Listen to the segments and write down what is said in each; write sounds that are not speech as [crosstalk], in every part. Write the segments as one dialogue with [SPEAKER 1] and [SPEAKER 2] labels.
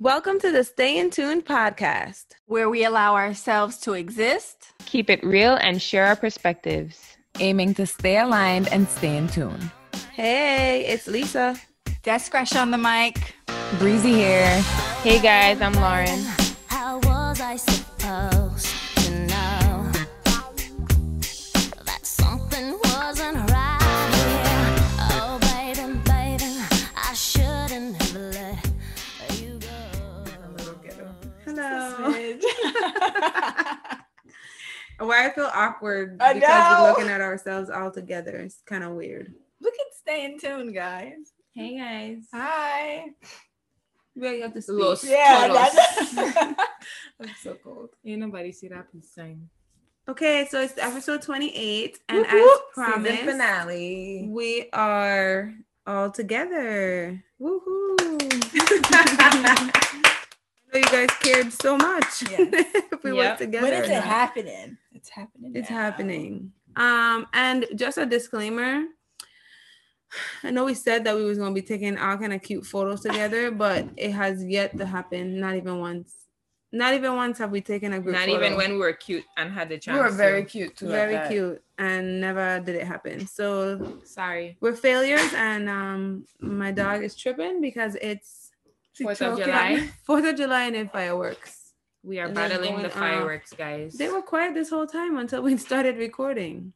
[SPEAKER 1] Welcome to the Stay in Tune podcast.
[SPEAKER 2] where we allow ourselves to exist.
[SPEAKER 3] keep it real and share our perspectives.
[SPEAKER 4] aiming to stay aligned and stay in tune.
[SPEAKER 1] Hey, it's Lisa.
[SPEAKER 2] Desk crush on the mic.
[SPEAKER 4] Breezy here.
[SPEAKER 3] Hey guys, I'm Lauren.
[SPEAKER 5] How was I supposed to know that something wasn't right? here? Oh, baby, baby, I shouldn't have let you go.
[SPEAKER 1] Hello.
[SPEAKER 2] Hello.
[SPEAKER 1] Why I feel awkward
[SPEAKER 2] I
[SPEAKER 1] because
[SPEAKER 2] know.
[SPEAKER 1] we're looking at ourselves all together. It's kind of weird.
[SPEAKER 2] Look at stay in tune, guys.
[SPEAKER 1] Hey guys.
[SPEAKER 2] Hi.
[SPEAKER 1] Really have to speak.
[SPEAKER 6] Los
[SPEAKER 2] [laughs]
[SPEAKER 1] I'm so cold.
[SPEAKER 6] Ain't nobody see that peace sign.
[SPEAKER 1] Okay, so it's episode 28, and
[SPEAKER 6] Whoop,
[SPEAKER 1] as
[SPEAKER 6] whoop. Season
[SPEAKER 1] promised,
[SPEAKER 6] finale.
[SPEAKER 1] we are all together. Woohoo!
[SPEAKER 2] when
[SPEAKER 1] I know you guys cared so much.
[SPEAKER 2] Yes.
[SPEAKER 1] [laughs] if we
[SPEAKER 3] Yep.
[SPEAKER 1] worked together. or
[SPEAKER 2] is it
[SPEAKER 1] not.
[SPEAKER 2] happening? It's happening.
[SPEAKER 1] It's
[SPEAKER 2] now.
[SPEAKER 1] happening. Um, and just a disclaimer. I know we said that we was gonna be taking all kind of cute photos together, but it has yet to happen. Not even once. Not even once have we taken a group.
[SPEAKER 3] Not
[SPEAKER 1] photo.
[SPEAKER 3] even when we were cute and had the
[SPEAKER 6] You
[SPEAKER 3] chance.
[SPEAKER 6] were very
[SPEAKER 3] to.
[SPEAKER 6] cute too. at
[SPEAKER 1] very
[SPEAKER 6] that.
[SPEAKER 1] cute, and never did it happen. So
[SPEAKER 3] Sorry.
[SPEAKER 1] we're failures, and um, my dog is tripping because it's
[SPEAKER 3] Fourth of July.
[SPEAKER 1] [laughs] Fourth of July, and then fireworks.
[SPEAKER 3] We are
[SPEAKER 1] And they're
[SPEAKER 3] battling
[SPEAKER 1] going
[SPEAKER 3] the
[SPEAKER 1] off.
[SPEAKER 3] fireworks, guys.
[SPEAKER 1] They were quiet this whole time until we [laughs] started recording.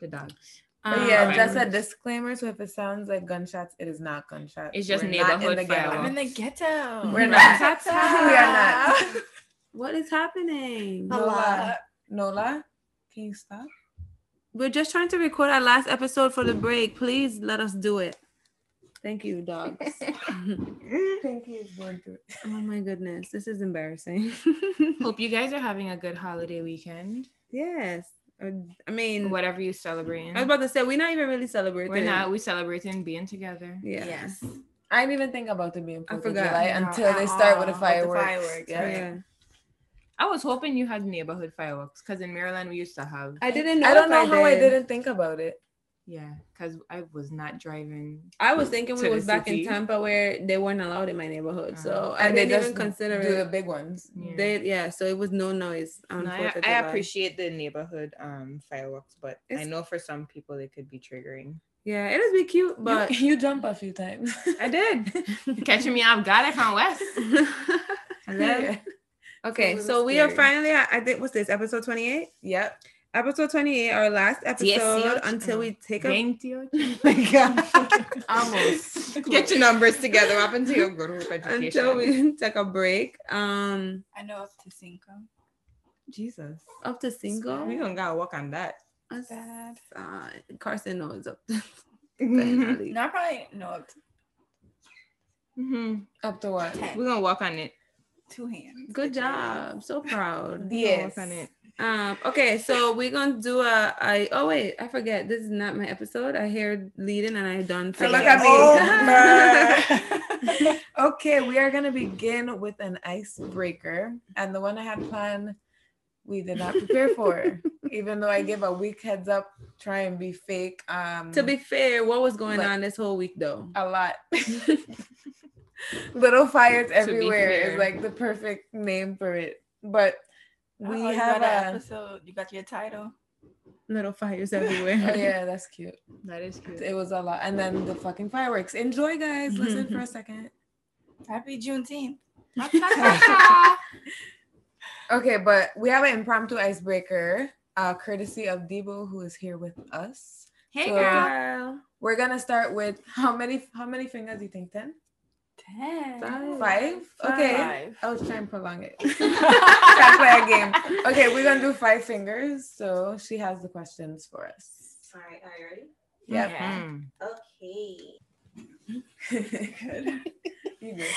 [SPEAKER 3] the dogs.
[SPEAKER 6] But yeah,
[SPEAKER 3] Um,
[SPEAKER 6] that's a disclaimer. So if it sounds like gunshots, it is not gunshots.
[SPEAKER 3] It's just
[SPEAKER 6] We're not
[SPEAKER 3] neighborhood
[SPEAKER 6] ghetto.
[SPEAKER 2] I'm
[SPEAKER 3] fireworks.
[SPEAKER 2] in the ghetto.
[SPEAKER 6] We're [laughs] not.
[SPEAKER 2] Ghetto.
[SPEAKER 6] We are not.
[SPEAKER 2] [laughs]
[SPEAKER 1] [laughs] What is happening?
[SPEAKER 2] A lot.
[SPEAKER 6] Nola, can you stop?
[SPEAKER 1] We're just trying to record our last episode for the break. Please let us do it. Thank
[SPEAKER 6] [laughs]
[SPEAKER 1] you, dogs. oh
[SPEAKER 6] Pinky is going through. it.
[SPEAKER 1] my goodness, this is embarrassing.
[SPEAKER 3] Hope you guys are having a good holiday weekend.
[SPEAKER 1] [laughs] yes. Uh, I mean,
[SPEAKER 3] Whatever you celebrating.
[SPEAKER 1] I was about to say, we're not even really celebrating.
[SPEAKER 3] We're not. We celebrating being together.
[SPEAKER 1] Yeah.
[SPEAKER 2] Yes.
[SPEAKER 6] I didn't even think about it being Fourth of
[SPEAKER 1] forgot.
[SPEAKER 6] July
[SPEAKER 2] No,
[SPEAKER 6] until they
[SPEAKER 2] at
[SPEAKER 6] start with
[SPEAKER 2] all,
[SPEAKER 6] the
[SPEAKER 2] with the
[SPEAKER 6] fireworks.
[SPEAKER 2] fireworks,
[SPEAKER 1] Yeah.
[SPEAKER 6] Yeah.
[SPEAKER 3] I was hoping you had neighborhood fireworks because in Maryland we used to have.
[SPEAKER 1] I didn't know.
[SPEAKER 6] I don't know
[SPEAKER 1] if
[SPEAKER 6] how I
[SPEAKER 1] did.
[SPEAKER 6] didn't think about it.
[SPEAKER 3] Yeah, because I was not driving.
[SPEAKER 1] I was thinking we
[SPEAKER 3] To the
[SPEAKER 1] was back in
[SPEAKER 3] city.
[SPEAKER 1] Tampa where they weren't allowed in my neighborhood, so
[SPEAKER 3] Uh-huh.
[SPEAKER 1] I
[SPEAKER 6] And they
[SPEAKER 1] didn't even
[SPEAKER 6] just
[SPEAKER 1] consider
[SPEAKER 6] do the
[SPEAKER 1] it.
[SPEAKER 6] big ones.
[SPEAKER 3] Yeah.
[SPEAKER 1] They yeah, so it was no noise on
[SPEAKER 3] No, I,
[SPEAKER 1] Fourth of
[SPEAKER 3] I
[SPEAKER 1] July.
[SPEAKER 3] appreciate the neighborhood um fireworks, but I
[SPEAKER 1] It's-
[SPEAKER 3] know for some people they could be triggering.
[SPEAKER 1] Yeah, it is be cute, but [laughs]
[SPEAKER 6] you, [laughs] you jump a few times.
[SPEAKER 3] I did. Catching me off guard, I found West.
[SPEAKER 1] [laughs] Hello? Okay,
[SPEAKER 6] little
[SPEAKER 1] so we are
[SPEAKER 6] scary.
[SPEAKER 1] finally at, I think what's this episode 28?
[SPEAKER 6] Yep.
[SPEAKER 1] Episode 28, our last episode until we take a
[SPEAKER 6] [laughs] Almost.
[SPEAKER 3] Get your numbers together. Up until your good hope education.
[SPEAKER 1] until we [laughs] take a break. Um
[SPEAKER 2] I know up to cinco.
[SPEAKER 3] Jesus.
[SPEAKER 1] up to
[SPEAKER 3] We
[SPEAKER 1] single.
[SPEAKER 3] don't gotta work on [laughs] that.
[SPEAKER 2] Bad.
[SPEAKER 1] Uh, Carson knows up [laughs] to
[SPEAKER 3] Mhm.
[SPEAKER 2] No, I probably know up to
[SPEAKER 3] Mhm.
[SPEAKER 6] Up to what?
[SPEAKER 2] ten.
[SPEAKER 3] We're gonna work on it.
[SPEAKER 2] Two hands.
[SPEAKER 1] Good job. So proud.
[SPEAKER 3] We're gonna Work on it.
[SPEAKER 1] Um, okay, so we're gonna do a I oh wait, I forget. This is not my episode. I hear leading and I done
[SPEAKER 6] So look
[SPEAKER 1] singing.
[SPEAKER 6] at me.
[SPEAKER 2] [laughs]
[SPEAKER 6] Okay, we are gonna begin with an icebreaker, and the one I had planned, we did not prepare
[SPEAKER 2] [laughs]
[SPEAKER 6] for. even though I gave a weak heads up, try and be fake. Um,
[SPEAKER 1] [laughs] to be fair, what was going
[SPEAKER 6] But-
[SPEAKER 1] on this whole week though?
[SPEAKER 6] a
[SPEAKER 2] [laughs]
[SPEAKER 6] lot. [laughs] Little fires everywhere
[SPEAKER 3] fair.
[SPEAKER 6] is like the perfect name for it. But we
[SPEAKER 2] Oh, you
[SPEAKER 6] have
[SPEAKER 2] got an
[SPEAKER 6] a.
[SPEAKER 2] episode. You got your title.
[SPEAKER 1] Little fires [laughs] everywhere.
[SPEAKER 6] Oh [laughs] yeah, that's cute.
[SPEAKER 3] That is good.
[SPEAKER 6] It was a lot, and then the fucking fireworks. Enjoy, guys. Listen for a second.
[SPEAKER 2] Happy
[SPEAKER 6] [laughs]
[SPEAKER 2] Juneteenth.
[SPEAKER 6] Okay, but we have an impromptu icebreaker, uh, courtesy of Debo, who is here with us.
[SPEAKER 3] hey
[SPEAKER 6] So-
[SPEAKER 3] girl.
[SPEAKER 1] Girl.
[SPEAKER 6] We're gonna start with how many how many fingers do you think? Ten?
[SPEAKER 2] Ten.
[SPEAKER 6] Five? Okay. I was trying to prolong it. Try to
[SPEAKER 2] Five.
[SPEAKER 6] play a game. Okay, we're gonna do five fingers. So she has the questions for us.
[SPEAKER 7] All right, are you ready?
[SPEAKER 6] Yep.
[SPEAKER 3] Mm.
[SPEAKER 7] Okay.
[SPEAKER 6] [laughs] Good. You good.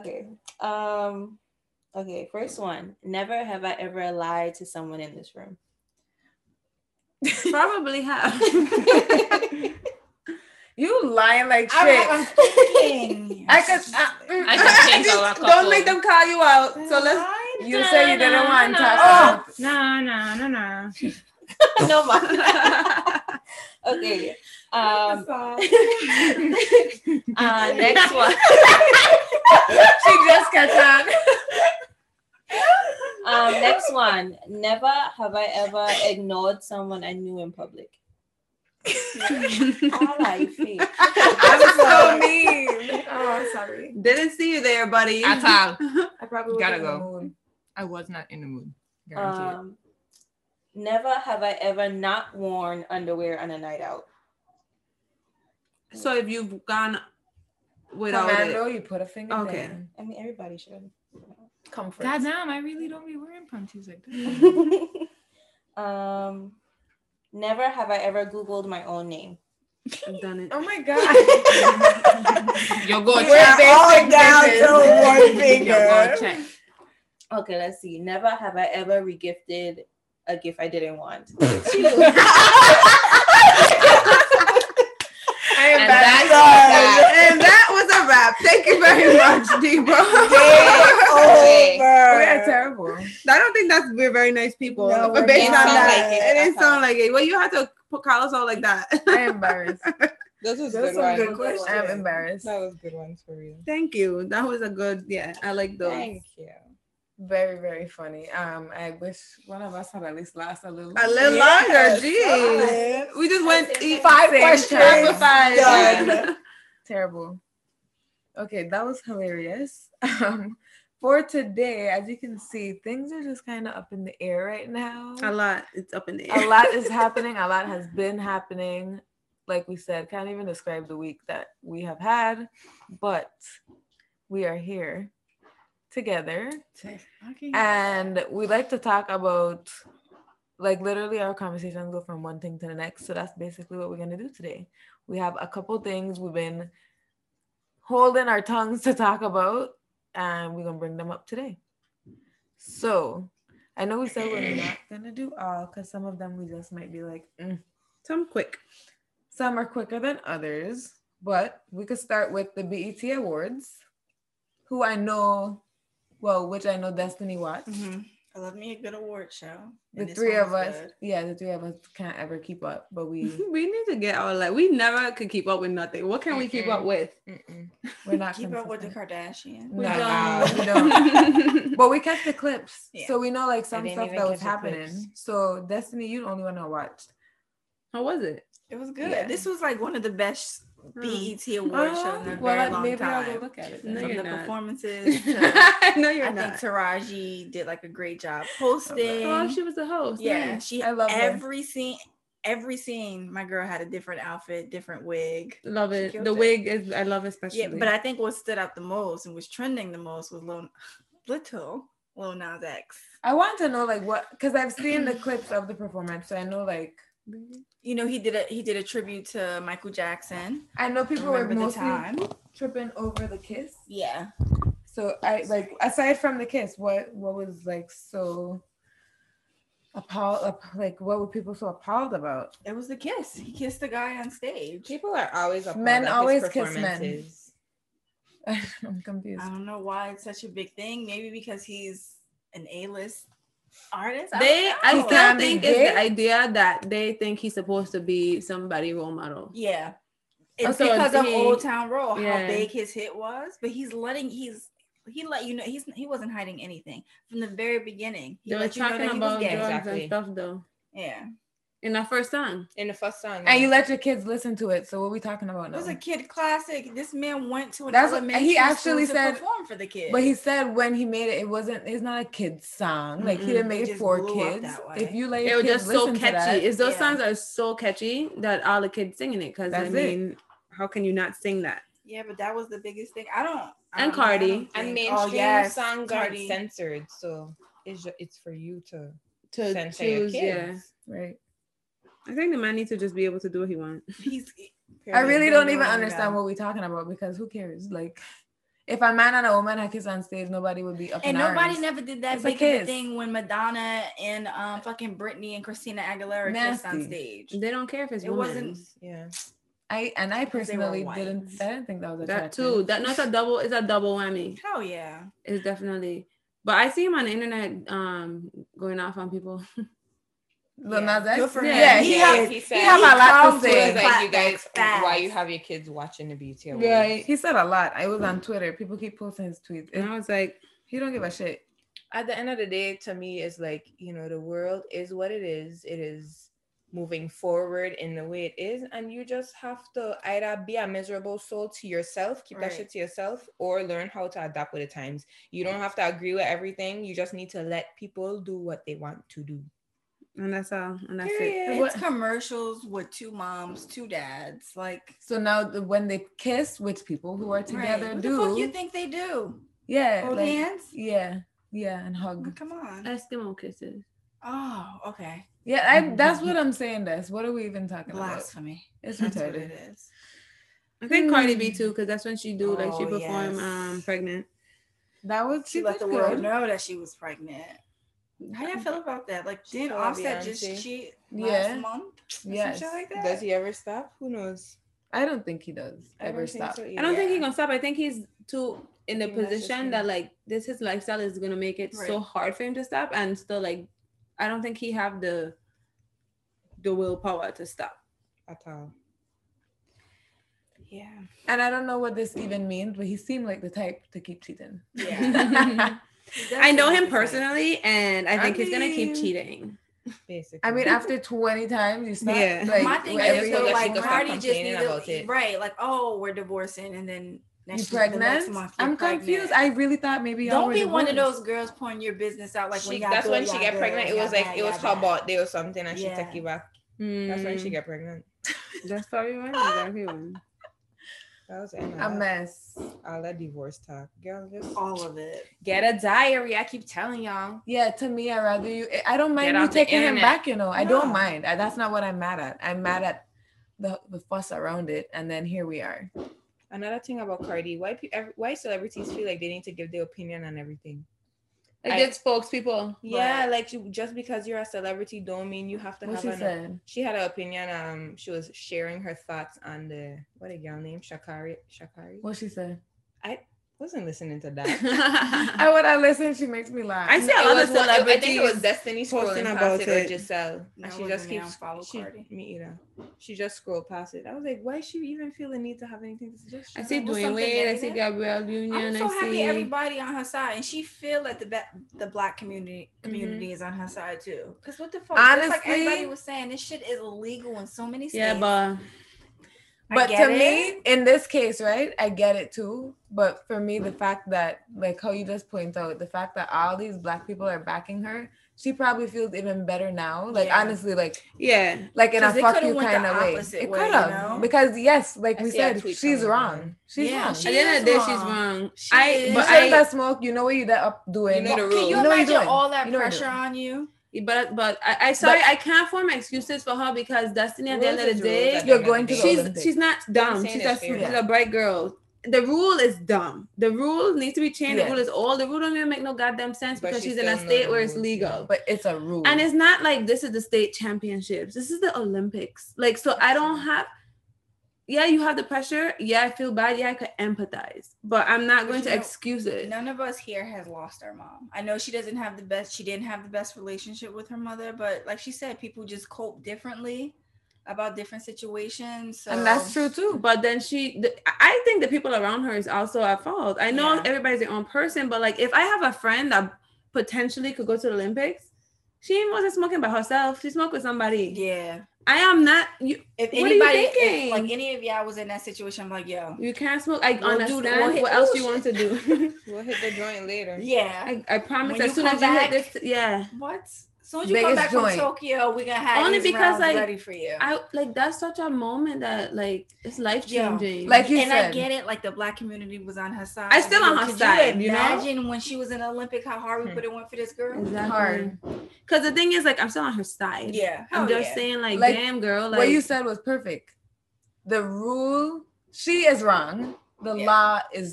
[SPEAKER 7] Okay. Um. Okay. First one. Never have I ever lied to someone in this
[SPEAKER 6] [laughs]
[SPEAKER 7] room.
[SPEAKER 1] Probably have.
[SPEAKER 6] You lying like
[SPEAKER 2] I'm,
[SPEAKER 6] shit.
[SPEAKER 2] I'm thinking.
[SPEAKER 6] [laughs] I could. uh, mm, I,
[SPEAKER 3] I
[SPEAKER 6] [laughs]
[SPEAKER 3] could think of a couple.
[SPEAKER 1] Don't make them call you out. So let's
[SPEAKER 2] Fine.
[SPEAKER 6] you say you didn't want to
[SPEAKER 3] Na,
[SPEAKER 6] talk.
[SPEAKER 3] No, no, no, no.
[SPEAKER 7] no, ma. okay. Um,
[SPEAKER 6] [laughs]
[SPEAKER 1] [laughs]
[SPEAKER 7] uh, next one.
[SPEAKER 6] She just [laughs] got on.
[SPEAKER 7] Um, next one. Never have I ever ignored someone I knew
[SPEAKER 6] [laughs]
[SPEAKER 7] in public. All right, fake.
[SPEAKER 6] I'm
[SPEAKER 1] [laughs]
[SPEAKER 6] so mean. Oh, sorry.
[SPEAKER 1] Didn't see you there, buddy.
[SPEAKER 3] At all.
[SPEAKER 6] I probably
[SPEAKER 3] Gotta
[SPEAKER 6] wasn't in
[SPEAKER 3] go.
[SPEAKER 6] the mood.
[SPEAKER 3] [laughs] I was not in the mood. Guarantee it.
[SPEAKER 7] Um, never have I ever not worn underwear on a night out.
[SPEAKER 1] So if you've gone without
[SPEAKER 6] Commando,
[SPEAKER 1] it,
[SPEAKER 6] you put a finger
[SPEAKER 1] Okay.
[SPEAKER 6] down.
[SPEAKER 7] I mean,
[SPEAKER 6] [laughs]
[SPEAKER 7] everybody should. [laughs]
[SPEAKER 6] Comfort.
[SPEAKER 3] God damn, I really don't be wearing panties like that.
[SPEAKER 7] [laughs] um, never have I ever Googled my own name.
[SPEAKER 1] I've done it.
[SPEAKER 6] oh my god.
[SPEAKER 3] Yo, go
[SPEAKER 6] We're
[SPEAKER 3] check.
[SPEAKER 6] all down
[SPEAKER 1] [laughs]
[SPEAKER 8] one
[SPEAKER 3] Yo, go check.
[SPEAKER 6] [laughs]
[SPEAKER 7] Okay, let's see. Never have I ever regifted a gift I didn't want.
[SPEAKER 6] I am
[SPEAKER 3] And
[SPEAKER 6] bad.
[SPEAKER 3] that's that.
[SPEAKER 1] and that was a wrap. Thank you very much, Debo. [laughs]
[SPEAKER 7] Okay.
[SPEAKER 6] We are terrible.
[SPEAKER 1] I don't think that's we're very nice people.
[SPEAKER 6] No,
[SPEAKER 1] but
[SPEAKER 6] we're
[SPEAKER 1] based on
[SPEAKER 7] not.
[SPEAKER 1] that, it,
[SPEAKER 7] It sounds like it.
[SPEAKER 1] didn't sound like it. Well, you had to put call us out like that.
[SPEAKER 6] I [laughs] am embarrassed.
[SPEAKER 7] Those was
[SPEAKER 6] Those are good questions. I am embarrassed.
[SPEAKER 7] was good ones for you.
[SPEAKER 1] Thank you. That was a good. Yeah, I like those.
[SPEAKER 7] Thank you.
[SPEAKER 6] Very, very funny. Um, I wish one of us had at least last a little.
[SPEAKER 1] A little longer.
[SPEAKER 8] Yes.
[SPEAKER 1] Jeez. We just went eat
[SPEAKER 6] Five
[SPEAKER 1] same
[SPEAKER 6] questions.
[SPEAKER 1] time for five. [laughs]
[SPEAKER 7] Done.
[SPEAKER 6] Terrible. Okay, that was hilarious. [laughs] Um, for today, as you can see, things are just kind of up in the air right now.
[SPEAKER 1] a lot. It's up in the air.
[SPEAKER 6] a lot is happening. A lot has been happening. Like we said, can't even describe the week that we have had, but we are here together.
[SPEAKER 7] Uh,
[SPEAKER 6] And we like to talk about, like, literally our conversations go from one thing to the next. So that's basically what we're going to do today. We have a couple things we've been holding our tongues to talk about, and we're going to bring them up today. So I know we said we're
[SPEAKER 8] [clears throat]
[SPEAKER 6] not going to do all because some of them we just might be like, "Mm."
[SPEAKER 1] Some quick.
[SPEAKER 6] some are quicker than others, but we could start with the BET Awards, who I know, well, which I know Destiny watched
[SPEAKER 8] Mhm. I love me a good award show.
[SPEAKER 6] the
[SPEAKER 8] and this
[SPEAKER 6] three
[SPEAKER 8] one
[SPEAKER 6] of
[SPEAKER 8] was
[SPEAKER 6] us
[SPEAKER 8] good.
[SPEAKER 6] yeah the three of us can't ever keep up but we
[SPEAKER 1] [laughs]
[SPEAKER 8] [laughs]
[SPEAKER 1] We need to get our like. We never could keep up with nothing. What can we keep up with?
[SPEAKER 3] Mm-mm.
[SPEAKER 6] we're not
[SPEAKER 8] Keep up with the
[SPEAKER 6] consistent.
[SPEAKER 8] Kardashians.
[SPEAKER 1] We
[SPEAKER 6] No,
[SPEAKER 1] don't.
[SPEAKER 6] we
[SPEAKER 8] [laughs]
[SPEAKER 6] don't. but we catch the clips
[SPEAKER 8] Yeah.
[SPEAKER 6] so we know like some
[SPEAKER 3] didn't
[SPEAKER 6] stuff
[SPEAKER 3] even
[SPEAKER 6] that was
[SPEAKER 3] catch the
[SPEAKER 6] happening
[SPEAKER 3] clips.
[SPEAKER 6] so destiny you the only one I watched
[SPEAKER 1] [laughs] How was it?
[SPEAKER 8] It was good.
[SPEAKER 6] Yeah.
[SPEAKER 8] This was like one of the E best
[SPEAKER 9] Mm.
[SPEAKER 8] BET award shows in a
[SPEAKER 6] well
[SPEAKER 8] very
[SPEAKER 6] I-
[SPEAKER 8] long
[SPEAKER 6] maybe
[SPEAKER 8] time.
[SPEAKER 6] i'll go look at it
[SPEAKER 1] No,
[SPEAKER 6] then.
[SPEAKER 8] From
[SPEAKER 1] you're
[SPEAKER 8] the
[SPEAKER 1] not.
[SPEAKER 8] [laughs] performances, to-
[SPEAKER 1] no, [laughs] you're
[SPEAKER 8] I think
[SPEAKER 1] not.
[SPEAKER 8] Taraji did like a great job hosting.
[SPEAKER 1] Oh, she was the host.
[SPEAKER 8] yeah,
[SPEAKER 1] nice.
[SPEAKER 8] she
[SPEAKER 6] I love her.
[SPEAKER 8] every scene. Every scene, my girl had a different outfit, different wig.
[SPEAKER 1] love
[SPEAKER 8] She
[SPEAKER 1] it.
[SPEAKER 8] killed
[SPEAKER 1] The
[SPEAKER 8] it.
[SPEAKER 1] wig is. I love especially.
[SPEAKER 8] Yeah, but I think what stood out the most and was trending the most was Lil, little Lil Nas X.
[SPEAKER 6] i want to know like what because i've seen [clears throat] the clips of the performance so i know like
[SPEAKER 8] You know, he did a he did a tribute to Michael Jackson.
[SPEAKER 6] i know people were
[SPEAKER 8] Remember the
[SPEAKER 6] mostly
[SPEAKER 8] time?
[SPEAKER 6] tripping over the kiss
[SPEAKER 8] Yeah,
[SPEAKER 6] so i like aside from the kiss what what was like so appalled like what were people so appalled about [laughs]
[SPEAKER 8] it was the kiss. He kissed the guy on stage.
[SPEAKER 7] People are always appalled
[SPEAKER 6] Men
[SPEAKER 7] at his
[SPEAKER 6] always kiss men.
[SPEAKER 7] performances.
[SPEAKER 6] I'm confused.
[SPEAKER 8] I don't know why it's such a big thing. Maybe because he's an A-list artist. I
[SPEAKER 1] they,
[SPEAKER 8] don't
[SPEAKER 1] I
[SPEAKER 8] know.
[SPEAKER 6] He
[SPEAKER 1] still
[SPEAKER 6] can't be
[SPEAKER 1] think it's
[SPEAKER 6] gay?
[SPEAKER 1] the idea that they think he's supposed to be somebody role model.
[SPEAKER 8] yeah. It's
[SPEAKER 1] so
[SPEAKER 8] because of
[SPEAKER 1] he-
[SPEAKER 8] Old Town Road, how
[SPEAKER 1] yeah.
[SPEAKER 8] big his hit was, but he's letting he's he let you know he's he wasn't hiding anything from the very beginning. He
[SPEAKER 1] They were
[SPEAKER 8] let you know
[SPEAKER 1] talking
[SPEAKER 8] that he was
[SPEAKER 1] about drugs
[SPEAKER 8] gay.
[SPEAKER 1] and
[SPEAKER 7] exactly.
[SPEAKER 1] stuff though
[SPEAKER 8] Yeah,
[SPEAKER 1] in that first song.
[SPEAKER 7] In the first song.
[SPEAKER 6] and you let your kids listen to it. So what we talking about
[SPEAKER 8] it
[SPEAKER 6] now?
[SPEAKER 8] was a kid classic. This man went to an
[SPEAKER 6] That's what-
[SPEAKER 8] elementary
[SPEAKER 6] he
[SPEAKER 8] school
[SPEAKER 6] actually
[SPEAKER 8] to
[SPEAKER 6] said-
[SPEAKER 8] perform for the kids.
[SPEAKER 6] but he said when he made it, it wasn't. It's not a kids song. Like
[SPEAKER 1] Mm-mm.
[SPEAKER 6] he didn't
[SPEAKER 8] It
[SPEAKER 6] make it
[SPEAKER 8] just
[SPEAKER 6] for
[SPEAKER 8] blew up
[SPEAKER 6] kids.
[SPEAKER 8] that way.
[SPEAKER 6] If you like,
[SPEAKER 1] It was just so catchy. It's those
[SPEAKER 8] Yeah.
[SPEAKER 1] songs are so catchy that all the kids singing it. Because I
[SPEAKER 6] That's it.
[SPEAKER 1] mean, how can you not sing that?
[SPEAKER 8] yeah, but that was the biggest thing. I don't. I
[SPEAKER 1] And
[SPEAKER 8] don't know, I
[SPEAKER 1] Cardi.
[SPEAKER 8] don't
[SPEAKER 3] And
[SPEAKER 8] think-
[SPEAKER 3] mainstream
[SPEAKER 8] oh, yes,
[SPEAKER 3] songs are
[SPEAKER 8] Cardi.
[SPEAKER 3] censored, so it's ju- it's for you to
[SPEAKER 1] To
[SPEAKER 3] censor your
[SPEAKER 1] choose,
[SPEAKER 3] kids.
[SPEAKER 1] yeah.
[SPEAKER 6] right.
[SPEAKER 1] I think the man needs to just be able to do what he wants.
[SPEAKER 8] He's.
[SPEAKER 6] I really don't even
[SPEAKER 8] Oh my God.
[SPEAKER 6] understand what we talking about because who cares? Like, if a man and a woman had kissed on stage, nobody would be up
[SPEAKER 8] And
[SPEAKER 6] in
[SPEAKER 8] nobody
[SPEAKER 6] arms.
[SPEAKER 8] never did that
[SPEAKER 6] It's a
[SPEAKER 8] big of a
[SPEAKER 6] kiss.
[SPEAKER 8] thing when Madonna and um fucking Britney and Christina Aguilera kissed on
[SPEAKER 6] Nasty.
[SPEAKER 8] stage.
[SPEAKER 1] They don't care if it's
[SPEAKER 8] It
[SPEAKER 1] woman.
[SPEAKER 8] wasn't
[SPEAKER 3] Yeah.
[SPEAKER 6] I and I
[SPEAKER 8] Because they were
[SPEAKER 6] personally
[SPEAKER 8] white.
[SPEAKER 6] didn't. I didn't think that was
[SPEAKER 1] that
[SPEAKER 6] attractive.
[SPEAKER 1] too. That not a double. It's a double whammy.
[SPEAKER 8] Hell yeah.
[SPEAKER 1] It's definitely. But I see him on the internet, um, going off on people.
[SPEAKER 6] Lil
[SPEAKER 8] Yeah.
[SPEAKER 6] Nas X?
[SPEAKER 8] Good for him.
[SPEAKER 6] yeah,
[SPEAKER 8] He
[SPEAKER 6] he,
[SPEAKER 8] has-
[SPEAKER 6] had
[SPEAKER 8] he
[SPEAKER 6] he,
[SPEAKER 8] said-
[SPEAKER 6] have
[SPEAKER 8] he
[SPEAKER 6] a lot to
[SPEAKER 8] comes with
[SPEAKER 6] say.
[SPEAKER 8] it.
[SPEAKER 6] Like,
[SPEAKER 8] Clap
[SPEAKER 3] like you
[SPEAKER 8] back
[SPEAKER 3] guys,
[SPEAKER 8] fast.
[SPEAKER 3] why you have your kids watching the BT Awards?
[SPEAKER 6] right. He said a lot. I was on Twitter. People keep posting his tweets. It-
[SPEAKER 1] And I was like,
[SPEAKER 6] he don't give a shit.
[SPEAKER 3] At the end of the day, to me, is like you know the world is what it is. It is moving forward in the way it is, and you just have to either be a miserable soul to yourself, keep that
[SPEAKER 8] Right.
[SPEAKER 3] shit to yourself, or learn how to adapt with the times. You don't have to agree with everything. You just need to let people do what they want to do.
[SPEAKER 1] and that's all, and that's it.
[SPEAKER 3] Period.
[SPEAKER 8] It's commercials with two moms, two dads. Like,
[SPEAKER 6] So now the, when they kiss, which people who are together
[SPEAKER 8] right. What the
[SPEAKER 6] do,
[SPEAKER 8] fuck you think they do?
[SPEAKER 6] yeah,
[SPEAKER 8] Hold
[SPEAKER 6] like-
[SPEAKER 8] hands? Mm-hmm.
[SPEAKER 6] yeah, yeah, and hug.
[SPEAKER 8] Come on.
[SPEAKER 1] Eskimo kisses.
[SPEAKER 8] Oh, okay.
[SPEAKER 6] Yeah, I, that's what I'm saying. That's what are we even talking about?
[SPEAKER 8] Blasphemy.
[SPEAKER 6] It's
[SPEAKER 8] That's what
[SPEAKER 6] retarded.
[SPEAKER 8] it is.
[SPEAKER 1] I think Cardi B too, because that's when she do like she
[SPEAKER 8] Mm. Oh,
[SPEAKER 1] perform
[SPEAKER 8] yes.
[SPEAKER 1] um pregnant.
[SPEAKER 6] That was
[SPEAKER 8] She let the world know that she was pregnant. How y'all feel about that? Like, did
[SPEAKER 3] Poor
[SPEAKER 8] Offset just
[SPEAKER 3] Beyonce.
[SPEAKER 8] cheat
[SPEAKER 6] Yeah.
[SPEAKER 8] last month? Or some
[SPEAKER 6] Yes.
[SPEAKER 8] shit like that?
[SPEAKER 3] Does he ever stop? Who knows?
[SPEAKER 6] I don't think he does
[SPEAKER 3] I
[SPEAKER 6] ever
[SPEAKER 3] don't think
[SPEAKER 6] stop.
[SPEAKER 3] so e-,
[SPEAKER 1] I don't
[SPEAKER 3] either.
[SPEAKER 1] think he's gonna stop. I think he's too in the
[SPEAKER 3] Yeah, that's just
[SPEAKER 1] position
[SPEAKER 3] him.
[SPEAKER 1] that like this his lifestyle is gonna make it so
[SPEAKER 8] Right.
[SPEAKER 1] hard for him to stop, and still like I don't think he have the the willpower to stop.
[SPEAKER 3] at all.
[SPEAKER 8] Yeah.
[SPEAKER 6] And I don't know what this even means, but he seemed like the type to keep
[SPEAKER 3] [laughs]
[SPEAKER 6] cheating. [laughs]
[SPEAKER 8] Yeah.
[SPEAKER 1] I know him
[SPEAKER 8] Definitely.
[SPEAKER 1] personally, and I
[SPEAKER 6] I
[SPEAKER 1] think he's gonna keep
[SPEAKER 6] mean-
[SPEAKER 1] cheating.
[SPEAKER 3] Basically.
[SPEAKER 6] I mean, after 20 times, you stop.
[SPEAKER 1] Yeah.
[SPEAKER 6] Like,
[SPEAKER 8] My thing
[SPEAKER 3] I just
[SPEAKER 8] is
[SPEAKER 3] feel like
[SPEAKER 8] though,
[SPEAKER 3] she
[SPEAKER 8] like
[SPEAKER 3] could stop
[SPEAKER 8] Cardi just
[SPEAKER 3] complaining
[SPEAKER 8] needed
[SPEAKER 3] about it.
[SPEAKER 8] right, like oh, we're divorcing, and then
[SPEAKER 6] you
[SPEAKER 8] next the next
[SPEAKER 6] pregnant?
[SPEAKER 8] month you're
[SPEAKER 6] I'm
[SPEAKER 8] pregnant.
[SPEAKER 6] confused. I really thought maybe y'all
[SPEAKER 8] don't
[SPEAKER 6] were
[SPEAKER 8] be one of
[SPEAKER 6] divorced.
[SPEAKER 8] those girls pouring your business out like
[SPEAKER 3] She-
[SPEAKER 8] when y'all
[SPEAKER 3] that's
[SPEAKER 8] good,
[SPEAKER 3] when she
[SPEAKER 8] y'all
[SPEAKER 3] got
[SPEAKER 8] good,
[SPEAKER 3] pregnant. It
[SPEAKER 8] y'all
[SPEAKER 3] was like
[SPEAKER 8] bad,
[SPEAKER 3] it was
[SPEAKER 8] y'all
[SPEAKER 3] her
[SPEAKER 8] bad.
[SPEAKER 3] birthday or something, and
[SPEAKER 8] Yeah.
[SPEAKER 3] she took you back. That's when she got pregnant.
[SPEAKER 1] That's probably
[SPEAKER 8] [laughs]
[SPEAKER 1] when exactly when.
[SPEAKER 3] That was Emma.
[SPEAKER 6] a mess.
[SPEAKER 3] all that divorce talk, girl. Just
[SPEAKER 8] all of it.
[SPEAKER 9] Get a diary. I keep telling y'all.
[SPEAKER 6] Yeah, to me, I rather you. I- I don't mind
[SPEAKER 9] Get
[SPEAKER 6] you
[SPEAKER 9] off the
[SPEAKER 6] taking him
[SPEAKER 9] internet.
[SPEAKER 6] back. You know, I
[SPEAKER 8] No.
[SPEAKER 6] don't mind. I, that's not what I'm mad at. I'm mad at the the fuss around it, and then here we are.
[SPEAKER 3] another thing about Cardi, why pe- ev- why celebrities feel like they need to give their opinion on everything.
[SPEAKER 1] Like
[SPEAKER 3] I-
[SPEAKER 1] it's spokespeople.
[SPEAKER 3] Yeah, like you, just because you're a celebrity, don't mean you have to
[SPEAKER 6] What
[SPEAKER 3] have
[SPEAKER 6] she
[SPEAKER 3] an.
[SPEAKER 6] said.
[SPEAKER 3] She had an opinion. Um, she was sharing her thoughts on the what a girl named Shakari. Shakari
[SPEAKER 6] What she said.
[SPEAKER 3] wasn't listening to that.
[SPEAKER 1] [laughs]
[SPEAKER 3] [laughs]
[SPEAKER 1] I
[SPEAKER 6] And when I listen, she makes me laugh.
[SPEAKER 1] I see a lot of
[SPEAKER 3] one- I
[SPEAKER 1] celebrities.
[SPEAKER 3] think it was Destiny's
[SPEAKER 1] posting
[SPEAKER 3] scrolling
[SPEAKER 1] about
[SPEAKER 3] past it,
[SPEAKER 1] it.
[SPEAKER 3] or Giselle.
[SPEAKER 8] No,
[SPEAKER 3] and
[SPEAKER 8] it
[SPEAKER 3] she
[SPEAKER 8] wasn't
[SPEAKER 3] just
[SPEAKER 8] me. I don't
[SPEAKER 3] keeps
[SPEAKER 8] follow
[SPEAKER 3] she,
[SPEAKER 8] Cardi.
[SPEAKER 3] me either. She just scrolled past it. I was like, why should you even feel the need to have anything to suggest?
[SPEAKER 1] I see
[SPEAKER 8] Was
[SPEAKER 1] Dwayne
[SPEAKER 8] something
[SPEAKER 1] Wade. I see
[SPEAKER 8] negative?
[SPEAKER 1] Gabrielle Union.
[SPEAKER 8] I'm so
[SPEAKER 1] I
[SPEAKER 8] happy
[SPEAKER 1] see.
[SPEAKER 8] everybody on her side, and she feel that the ba- the black community community is on her side too. Cause what the fuck? Honestly, like
[SPEAKER 6] Honestly-
[SPEAKER 8] everybody was saying, this shit is illegal in so many states.
[SPEAKER 1] yeah, but
[SPEAKER 8] I
[SPEAKER 6] but
[SPEAKER 8] get
[SPEAKER 6] to
[SPEAKER 8] it.
[SPEAKER 6] me, in this case, right, I get it too. But for me, the fact that, like how you just point out, the fact that all these black people are backing her, she probably feels even better now. Like
[SPEAKER 8] Yeah.
[SPEAKER 6] honestly, like
[SPEAKER 1] yeah.
[SPEAKER 6] like in a
[SPEAKER 8] 'Cause it
[SPEAKER 6] fuck
[SPEAKER 8] coulda
[SPEAKER 6] you
[SPEAKER 8] went
[SPEAKER 6] kind
[SPEAKER 8] the
[SPEAKER 6] of way.
[SPEAKER 8] opposite
[SPEAKER 6] It
[SPEAKER 8] way,
[SPEAKER 6] could
[SPEAKER 8] you
[SPEAKER 6] have
[SPEAKER 8] know?
[SPEAKER 6] because yes, like
[SPEAKER 3] I
[SPEAKER 6] we
[SPEAKER 3] see that
[SPEAKER 6] said,
[SPEAKER 3] tweet
[SPEAKER 6] she's
[SPEAKER 3] from her.
[SPEAKER 6] wrong. She's
[SPEAKER 8] Yeah,
[SPEAKER 6] wrong.
[SPEAKER 8] she
[SPEAKER 1] At the end of the day,
[SPEAKER 8] is
[SPEAKER 1] she's
[SPEAKER 8] wrong.
[SPEAKER 1] wrong.
[SPEAKER 8] She
[SPEAKER 1] I
[SPEAKER 8] is.
[SPEAKER 6] you
[SPEAKER 1] but
[SPEAKER 6] shouldn't
[SPEAKER 1] I
[SPEAKER 6] have smoked. You know what you that up doing.
[SPEAKER 3] You know the
[SPEAKER 8] Can
[SPEAKER 3] rules.
[SPEAKER 8] you
[SPEAKER 6] You know what you're
[SPEAKER 8] imagine
[SPEAKER 6] doing.
[SPEAKER 8] all that
[SPEAKER 6] You know what you're
[SPEAKER 8] pressure
[SPEAKER 6] doing.
[SPEAKER 8] on you?
[SPEAKER 1] but but I, I sorry I can't form excuses for her because Destiny at the end
[SPEAKER 3] Rules
[SPEAKER 1] of
[SPEAKER 3] is
[SPEAKER 1] the
[SPEAKER 3] rules
[SPEAKER 1] day
[SPEAKER 3] at the
[SPEAKER 6] You're
[SPEAKER 3] end of
[SPEAKER 6] going
[SPEAKER 3] the
[SPEAKER 6] to
[SPEAKER 3] day.
[SPEAKER 1] she's
[SPEAKER 6] Olympics.
[SPEAKER 1] she's not dumb
[SPEAKER 3] saying
[SPEAKER 1] she's a,
[SPEAKER 3] it's fair.
[SPEAKER 1] she's a bright girl the rule is dumb the rule needs to be changed
[SPEAKER 6] Yeah.
[SPEAKER 1] the rule is old the rule don't even make no goddamn sense
[SPEAKER 3] But
[SPEAKER 1] because
[SPEAKER 3] she
[SPEAKER 1] she's in a
[SPEAKER 3] still know the
[SPEAKER 1] state where it's
[SPEAKER 3] rules,
[SPEAKER 1] legal
[SPEAKER 6] but it's a rule.
[SPEAKER 1] and it's not like this is the state championships this is the olympics like so i don't have yeah you have the pressure yeah i feel bad yeah i could empathize but i'm not
[SPEAKER 8] But
[SPEAKER 1] going
[SPEAKER 8] you
[SPEAKER 1] to
[SPEAKER 8] know-
[SPEAKER 1] excuse it
[SPEAKER 8] None of us here has lost our mom. I know she doesn't have the best, she didn't have the best relationship with her mother, but like she said, people just cope differently about different situations. So
[SPEAKER 6] and that's true too.
[SPEAKER 1] but then she the, i think the people around her is also at fault i know
[SPEAKER 8] Yeah.
[SPEAKER 1] everybody's their own person but like if i have a friend that potentially could go to the olympics she wasn't smoking by herself she smoked with somebody
[SPEAKER 8] Yeah.
[SPEAKER 1] i am not you
[SPEAKER 8] If
[SPEAKER 1] What are you
[SPEAKER 8] anybody, if,
[SPEAKER 1] thinking?
[SPEAKER 8] like any of y'all was in that situation, I'm like, yo,
[SPEAKER 1] you can't smoke i
[SPEAKER 8] We'll do
[SPEAKER 1] understand
[SPEAKER 8] that. We'll hit-
[SPEAKER 1] what else
[SPEAKER 8] oh,
[SPEAKER 1] you want to
[SPEAKER 8] [laughs]
[SPEAKER 1] do
[SPEAKER 3] We'll hit the joint later.
[SPEAKER 8] yeah.
[SPEAKER 1] I, I promise
[SPEAKER 8] When
[SPEAKER 1] as
[SPEAKER 8] you
[SPEAKER 1] soon
[SPEAKER 8] come
[SPEAKER 1] as you hit
[SPEAKER 8] back-
[SPEAKER 1] this yeah
[SPEAKER 8] what? As soon as you come
[SPEAKER 6] Biggest
[SPEAKER 8] back
[SPEAKER 6] joint.
[SPEAKER 8] from Tokyo, we're gonna have
[SPEAKER 1] Only
[SPEAKER 8] these
[SPEAKER 1] because,
[SPEAKER 8] rounds
[SPEAKER 1] like,
[SPEAKER 8] ready for you.
[SPEAKER 1] i like that's such a moment that like it's life changing
[SPEAKER 6] Like you
[SPEAKER 8] and I
[SPEAKER 6] said,
[SPEAKER 8] get it, like the black community was on her side.
[SPEAKER 1] I still on her
[SPEAKER 8] Could
[SPEAKER 1] side,
[SPEAKER 8] You
[SPEAKER 1] you know?
[SPEAKER 8] imagine when she was in the Olympic, how hard we
[SPEAKER 3] Hmm.
[SPEAKER 8] put it in for this girl.
[SPEAKER 1] exactly.
[SPEAKER 6] hard.
[SPEAKER 8] mm-hmm.
[SPEAKER 1] because the thing is like i'm still on her side
[SPEAKER 8] Yeah,
[SPEAKER 1] i'm
[SPEAKER 8] hell
[SPEAKER 1] just
[SPEAKER 8] yeah.
[SPEAKER 1] saying like,
[SPEAKER 6] Like,
[SPEAKER 1] damn girl like
[SPEAKER 6] what you said was perfect. The rule, she is wrong. The
[SPEAKER 8] Yeah.
[SPEAKER 6] law is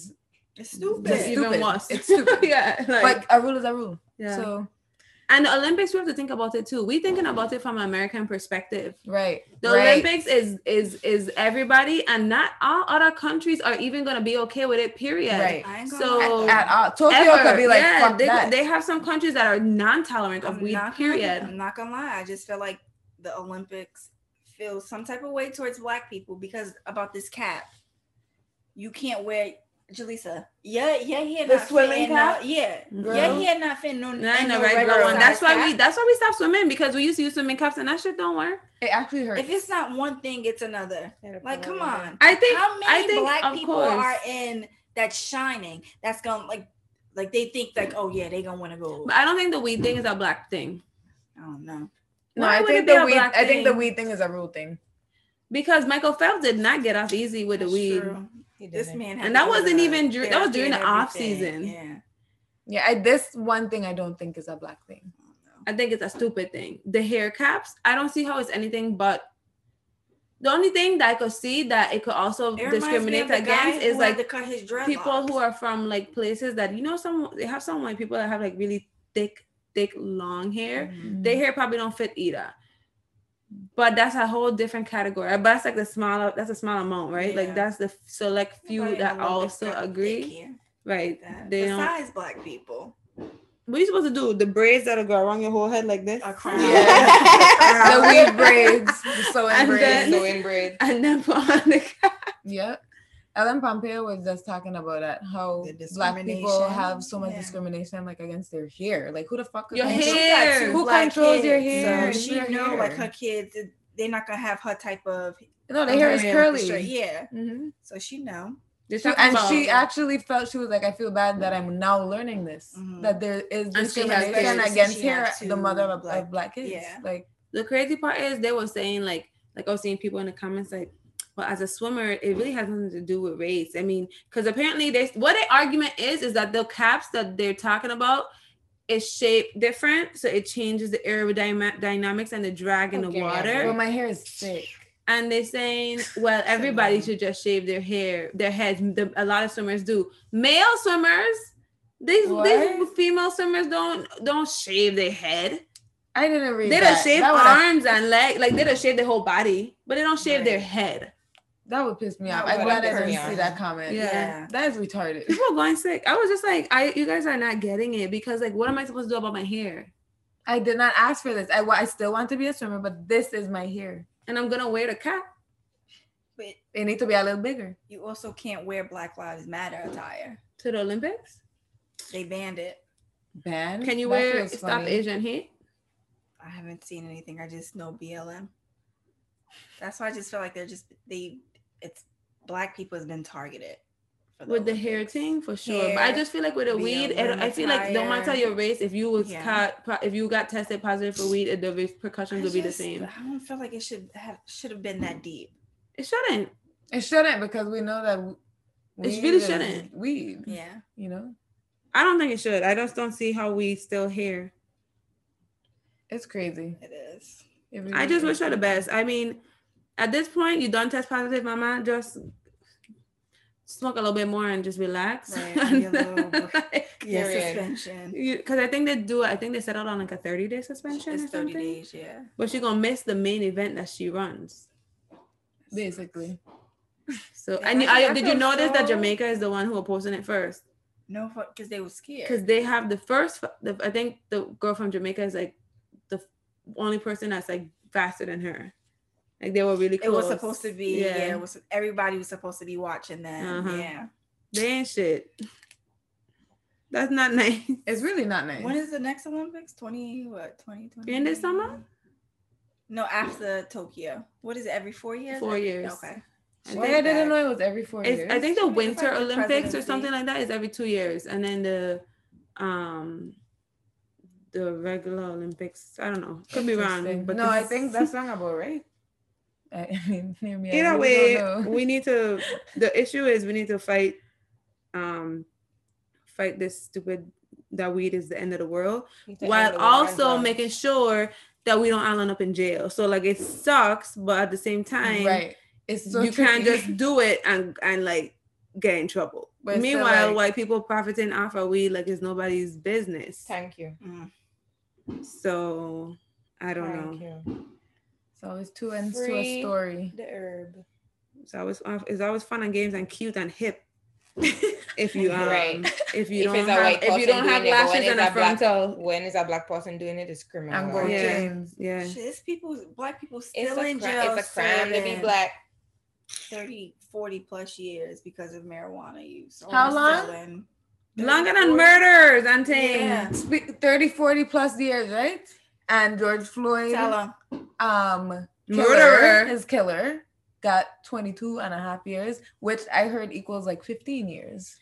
[SPEAKER 6] just
[SPEAKER 1] It's
[SPEAKER 8] It's stupid.
[SPEAKER 1] even
[SPEAKER 6] stupid.
[SPEAKER 1] worse.
[SPEAKER 6] It's stupid.
[SPEAKER 1] [laughs] yeah like
[SPEAKER 6] but a rule is a rule.
[SPEAKER 1] yeah.
[SPEAKER 6] So
[SPEAKER 1] And the Olympics, we have to think about it too. We're thinking about it from an American perspective.
[SPEAKER 6] Right.
[SPEAKER 1] The
[SPEAKER 6] right.
[SPEAKER 1] Olympics is is is everybody, and not all other countries are even gonna be okay with it. Period.
[SPEAKER 6] Right.
[SPEAKER 8] I ain't gonna lie.
[SPEAKER 1] So
[SPEAKER 6] At all. Tokyo
[SPEAKER 1] ever.
[SPEAKER 6] could be like,
[SPEAKER 1] yeah,
[SPEAKER 6] fuck
[SPEAKER 1] they,
[SPEAKER 6] that.
[SPEAKER 1] they have some countries that are non-tolerant of
[SPEAKER 8] I'm
[SPEAKER 1] weed.
[SPEAKER 8] not gonna-
[SPEAKER 1] Period.
[SPEAKER 8] I'm not gonna lie. I just feel like the Olympics feels some type of way towards black people because about this cap. You can't wear Jaleesa. Yeah, yeah, yeah.
[SPEAKER 7] The swimming cap?
[SPEAKER 8] yeah,
[SPEAKER 1] Girl.
[SPEAKER 8] yeah, yeah. Not fit. No,
[SPEAKER 1] Not in
[SPEAKER 8] ain't
[SPEAKER 1] the
[SPEAKER 8] no
[SPEAKER 1] regular one.
[SPEAKER 8] size
[SPEAKER 1] That's why we.
[SPEAKER 8] cap.
[SPEAKER 1] That's why we stopped swimming because we used to use swimming caps and that shit don't work.
[SPEAKER 6] it actually hurts.
[SPEAKER 8] If it's not one thing, it's another. Like, come on.
[SPEAKER 1] I think.
[SPEAKER 8] How many
[SPEAKER 1] I think,
[SPEAKER 8] black
[SPEAKER 1] of
[SPEAKER 8] people
[SPEAKER 1] course.
[SPEAKER 8] are in that's shining? That's gonna like, like they think like, oh yeah, they gonna want to go.
[SPEAKER 1] But I don't think the weed thing is a black thing.
[SPEAKER 8] I don't know.
[SPEAKER 6] no,
[SPEAKER 1] Why
[SPEAKER 6] I
[SPEAKER 1] would
[SPEAKER 6] think
[SPEAKER 1] it be
[SPEAKER 6] the
[SPEAKER 1] a
[SPEAKER 6] weed.
[SPEAKER 1] black
[SPEAKER 6] I think the
[SPEAKER 1] thing?
[SPEAKER 6] weed thing is a real thing.
[SPEAKER 1] because Michael Phelps did not get off easy with
[SPEAKER 8] That's
[SPEAKER 1] the weed.
[SPEAKER 8] true. This man, had
[SPEAKER 1] And
[SPEAKER 8] to
[SPEAKER 1] that
[SPEAKER 8] go to
[SPEAKER 1] wasn't
[SPEAKER 8] the
[SPEAKER 1] even dur- that was
[SPEAKER 8] therapy
[SPEAKER 1] during
[SPEAKER 8] and
[SPEAKER 1] the off
[SPEAKER 8] everything.
[SPEAKER 1] season.
[SPEAKER 8] Yeah.
[SPEAKER 6] Yeah, I, this one thing I don't think is a black thing.
[SPEAKER 1] I think it's a stupid thing. The hair caps, I don't see how it's anything but. The only thing that I could see that it could also
[SPEAKER 8] It reminds me of
[SPEAKER 1] discriminate
[SPEAKER 8] the guy
[SPEAKER 1] against is
[SPEAKER 8] who had
[SPEAKER 1] like
[SPEAKER 8] to cut his dreadlocks.
[SPEAKER 1] people who are from like places that you know some they have some white people that have like really thick thick long hair
[SPEAKER 8] Mm-hmm.
[SPEAKER 1] their hair probably don't fit either but that's a whole different category but that's like the smaller that's a small amount right
[SPEAKER 8] Yeah.
[SPEAKER 1] like that's the f- select few
[SPEAKER 8] Nobody
[SPEAKER 1] that
[SPEAKER 8] in Olympics
[SPEAKER 1] also
[SPEAKER 8] got
[SPEAKER 1] agree
[SPEAKER 8] thick hair
[SPEAKER 1] right
[SPEAKER 8] like that.
[SPEAKER 1] they don't
[SPEAKER 8] Besides black people,
[SPEAKER 1] what are you supposed to do the braids that'll go around your whole head like this [laughs]
[SPEAKER 8] a crown. [laughs]
[SPEAKER 6] The weed braids, the sewing
[SPEAKER 1] And
[SPEAKER 6] braids.
[SPEAKER 1] then-
[SPEAKER 3] So in braid.
[SPEAKER 1] [laughs] and then put on the cap.
[SPEAKER 6] Yep. Ellen Pompeo was just talking about that how
[SPEAKER 8] The
[SPEAKER 6] black people
[SPEAKER 8] discrimination.
[SPEAKER 6] have so much
[SPEAKER 8] Yeah.
[SPEAKER 1] discrimination
[SPEAKER 6] like against their hair. Like who the fuck
[SPEAKER 1] [laughs] Your
[SPEAKER 6] controls-
[SPEAKER 8] she got
[SPEAKER 1] hair.
[SPEAKER 8] two
[SPEAKER 6] Who
[SPEAKER 8] black
[SPEAKER 6] controls your
[SPEAKER 8] kids,
[SPEAKER 6] hair?
[SPEAKER 8] So she
[SPEAKER 6] Your
[SPEAKER 8] know
[SPEAKER 6] hair.
[SPEAKER 8] like her kids, they're not gonna have her type of
[SPEAKER 1] Oh,
[SPEAKER 6] No, the hair is curly.
[SPEAKER 8] Straight- Yeah,
[SPEAKER 6] Mhm.
[SPEAKER 8] so she know.
[SPEAKER 1] They're
[SPEAKER 6] She-
[SPEAKER 1] talking
[SPEAKER 6] and
[SPEAKER 1] about-
[SPEAKER 6] she actually felt she was like, I feel bad that I'm now learning this
[SPEAKER 8] Mhm.
[SPEAKER 6] that there is
[SPEAKER 1] Mm-hmm. And she has
[SPEAKER 6] discrimination
[SPEAKER 1] kids.
[SPEAKER 6] against
[SPEAKER 8] She
[SPEAKER 6] hair.
[SPEAKER 8] has
[SPEAKER 6] The mother of,
[SPEAKER 8] two
[SPEAKER 6] black,
[SPEAKER 8] black-
[SPEAKER 6] of black kids,
[SPEAKER 8] yeah.
[SPEAKER 6] like
[SPEAKER 1] the crazy part is they were saying like like I was seeing people in the comments like well as a swimmer it really has nothing to do with race I mean because apparently they what their argument is is that the caps that they're talking about is shaped different so it changes the aerodynamic dynamics and the drag in the
[SPEAKER 3] Okay,
[SPEAKER 1] water
[SPEAKER 6] well, my hair is thick.
[SPEAKER 1] and
[SPEAKER 6] [laughs]
[SPEAKER 1] they're saying well everybody should just shave their hair their heads the, a lot of swimmers do male swimmers these, these
[SPEAKER 6] What?
[SPEAKER 1] female swimmers don't don't shave their head
[SPEAKER 6] I didn't read
[SPEAKER 1] they don't
[SPEAKER 6] that.
[SPEAKER 1] shave
[SPEAKER 6] that would,
[SPEAKER 1] arms and legs, like they don't shave their whole body, but they don't shave their head.
[SPEAKER 6] that would piss me off.
[SPEAKER 8] That
[SPEAKER 6] I'm
[SPEAKER 8] would
[SPEAKER 6] glad I
[SPEAKER 8] piss
[SPEAKER 3] me
[SPEAKER 6] didn't see
[SPEAKER 3] off.
[SPEAKER 6] that comment.
[SPEAKER 1] Yeah.
[SPEAKER 6] That is retarded. [laughs]
[SPEAKER 1] People are going sick. I was just like, I you guys are not getting it because like, what am I supposed to do about my hair?
[SPEAKER 6] I did not ask for this. I, wa- I still want to be a swimmer, but this is my hair.
[SPEAKER 1] And I'm gonna wear the cap.
[SPEAKER 8] But
[SPEAKER 6] It need to be a little bigger.
[SPEAKER 8] you also can't wear Black Lives Matter attire.
[SPEAKER 1] To the Olympics,
[SPEAKER 8] They banned it.
[SPEAKER 6] Band.
[SPEAKER 1] can you
[SPEAKER 6] That
[SPEAKER 1] wear
[SPEAKER 6] feels
[SPEAKER 1] stop
[SPEAKER 6] funny.
[SPEAKER 1] Asian hate?
[SPEAKER 8] I haven't seen anything. I just know BLM. That's why I just feel like they're just they. It's black people has been targeted for
[SPEAKER 1] with the hair
[SPEAKER 8] Olympics.
[SPEAKER 1] thing for sure but i
[SPEAKER 8] Hair,
[SPEAKER 1] just feel like with the
[SPEAKER 8] be a
[SPEAKER 1] weed I, don't- I feel like no matter
[SPEAKER 8] attire.
[SPEAKER 1] your race if you was
[SPEAKER 8] Yeah.
[SPEAKER 1] caught pro- if you got tested positive for weed it- the repercussions
[SPEAKER 8] I
[SPEAKER 1] would be the
[SPEAKER 8] just-
[SPEAKER 1] same
[SPEAKER 8] I don't feel like it should have should have been that deep.
[SPEAKER 1] it shouldn't
[SPEAKER 6] It shouldn't because we know that. w-
[SPEAKER 1] It
[SPEAKER 6] weed
[SPEAKER 1] really
[SPEAKER 6] is
[SPEAKER 1] shouldn't.
[SPEAKER 6] Weed.
[SPEAKER 1] Mm.
[SPEAKER 8] Yeah.
[SPEAKER 6] You know,
[SPEAKER 1] i don't think it should i just don't see how we still here
[SPEAKER 6] it's crazy.
[SPEAKER 8] It is.
[SPEAKER 6] It really
[SPEAKER 1] I just
[SPEAKER 8] Mm-hmm.
[SPEAKER 6] is.
[SPEAKER 1] wish her the best. I mean, at this point, you don't test positive, mama. Just smoke a little bit more and just relax.
[SPEAKER 8] Right, and be
[SPEAKER 1] [laughs]
[SPEAKER 8] a little- Yeah.
[SPEAKER 3] Period.
[SPEAKER 8] Suspension.
[SPEAKER 1] Because I think they do. I think they settled on like a thirty day suspension
[SPEAKER 8] It's
[SPEAKER 1] or
[SPEAKER 8] thirty
[SPEAKER 1] something.
[SPEAKER 8] days. Yeah.
[SPEAKER 1] But she's gonna miss the main event that she runs.
[SPEAKER 6] basically.
[SPEAKER 1] So,
[SPEAKER 8] Yeah,
[SPEAKER 1] and
[SPEAKER 8] I
[SPEAKER 1] you- I,
[SPEAKER 8] feel- I
[SPEAKER 1] did you
[SPEAKER 8] feel
[SPEAKER 1] notice that
[SPEAKER 8] so-
[SPEAKER 1] Jamaica is the one who posted it first?
[SPEAKER 8] No, because they were scared.
[SPEAKER 1] Because they have the first. The, I think the girl from Jamaica is like the only person that's like faster than her. Like they were really.
[SPEAKER 8] it was
[SPEAKER 1] close.
[SPEAKER 8] supposed to be. Yeah. it was everybody was supposed to be watching that.
[SPEAKER 1] Uh-huh.
[SPEAKER 8] Yeah.
[SPEAKER 1] They ain't shit. That's not
[SPEAKER 8] [laughs]
[SPEAKER 1] nice.
[SPEAKER 6] It's really not nice.
[SPEAKER 8] When is the next Olympics? Twenty what? Twenty twenty.
[SPEAKER 1] In the summer?
[SPEAKER 8] No, after Tokyo. What is it? Every four years?
[SPEAKER 1] Four
[SPEAKER 8] Every-
[SPEAKER 1] years.
[SPEAKER 8] Okay.
[SPEAKER 1] I
[SPEAKER 6] Why
[SPEAKER 1] think,
[SPEAKER 6] I didn't know it was every four
[SPEAKER 1] it's-
[SPEAKER 6] years.
[SPEAKER 1] I think the
[SPEAKER 8] It's
[SPEAKER 1] Winter
[SPEAKER 8] like the
[SPEAKER 1] Olympics or something
[SPEAKER 8] presidency.
[SPEAKER 1] like that is every two years, and then the um the regular Olympics. I don't know. Could be wrong,
[SPEAKER 6] Interesting.
[SPEAKER 1] but
[SPEAKER 6] no, I
[SPEAKER 1] this- [laughs]
[SPEAKER 6] think that's wrong about right. I I mean, near me. I
[SPEAKER 1] either
[SPEAKER 6] really
[SPEAKER 1] way.
[SPEAKER 6] don't know.
[SPEAKER 1] We need to. The issue is we need to fight, um, fight this stupid that weed is the end of the world. while also making sure that we don't island up in jail. So like it sucks, but at the same time,
[SPEAKER 6] right. It's so
[SPEAKER 1] you can't
[SPEAKER 6] tricky. [laughs]
[SPEAKER 1] just do it and and like get in trouble.
[SPEAKER 6] But it's still,
[SPEAKER 1] Meanwhile,
[SPEAKER 6] like-
[SPEAKER 1] white people profiting off of weed like it's nobody's business.
[SPEAKER 3] Thank you.
[SPEAKER 8] Mm.
[SPEAKER 1] So I don't know.
[SPEAKER 6] It's always two ends to
[SPEAKER 3] Free.
[SPEAKER 6] a story.
[SPEAKER 3] The herb.
[SPEAKER 1] It's always uh, it's always fun and games and cute and [laughs] hip. if you um,
[SPEAKER 3] Right.
[SPEAKER 1] if you
[SPEAKER 3] If
[SPEAKER 1] don't
[SPEAKER 3] it's a
[SPEAKER 1] have
[SPEAKER 3] white
[SPEAKER 1] if you
[SPEAKER 3] person
[SPEAKER 1] don't have
[SPEAKER 3] doing it, but when
[SPEAKER 1] lashes and
[SPEAKER 3] it's
[SPEAKER 1] a
[SPEAKER 3] a black-
[SPEAKER 1] frontal,
[SPEAKER 3] When is a black person doing it? It's criminal.
[SPEAKER 6] And gold
[SPEAKER 1] Yeah.
[SPEAKER 6] chains.
[SPEAKER 1] yeah,
[SPEAKER 8] Shit, it's people, black people
[SPEAKER 3] It's
[SPEAKER 8] still
[SPEAKER 3] a,
[SPEAKER 8] in
[SPEAKER 3] cri-
[SPEAKER 8] jail.
[SPEAKER 3] it's a crime to be
[SPEAKER 8] serving
[SPEAKER 3] black.
[SPEAKER 8] 30, 40 plus years because of marijuana use.
[SPEAKER 6] How
[SPEAKER 8] Or
[SPEAKER 6] long?
[SPEAKER 8] selling.
[SPEAKER 1] longer than
[SPEAKER 8] 30,
[SPEAKER 1] murders and things.
[SPEAKER 8] Yeah.
[SPEAKER 6] Spe- 30, 40 plus years, right? And George
[SPEAKER 8] 40.
[SPEAKER 6] Floyd,
[SPEAKER 8] Tell 'em.
[SPEAKER 6] um, killer,
[SPEAKER 1] Murderer.
[SPEAKER 6] his killer, got 22 and a half years, which I heard equals like 15 years.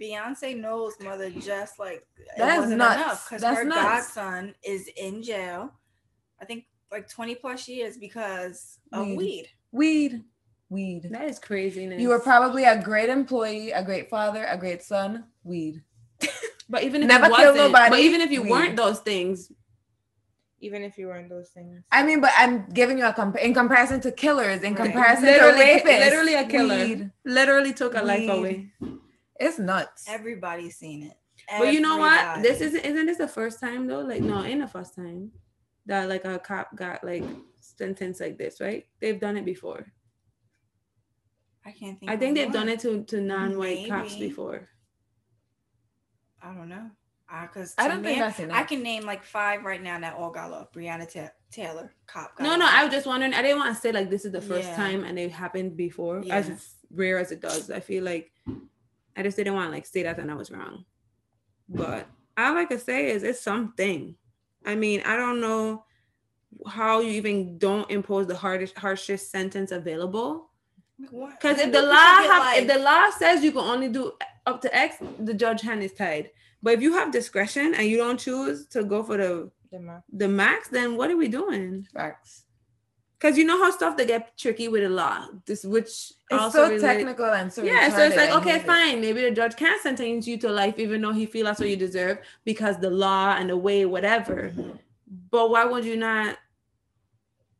[SPEAKER 8] Beyonce knows mother just like
[SPEAKER 6] That's
[SPEAKER 8] it wasn't
[SPEAKER 6] nuts.
[SPEAKER 8] enough because
[SPEAKER 6] That's
[SPEAKER 8] her
[SPEAKER 6] nuts.
[SPEAKER 8] godson is in jail. I think like 20 plus years because of
[SPEAKER 6] Weed.
[SPEAKER 8] weed.
[SPEAKER 6] Weed, weed.
[SPEAKER 1] That is craziness.
[SPEAKER 6] You were probably a great employee, a great father, a great son. Weed.
[SPEAKER 1] but even if
[SPEAKER 6] Never
[SPEAKER 1] you
[SPEAKER 6] kill
[SPEAKER 1] wasn't,
[SPEAKER 6] nobody.
[SPEAKER 1] but even if you
[SPEAKER 6] We-
[SPEAKER 1] weren't those things,
[SPEAKER 3] Even if you weren't those things.
[SPEAKER 6] I mean, but I'm giving you a comp in comparison to killers, in
[SPEAKER 3] Right.
[SPEAKER 6] comparison
[SPEAKER 1] Literally-
[SPEAKER 6] to rapists,
[SPEAKER 1] literally a killer.
[SPEAKER 6] weed.
[SPEAKER 1] literally took a life
[SPEAKER 6] Weed.
[SPEAKER 1] away.
[SPEAKER 6] It's nuts.
[SPEAKER 8] Everybody's seen it.
[SPEAKER 1] But you know
[SPEAKER 6] Oh
[SPEAKER 1] what?
[SPEAKER 8] Everybody.
[SPEAKER 1] This isn't isn't this the first time though? Like no, ain't the first time that like a cop got like sentenced like this, right? They've done it before.
[SPEAKER 8] I can't think.
[SPEAKER 1] I
[SPEAKER 8] of
[SPEAKER 1] think they've done
[SPEAKER 8] one.
[SPEAKER 1] it to to non-white cops
[SPEAKER 8] Maybe.
[SPEAKER 1] before.
[SPEAKER 8] I don't know. Because
[SPEAKER 6] I don't think that's enough.
[SPEAKER 8] I can name like five right now that all got off. Breonna Ta- Taylor, cop. got
[SPEAKER 1] No, no,
[SPEAKER 8] off.
[SPEAKER 1] I was just wondering. I didn't want to say like this is the first
[SPEAKER 8] Yeah.
[SPEAKER 1] time and it happened before,
[SPEAKER 8] Yeah.
[SPEAKER 1] as rare as it does. I feel like I just didn't want to like say that and I was wrong. But all I could say is it's something. I mean, I don't know how you even don't impose the hardest harshest sentence available.
[SPEAKER 8] What?
[SPEAKER 1] Because
[SPEAKER 8] Then
[SPEAKER 1] if the
[SPEAKER 8] people
[SPEAKER 1] law
[SPEAKER 8] get,
[SPEAKER 1] have,
[SPEAKER 8] like-
[SPEAKER 1] if the law says you can only do up to X, the judge hand is tied. But if you have discretion and you don't choose to go for the
[SPEAKER 3] The ma-
[SPEAKER 1] the max, then what are we doing?
[SPEAKER 6] Facts.
[SPEAKER 1] Because you know how stuff they get tricky with the law. This which
[SPEAKER 6] It's
[SPEAKER 1] also
[SPEAKER 6] so
[SPEAKER 1] relate-
[SPEAKER 6] technical and so
[SPEAKER 1] yeah, so it's
[SPEAKER 6] retarded.
[SPEAKER 1] like
[SPEAKER 6] I
[SPEAKER 1] okay,
[SPEAKER 6] hate it.
[SPEAKER 1] fine. Maybe the judge can sentence you to life, even though he feels that's what you deserve because the law and the way, whatever. But why would you not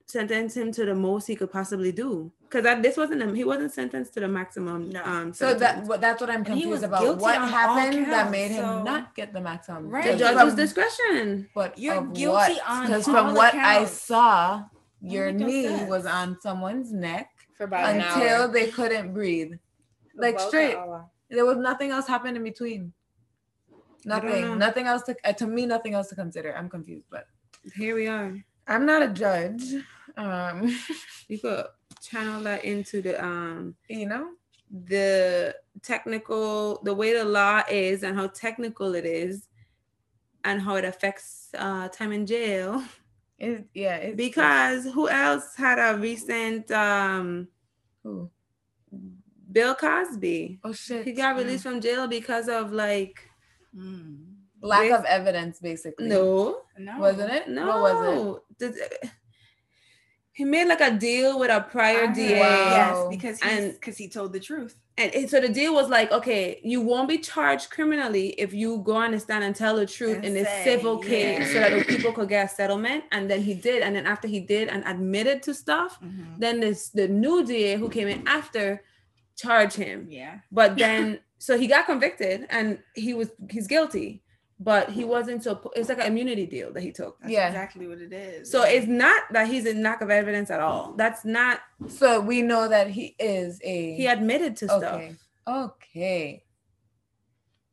[SPEAKER 1] sentence him to the most he could possibly do? Because this wasn't him. He wasn't sentenced to the maximum.
[SPEAKER 8] No.
[SPEAKER 1] Um,
[SPEAKER 6] So that
[SPEAKER 1] sentence.
[SPEAKER 6] what that's what I'm
[SPEAKER 8] he was
[SPEAKER 6] confused about.
[SPEAKER 8] guilty
[SPEAKER 6] What
[SPEAKER 8] on all
[SPEAKER 6] happened that
[SPEAKER 8] counts,
[SPEAKER 6] made him
[SPEAKER 8] so-
[SPEAKER 6] not get the maximum?
[SPEAKER 8] Right.
[SPEAKER 1] the
[SPEAKER 6] Just
[SPEAKER 1] judge
[SPEAKER 6] from-
[SPEAKER 1] was discretion.
[SPEAKER 6] But
[SPEAKER 8] You're
[SPEAKER 6] of
[SPEAKER 8] guilty
[SPEAKER 6] what?
[SPEAKER 8] on
[SPEAKER 6] Because
[SPEAKER 8] all
[SPEAKER 6] from what I
[SPEAKER 8] accounts.
[SPEAKER 6] saw, your
[SPEAKER 8] make no
[SPEAKER 6] knee was
[SPEAKER 8] sense.
[SPEAKER 6] on someone's neck
[SPEAKER 3] for about an hour.
[SPEAKER 6] until they couldn't breathe. Like
[SPEAKER 3] About an
[SPEAKER 6] straight.
[SPEAKER 3] hour.
[SPEAKER 6] There was nothing else happened in between.
[SPEAKER 1] I don't know.
[SPEAKER 6] Nothing. Nothing else to uh, to me. Nothing else to consider. I'm confused, but
[SPEAKER 1] Here we are.
[SPEAKER 6] I'm not a judge. Um, [laughs]
[SPEAKER 1] You could channel that into the um
[SPEAKER 6] you know,
[SPEAKER 1] the technical the way the law is and how technical it is and how it affects uh, time in jail [laughs]
[SPEAKER 6] it, yeah. It's,
[SPEAKER 1] because who else had a recent um,
[SPEAKER 6] Ooh.
[SPEAKER 1] bill cosby
[SPEAKER 6] oh shit,
[SPEAKER 1] he got released from jail because of like
[SPEAKER 8] Mm.
[SPEAKER 6] Lack of evidence, basically.
[SPEAKER 1] no
[SPEAKER 8] No.
[SPEAKER 6] wasn't it?
[SPEAKER 1] no
[SPEAKER 6] What was it?
[SPEAKER 1] Did- he made like a deal with a prior da
[SPEAKER 8] I heard- Yes,
[SPEAKER 6] Ah, Wow.
[SPEAKER 8] because
[SPEAKER 1] And-
[SPEAKER 8] because he told the truth.
[SPEAKER 1] and, and so the deal was like, okay, you won't be charged criminally if you go on the stand and tell the truth
[SPEAKER 8] And
[SPEAKER 1] in this
[SPEAKER 8] say,
[SPEAKER 1] civil case
[SPEAKER 8] yeah.
[SPEAKER 1] so that the people could get a settlement. And then he did. And then after he did and admitted to stuff,
[SPEAKER 8] Mm-hmm.
[SPEAKER 1] then this the new DA who came in after charged him.
[SPEAKER 8] Yeah.
[SPEAKER 1] But then so he got convicted and he was he's guilty, but he wasn't so it's like an immunity deal that he took.
[SPEAKER 8] That's
[SPEAKER 6] Yeah.
[SPEAKER 8] exactly what it is.
[SPEAKER 1] So it's not that he's in lack of evidence at all. That's not
[SPEAKER 6] So we know that he is a
[SPEAKER 1] he admitted to stuff.
[SPEAKER 6] okay. Okay.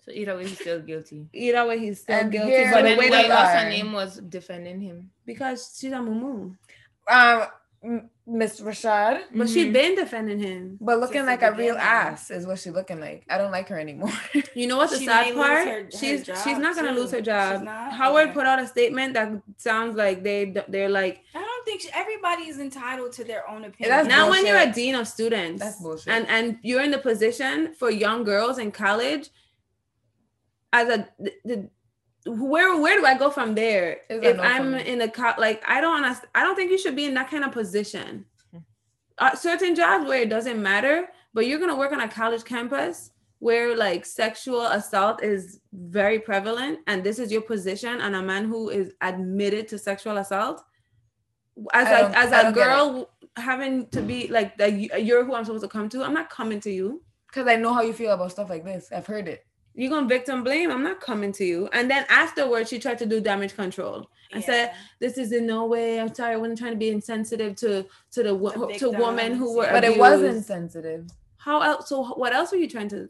[SPEAKER 9] So either way, he's still guilty.
[SPEAKER 1] Either way, he's still
[SPEAKER 6] And
[SPEAKER 1] guilty.
[SPEAKER 6] here-
[SPEAKER 1] but
[SPEAKER 9] But
[SPEAKER 1] the
[SPEAKER 9] then
[SPEAKER 1] way
[SPEAKER 9] wait,
[SPEAKER 1] the
[SPEAKER 6] wait,
[SPEAKER 1] law-
[SPEAKER 9] what's her
[SPEAKER 6] are.
[SPEAKER 9] name was defending him.
[SPEAKER 1] Because she's a mumu.
[SPEAKER 6] Um, M- Miss Rashad,
[SPEAKER 1] But
[SPEAKER 8] Mm-hmm.
[SPEAKER 1] she been defending him.
[SPEAKER 6] but looking
[SPEAKER 8] Since
[SPEAKER 6] like
[SPEAKER 8] the
[SPEAKER 6] a real
[SPEAKER 8] beginning.
[SPEAKER 6] ass is what she looking like. I don't like her anymore. [laughs]
[SPEAKER 1] You know what's the
[SPEAKER 8] She may
[SPEAKER 1] sad
[SPEAKER 8] lose
[SPEAKER 1] part?
[SPEAKER 8] her- her
[SPEAKER 1] she's
[SPEAKER 8] job,
[SPEAKER 1] she's not gonna lose her
[SPEAKER 8] too.
[SPEAKER 1] job.
[SPEAKER 8] She's not?
[SPEAKER 1] Howard
[SPEAKER 8] Okay.
[SPEAKER 1] put out a statement that sounds like they they're like
[SPEAKER 8] I don't think sh everybody is entitled to their own opinion.
[SPEAKER 6] That's
[SPEAKER 1] now when you're a
[SPEAKER 6] bullshit.
[SPEAKER 1] dean of students
[SPEAKER 6] That's bullshit.
[SPEAKER 1] and and you're in the position for young girls in college as a the, the- where where do I go from there
[SPEAKER 6] It's a
[SPEAKER 1] if
[SPEAKER 6] no for
[SPEAKER 1] I'm
[SPEAKER 6] me.
[SPEAKER 1] in a co- like I don't wanna, I don't think you should be in that kind of position.
[SPEAKER 8] Hmm.
[SPEAKER 1] Uh, certain jobs where it doesn't matter, but you're gonna work on a college campus where like sexual assault is very prevalent, and this is your position, and a man who is admitted to sexual assault as
[SPEAKER 6] I
[SPEAKER 1] a
[SPEAKER 6] don't-
[SPEAKER 1] as
[SPEAKER 6] I
[SPEAKER 1] a
[SPEAKER 6] don't get it.
[SPEAKER 1] girl having to be like that you- you're who I'm supposed to come to. I'm not coming to you.
[SPEAKER 6] Because I know how you feel about stuff like this. I've heard it.
[SPEAKER 1] You're gonna victim blame. I'm not coming to you. And then afterwards, she tried to do damage control. I said, "This is in no way. I'm sorry. I wasn't trying to be insensitive to to the wo-
[SPEAKER 8] The
[SPEAKER 1] to women who
[SPEAKER 8] victims,
[SPEAKER 1] were
[SPEAKER 8] yeah.
[SPEAKER 6] But it
[SPEAKER 1] abused.
[SPEAKER 6] wasn't sensitive.
[SPEAKER 1] How else? So what else were you trying to?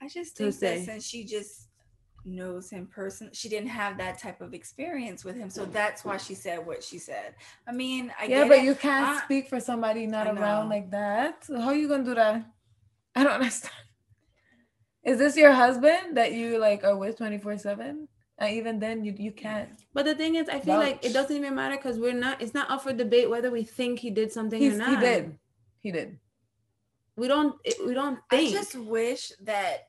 [SPEAKER 8] I just
[SPEAKER 1] to
[SPEAKER 8] think that
[SPEAKER 1] say.
[SPEAKER 8] since she just knows him person, she didn't have that type of experience with him, so that's why she said what she said. I mean, I
[SPEAKER 6] yeah,
[SPEAKER 8] get
[SPEAKER 6] but
[SPEAKER 8] it.
[SPEAKER 6] you can't
[SPEAKER 8] I-
[SPEAKER 6] speak for somebody not
[SPEAKER 8] I
[SPEAKER 6] around
[SPEAKER 8] know.
[SPEAKER 6] like that. How you gonna do that? [laughs] I don't understand. Is this your husband that you like are with twenty four seven? And even then, you you can't.
[SPEAKER 1] But the thing is, I feel like it
[SPEAKER 6] Ouch.
[SPEAKER 1] doesn't even matter because we're not. It's not up for debate whether we think he did something
[SPEAKER 6] He's,
[SPEAKER 1] or
[SPEAKER 6] he
[SPEAKER 1] not.
[SPEAKER 6] did. He did.
[SPEAKER 1] We don't. It, we don't
[SPEAKER 8] I
[SPEAKER 1] think.
[SPEAKER 8] just wish that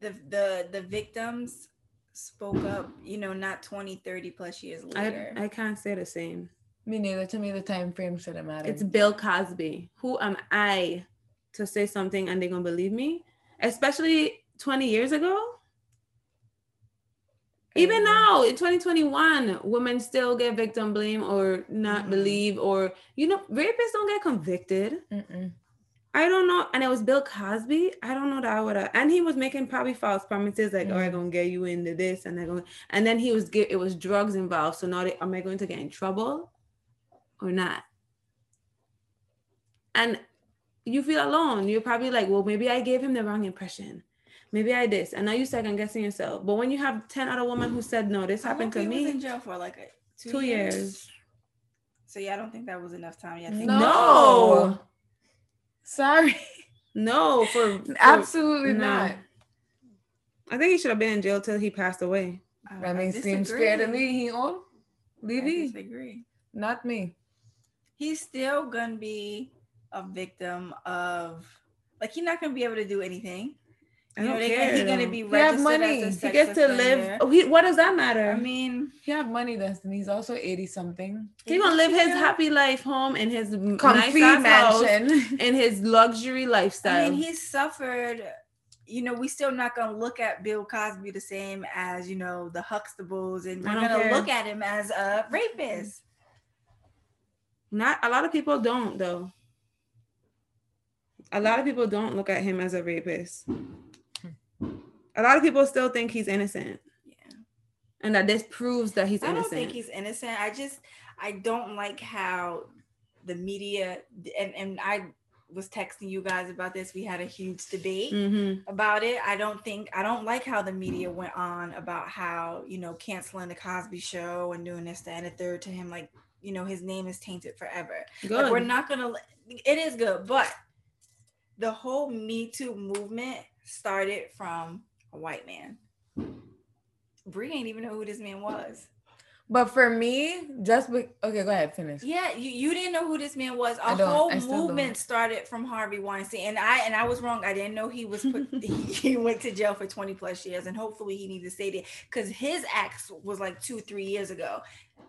[SPEAKER 8] the the the victims spoke up. You know, not 20, 30 plus years
[SPEAKER 1] I,
[SPEAKER 8] later.
[SPEAKER 1] I can't say the same.
[SPEAKER 6] Me neither. To me, the time frame shouldn't matter.
[SPEAKER 1] It's Bill Cosby. Who am I to say something and they're gonna believe me? Especially 20 years ago. Even now, in 2021, women still get victim blame or not
[SPEAKER 6] Mhm.
[SPEAKER 1] believe, or you know, rapists don't get convicted.
[SPEAKER 6] Mm-mm.
[SPEAKER 1] I don't know. And it was Bill Cosby. I don't know that I would have. And he was making probably false promises like, oh,
[SPEAKER 8] Mm.
[SPEAKER 1] I'm going to get you into this. And I going and then he was, get, it was drugs involved. So now they, am I going to get in trouble or not? And you feel alone. You're probably like, well, maybe I gave him the wrong impression. Maybe I this. And now you second guessing yourself. But when you have 10 other women who said, no, this
[SPEAKER 8] How
[SPEAKER 1] happened
[SPEAKER 8] long
[SPEAKER 1] to
[SPEAKER 8] he Was in
[SPEAKER 1] me.
[SPEAKER 8] jail for like a, two,
[SPEAKER 1] Two
[SPEAKER 8] years.
[SPEAKER 1] years.
[SPEAKER 8] So yeah, I don't think that was enough time. Yeah, I think
[SPEAKER 6] No.
[SPEAKER 1] No.
[SPEAKER 8] [laughs]
[SPEAKER 6] Sorry. [laughs]
[SPEAKER 1] No. For, for-
[SPEAKER 6] Absolutely
[SPEAKER 1] no.
[SPEAKER 6] not.
[SPEAKER 1] I think he should have been in jail till he passed away.
[SPEAKER 8] I-
[SPEAKER 6] That
[SPEAKER 8] I
[SPEAKER 6] makes seems fair to
[SPEAKER 8] disagree.
[SPEAKER 6] me. He own
[SPEAKER 8] I
[SPEAKER 6] Levy,
[SPEAKER 8] disagree.
[SPEAKER 6] not me.
[SPEAKER 8] he's still gonna be a victim of like he's not gonna be able to do anything.
[SPEAKER 1] I
[SPEAKER 8] You know,
[SPEAKER 1] don't
[SPEAKER 8] they-
[SPEAKER 1] care.
[SPEAKER 8] He gonna
[SPEAKER 1] though.
[SPEAKER 8] be
[SPEAKER 6] have
[SPEAKER 8] registered
[SPEAKER 6] money.
[SPEAKER 8] as
[SPEAKER 6] He
[SPEAKER 8] a
[SPEAKER 1] He
[SPEAKER 8] sex
[SPEAKER 1] gets to live.
[SPEAKER 8] offender.
[SPEAKER 1] oh, he- what does that matter?
[SPEAKER 8] I mean,
[SPEAKER 6] He have money, Destiny. He's also eighty something.
[SPEAKER 1] He's gonna live his
[SPEAKER 8] Yeah.
[SPEAKER 1] happy life home in his m- nice
[SPEAKER 6] Comfy
[SPEAKER 1] ass house
[SPEAKER 6] mansion.
[SPEAKER 1] in his luxury lifestyle.
[SPEAKER 8] I mean, he suffered. You know, we still not gonna look at Bill Cosby the same as you know the Huxtables, and
[SPEAKER 1] I
[SPEAKER 8] we're
[SPEAKER 1] don't
[SPEAKER 8] gonna
[SPEAKER 1] care.
[SPEAKER 8] look at him as a rapist.
[SPEAKER 1] Not a lot of people don't though. A lot of people don't look at him as a rapist. A lot of people still think he's innocent.
[SPEAKER 8] Yeah.
[SPEAKER 1] And that this proves that he's
[SPEAKER 8] I
[SPEAKER 1] innocent.
[SPEAKER 8] don't think he's innocent. I just I don't like how the media and and I was texting you guys about this. We had a huge debate.
[SPEAKER 1] Mhm.
[SPEAKER 8] about it. I don't think I don't like how the media went on about how you know canceling the Cosby Show and doing this, that, and the third to him. Like you know his name is tainted forever.
[SPEAKER 1] Good.
[SPEAKER 8] Like, we're not gonna. let- It is good, but the whole Me Too movement started from a white man. Brie ain't even know who this man was.
[SPEAKER 6] But for me, just be- okay. Go ahead, finish.
[SPEAKER 8] Yeah, you, you didn't know who this man was.
[SPEAKER 6] I
[SPEAKER 8] A
[SPEAKER 6] don't.
[SPEAKER 8] whole
[SPEAKER 6] I still don't.
[SPEAKER 8] movement started from Harvey Weinstein, and I and I was wrong. I didn't know he was put, [laughs] he, he went to jail for twenty plus years, and hopefully he needs to stay there because his acts was like two three years ago.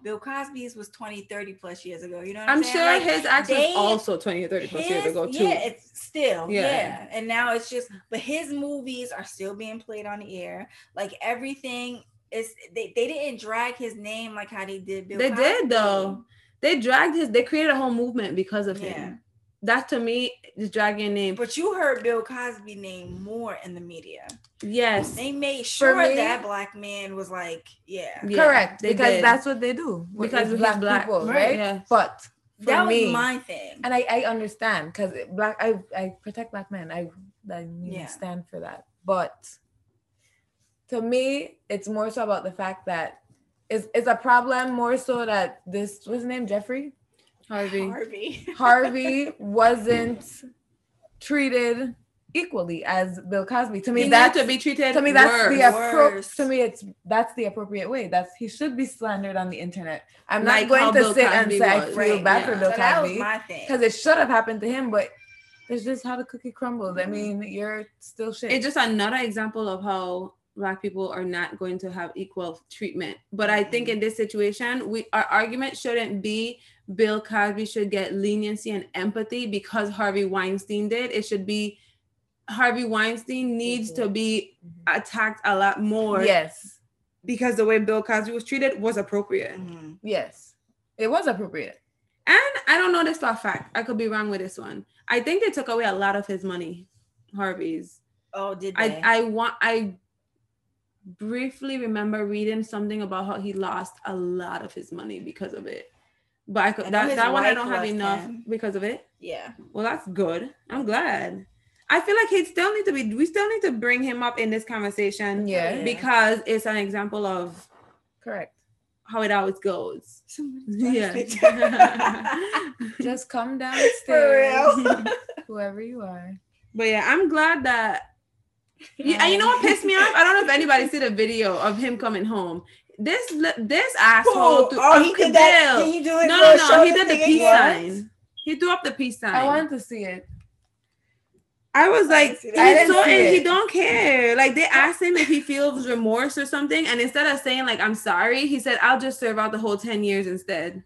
[SPEAKER 8] Bill Cosby's was 20, 30 plus years ago. You know, what I'm,
[SPEAKER 1] I'm
[SPEAKER 8] saying?
[SPEAKER 1] sure
[SPEAKER 8] Like,
[SPEAKER 1] his act was
[SPEAKER 8] they-
[SPEAKER 1] also 20 or 30 plus years
[SPEAKER 8] his-
[SPEAKER 1] ago too.
[SPEAKER 8] Yeah, it's still
[SPEAKER 1] Yeah.
[SPEAKER 8] yeah. And now it's just, but his movies are still being played on the air. Like everything is, they, they didn't drag his name like how they did. Bill
[SPEAKER 1] They did,
[SPEAKER 8] Cosby.
[SPEAKER 1] though. they dragged his they created a whole movement because of
[SPEAKER 8] Yeah.
[SPEAKER 1] him. That to me is dragging your name.
[SPEAKER 8] But you heard Bill Cosby name more in the media.
[SPEAKER 1] Yes.
[SPEAKER 8] They made sure
[SPEAKER 6] me-
[SPEAKER 8] that black man was like, yeah.
[SPEAKER 1] Yeah,
[SPEAKER 6] Correct,
[SPEAKER 1] they
[SPEAKER 6] because
[SPEAKER 1] did.
[SPEAKER 6] that's what they do. with-
[SPEAKER 1] Because
[SPEAKER 6] with
[SPEAKER 1] he's black,
[SPEAKER 6] people,
[SPEAKER 1] right,
[SPEAKER 6] right?
[SPEAKER 1] yeah.
[SPEAKER 6] But for
[SPEAKER 8] that
[SPEAKER 6] me,
[SPEAKER 8] was my thing.
[SPEAKER 6] and I, I understand because black, I, I protect black men. I, I really
[SPEAKER 8] Yeah.
[SPEAKER 6] stand for that. But to me, it's more so about the fact that it's, it's a problem more so that this what's his name Jeffrey
[SPEAKER 1] Harvey.
[SPEAKER 8] Harvey.
[SPEAKER 6] Harvey wasn't treated equally as Bill Cosby. To me,
[SPEAKER 1] He
[SPEAKER 6] that's
[SPEAKER 1] needs to be treated.
[SPEAKER 6] to me that's
[SPEAKER 1] worse.
[SPEAKER 6] the appro-
[SPEAKER 8] Worse.
[SPEAKER 6] to me it's that's the appropriate way that's he should be slandered on the internet i'm not
[SPEAKER 1] Like how
[SPEAKER 6] going
[SPEAKER 1] Bill
[SPEAKER 6] to sit and
[SPEAKER 1] Cosby
[SPEAKER 6] say i
[SPEAKER 1] was.
[SPEAKER 6] feel
[SPEAKER 8] [laughs] Right,
[SPEAKER 6] bad for
[SPEAKER 1] yeah.
[SPEAKER 6] bill
[SPEAKER 8] So that was
[SPEAKER 6] cosby
[SPEAKER 8] my thing.
[SPEAKER 6] because it should have happened to him but it's just how the cookie crumbles i mean you're still shit
[SPEAKER 1] It's Mm-hmm. just another example of how black people are not going to have equal treatment. But I think in this situation, we our argument shouldn't be Bill Cosby should get leniency and empathy because Harvey Weinstein did. It should be Harvey Weinstein needs to be attacked a lot more
[SPEAKER 6] yes
[SPEAKER 1] because the way Bill Cosby was treated was appropriate.
[SPEAKER 8] Mhm.
[SPEAKER 6] yes it was appropriate
[SPEAKER 1] And I don't know this for a fact. I could be wrong with this one. I think they took away a lot of his money, Harvey's.
[SPEAKER 8] Oh, did they?
[SPEAKER 1] I I want I briefly remember reading something about how he lost a lot of his money because of it. But I could,
[SPEAKER 8] I know
[SPEAKER 1] that,
[SPEAKER 8] his
[SPEAKER 1] that one I
[SPEAKER 8] wife
[SPEAKER 1] don't have
[SPEAKER 8] left
[SPEAKER 1] enough
[SPEAKER 8] him.
[SPEAKER 1] because of it.
[SPEAKER 8] Yeah.
[SPEAKER 1] Well, that's good. I'm glad. I feel like he still need to be. We still need to bring him up in this conversation
[SPEAKER 6] Yeah.
[SPEAKER 8] Yeah.
[SPEAKER 1] because it's an example of [laughs]
[SPEAKER 6] Correct.
[SPEAKER 1] how it always goes. [laughs]
[SPEAKER 8] Somebody's trying to [laughs]
[SPEAKER 1] Yeah.
[SPEAKER 6] Just come
[SPEAKER 8] For
[SPEAKER 6] downstairs,
[SPEAKER 8] real.
[SPEAKER 1] [laughs]
[SPEAKER 6] whoever you are.
[SPEAKER 1] But yeah, I'm glad
[SPEAKER 8] [laughs]
[SPEAKER 1] that. You, and you know what pissed me off? I don't know if anybody see the video of him coming home. This li- this asshole.
[SPEAKER 8] Oh,
[SPEAKER 1] threw-
[SPEAKER 8] oh, he
[SPEAKER 1] Uncle
[SPEAKER 8] did that.
[SPEAKER 1] Bill.
[SPEAKER 8] Can you do it?
[SPEAKER 1] No,
[SPEAKER 8] little
[SPEAKER 1] no, no.
[SPEAKER 8] shoulder
[SPEAKER 1] He did the
[SPEAKER 8] thing
[SPEAKER 1] peace
[SPEAKER 8] again?
[SPEAKER 1] sign. He threw up the peace sign.
[SPEAKER 6] I want to see it.
[SPEAKER 1] I was
[SPEAKER 8] I
[SPEAKER 1] like,
[SPEAKER 8] didn't see
[SPEAKER 1] he's
[SPEAKER 8] that. I
[SPEAKER 6] didn't
[SPEAKER 1] so
[SPEAKER 6] see
[SPEAKER 1] and he
[SPEAKER 6] it.
[SPEAKER 1] don't care. Like they asked him if he feels remorse or something, and instead of saying like I'm sorry, he said I'll just serve out the whole ten years instead,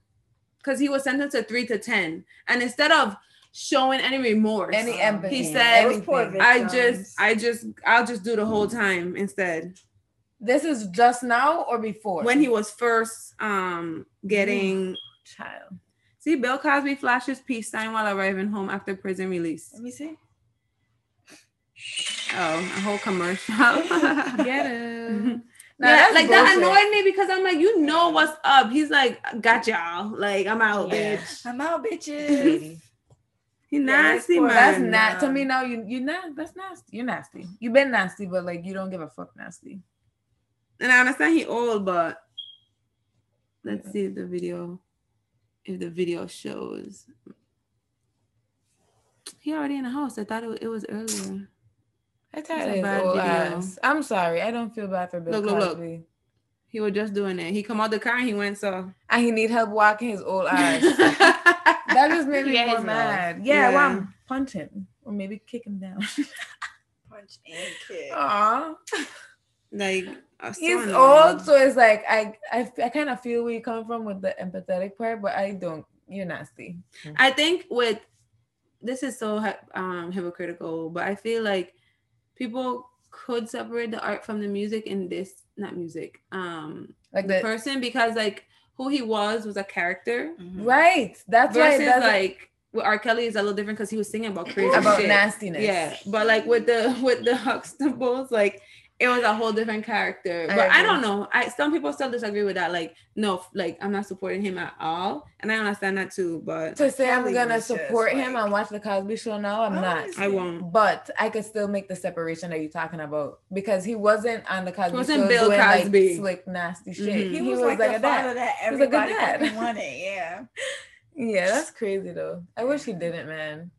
[SPEAKER 1] because he was sentenced to three to ten, and instead of showing any remorse,
[SPEAKER 6] Any empathy.
[SPEAKER 1] He said,
[SPEAKER 8] Those poor
[SPEAKER 6] anything.
[SPEAKER 1] I
[SPEAKER 8] victims.
[SPEAKER 1] just, I just, I'll just do the whole time instead.
[SPEAKER 6] This is just now or before?
[SPEAKER 1] When he was first um getting,
[SPEAKER 6] child.
[SPEAKER 1] see Bill Cosby flashes peace sign while arriving home after prison release.
[SPEAKER 8] Let me see.
[SPEAKER 1] Oh, a whole commercial. [laughs]
[SPEAKER 9] Get it.
[SPEAKER 6] Now,
[SPEAKER 1] yeah,
[SPEAKER 6] that's
[SPEAKER 1] like
[SPEAKER 6] bullshit.
[SPEAKER 1] that annoyed me because I'm like, you know what's up. He's like, got y'all. Like I'm out, [laughs]
[SPEAKER 3] Yeah.
[SPEAKER 1] bitch.
[SPEAKER 8] I'm out, bitches.
[SPEAKER 1] He
[SPEAKER 8] Yeah, he's
[SPEAKER 1] nasty
[SPEAKER 8] poor.
[SPEAKER 1] man.
[SPEAKER 6] That's
[SPEAKER 8] Burn,
[SPEAKER 6] not to
[SPEAKER 8] um,
[SPEAKER 6] me now. You you not that's nasty. You're nasty. You've been nasty, but like you don't give a fuck nasty.
[SPEAKER 1] And I understand he old, but let's see if the video, if the video shows. He already in the house. I thought it, wa- it was earlier.
[SPEAKER 6] I
[SPEAKER 1] It's
[SPEAKER 6] tired
[SPEAKER 1] a
[SPEAKER 6] of his
[SPEAKER 1] bad
[SPEAKER 6] old
[SPEAKER 1] video.
[SPEAKER 6] ass. I'm sorry. I don't feel bad for Bill
[SPEAKER 1] Look, look, look.
[SPEAKER 6] Cosby.
[SPEAKER 1] He was just doing it. He come out the car and he went so.
[SPEAKER 6] And he need help walking his old [laughs]
[SPEAKER 1] [laughs]
[SPEAKER 6] ass. that just [laughs] made me
[SPEAKER 9] Yeah,
[SPEAKER 6] more
[SPEAKER 9] his
[SPEAKER 6] mad. Yeah,
[SPEAKER 1] Yeah.
[SPEAKER 6] well, I'm punch him or maybe kick him down. [laughs]
[SPEAKER 8] Punch and kick.
[SPEAKER 6] Aw,
[SPEAKER 1] like I was so
[SPEAKER 6] he's
[SPEAKER 1] annoyed.
[SPEAKER 6] old, so it's like I I, I kind of feel where you come from with the empathetic part, but I don't. You're nasty.
[SPEAKER 1] I think with this is so hy- um hypocritical, but I feel like people could separate the art from the music in this not music um
[SPEAKER 6] Like
[SPEAKER 1] the
[SPEAKER 6] the
[SPEAKER 1] person because like who he was was a character
[SPEAKER 6] right. That's why it
[SPEAKER 1] versus
[SPEAKER 6] doesn't
[SPEAKER 1] like with R. Kelly is a little different because he was singing about crazy
[SPEAKER 6] about
[SPEAKER 1] shit.
[SPEAKER 6] nastiness.
[SPEAKER 1] Yeah, but like with the [laughs] with the Huxtables, like it was a whole different character.
[SPEAKER 6] I
[SPEAKER 1] But I,
[SPEAKER 6] agree.
[SPEAKER 1] don't know. I some people still disagree with that. Like no, f- like I'm not supporting him at all, and I understand that too. But
[SPEAKER 6] to say I'm
[SPEAKER 8] Kelly
[SPEAKER 6] gonna
[SPEAKER 8] was just
[SPEAKER 6] support him
[SPEAKER 8] like- Oh,
[SPEAKER 6] and watch the Cosby Show now, I'm not.
[SPEAKER 1] I won't.
[SPEAKER 6] But I could still make the separation that you're talking about because he wasn't on the Cosby
[SPEAKER 1] wasn't
[SPEAKER 6] Show
[SPEAKER 1] Bill
[SPEAKER 6] doing
[SPEAKER 1] Cosby.
[SPEAKER 6] like slick nasty shit.
[SPEAKER 1] Mhm.
[SPEAKER 6] He, was, like, a
[SPEAKER 8] the father
[SPEAKER 6] dad.
[SPEAKER 8] that
[SPEAKER 6] He was like a
[SPEAKER 8] everybody
[SPEAKER 6] dad.
[SPEAKER 8] fucking wanted. Yeah.
[SPEAKER 6] [laughs] Yeah, that's crazy though. I wish he didn't, man.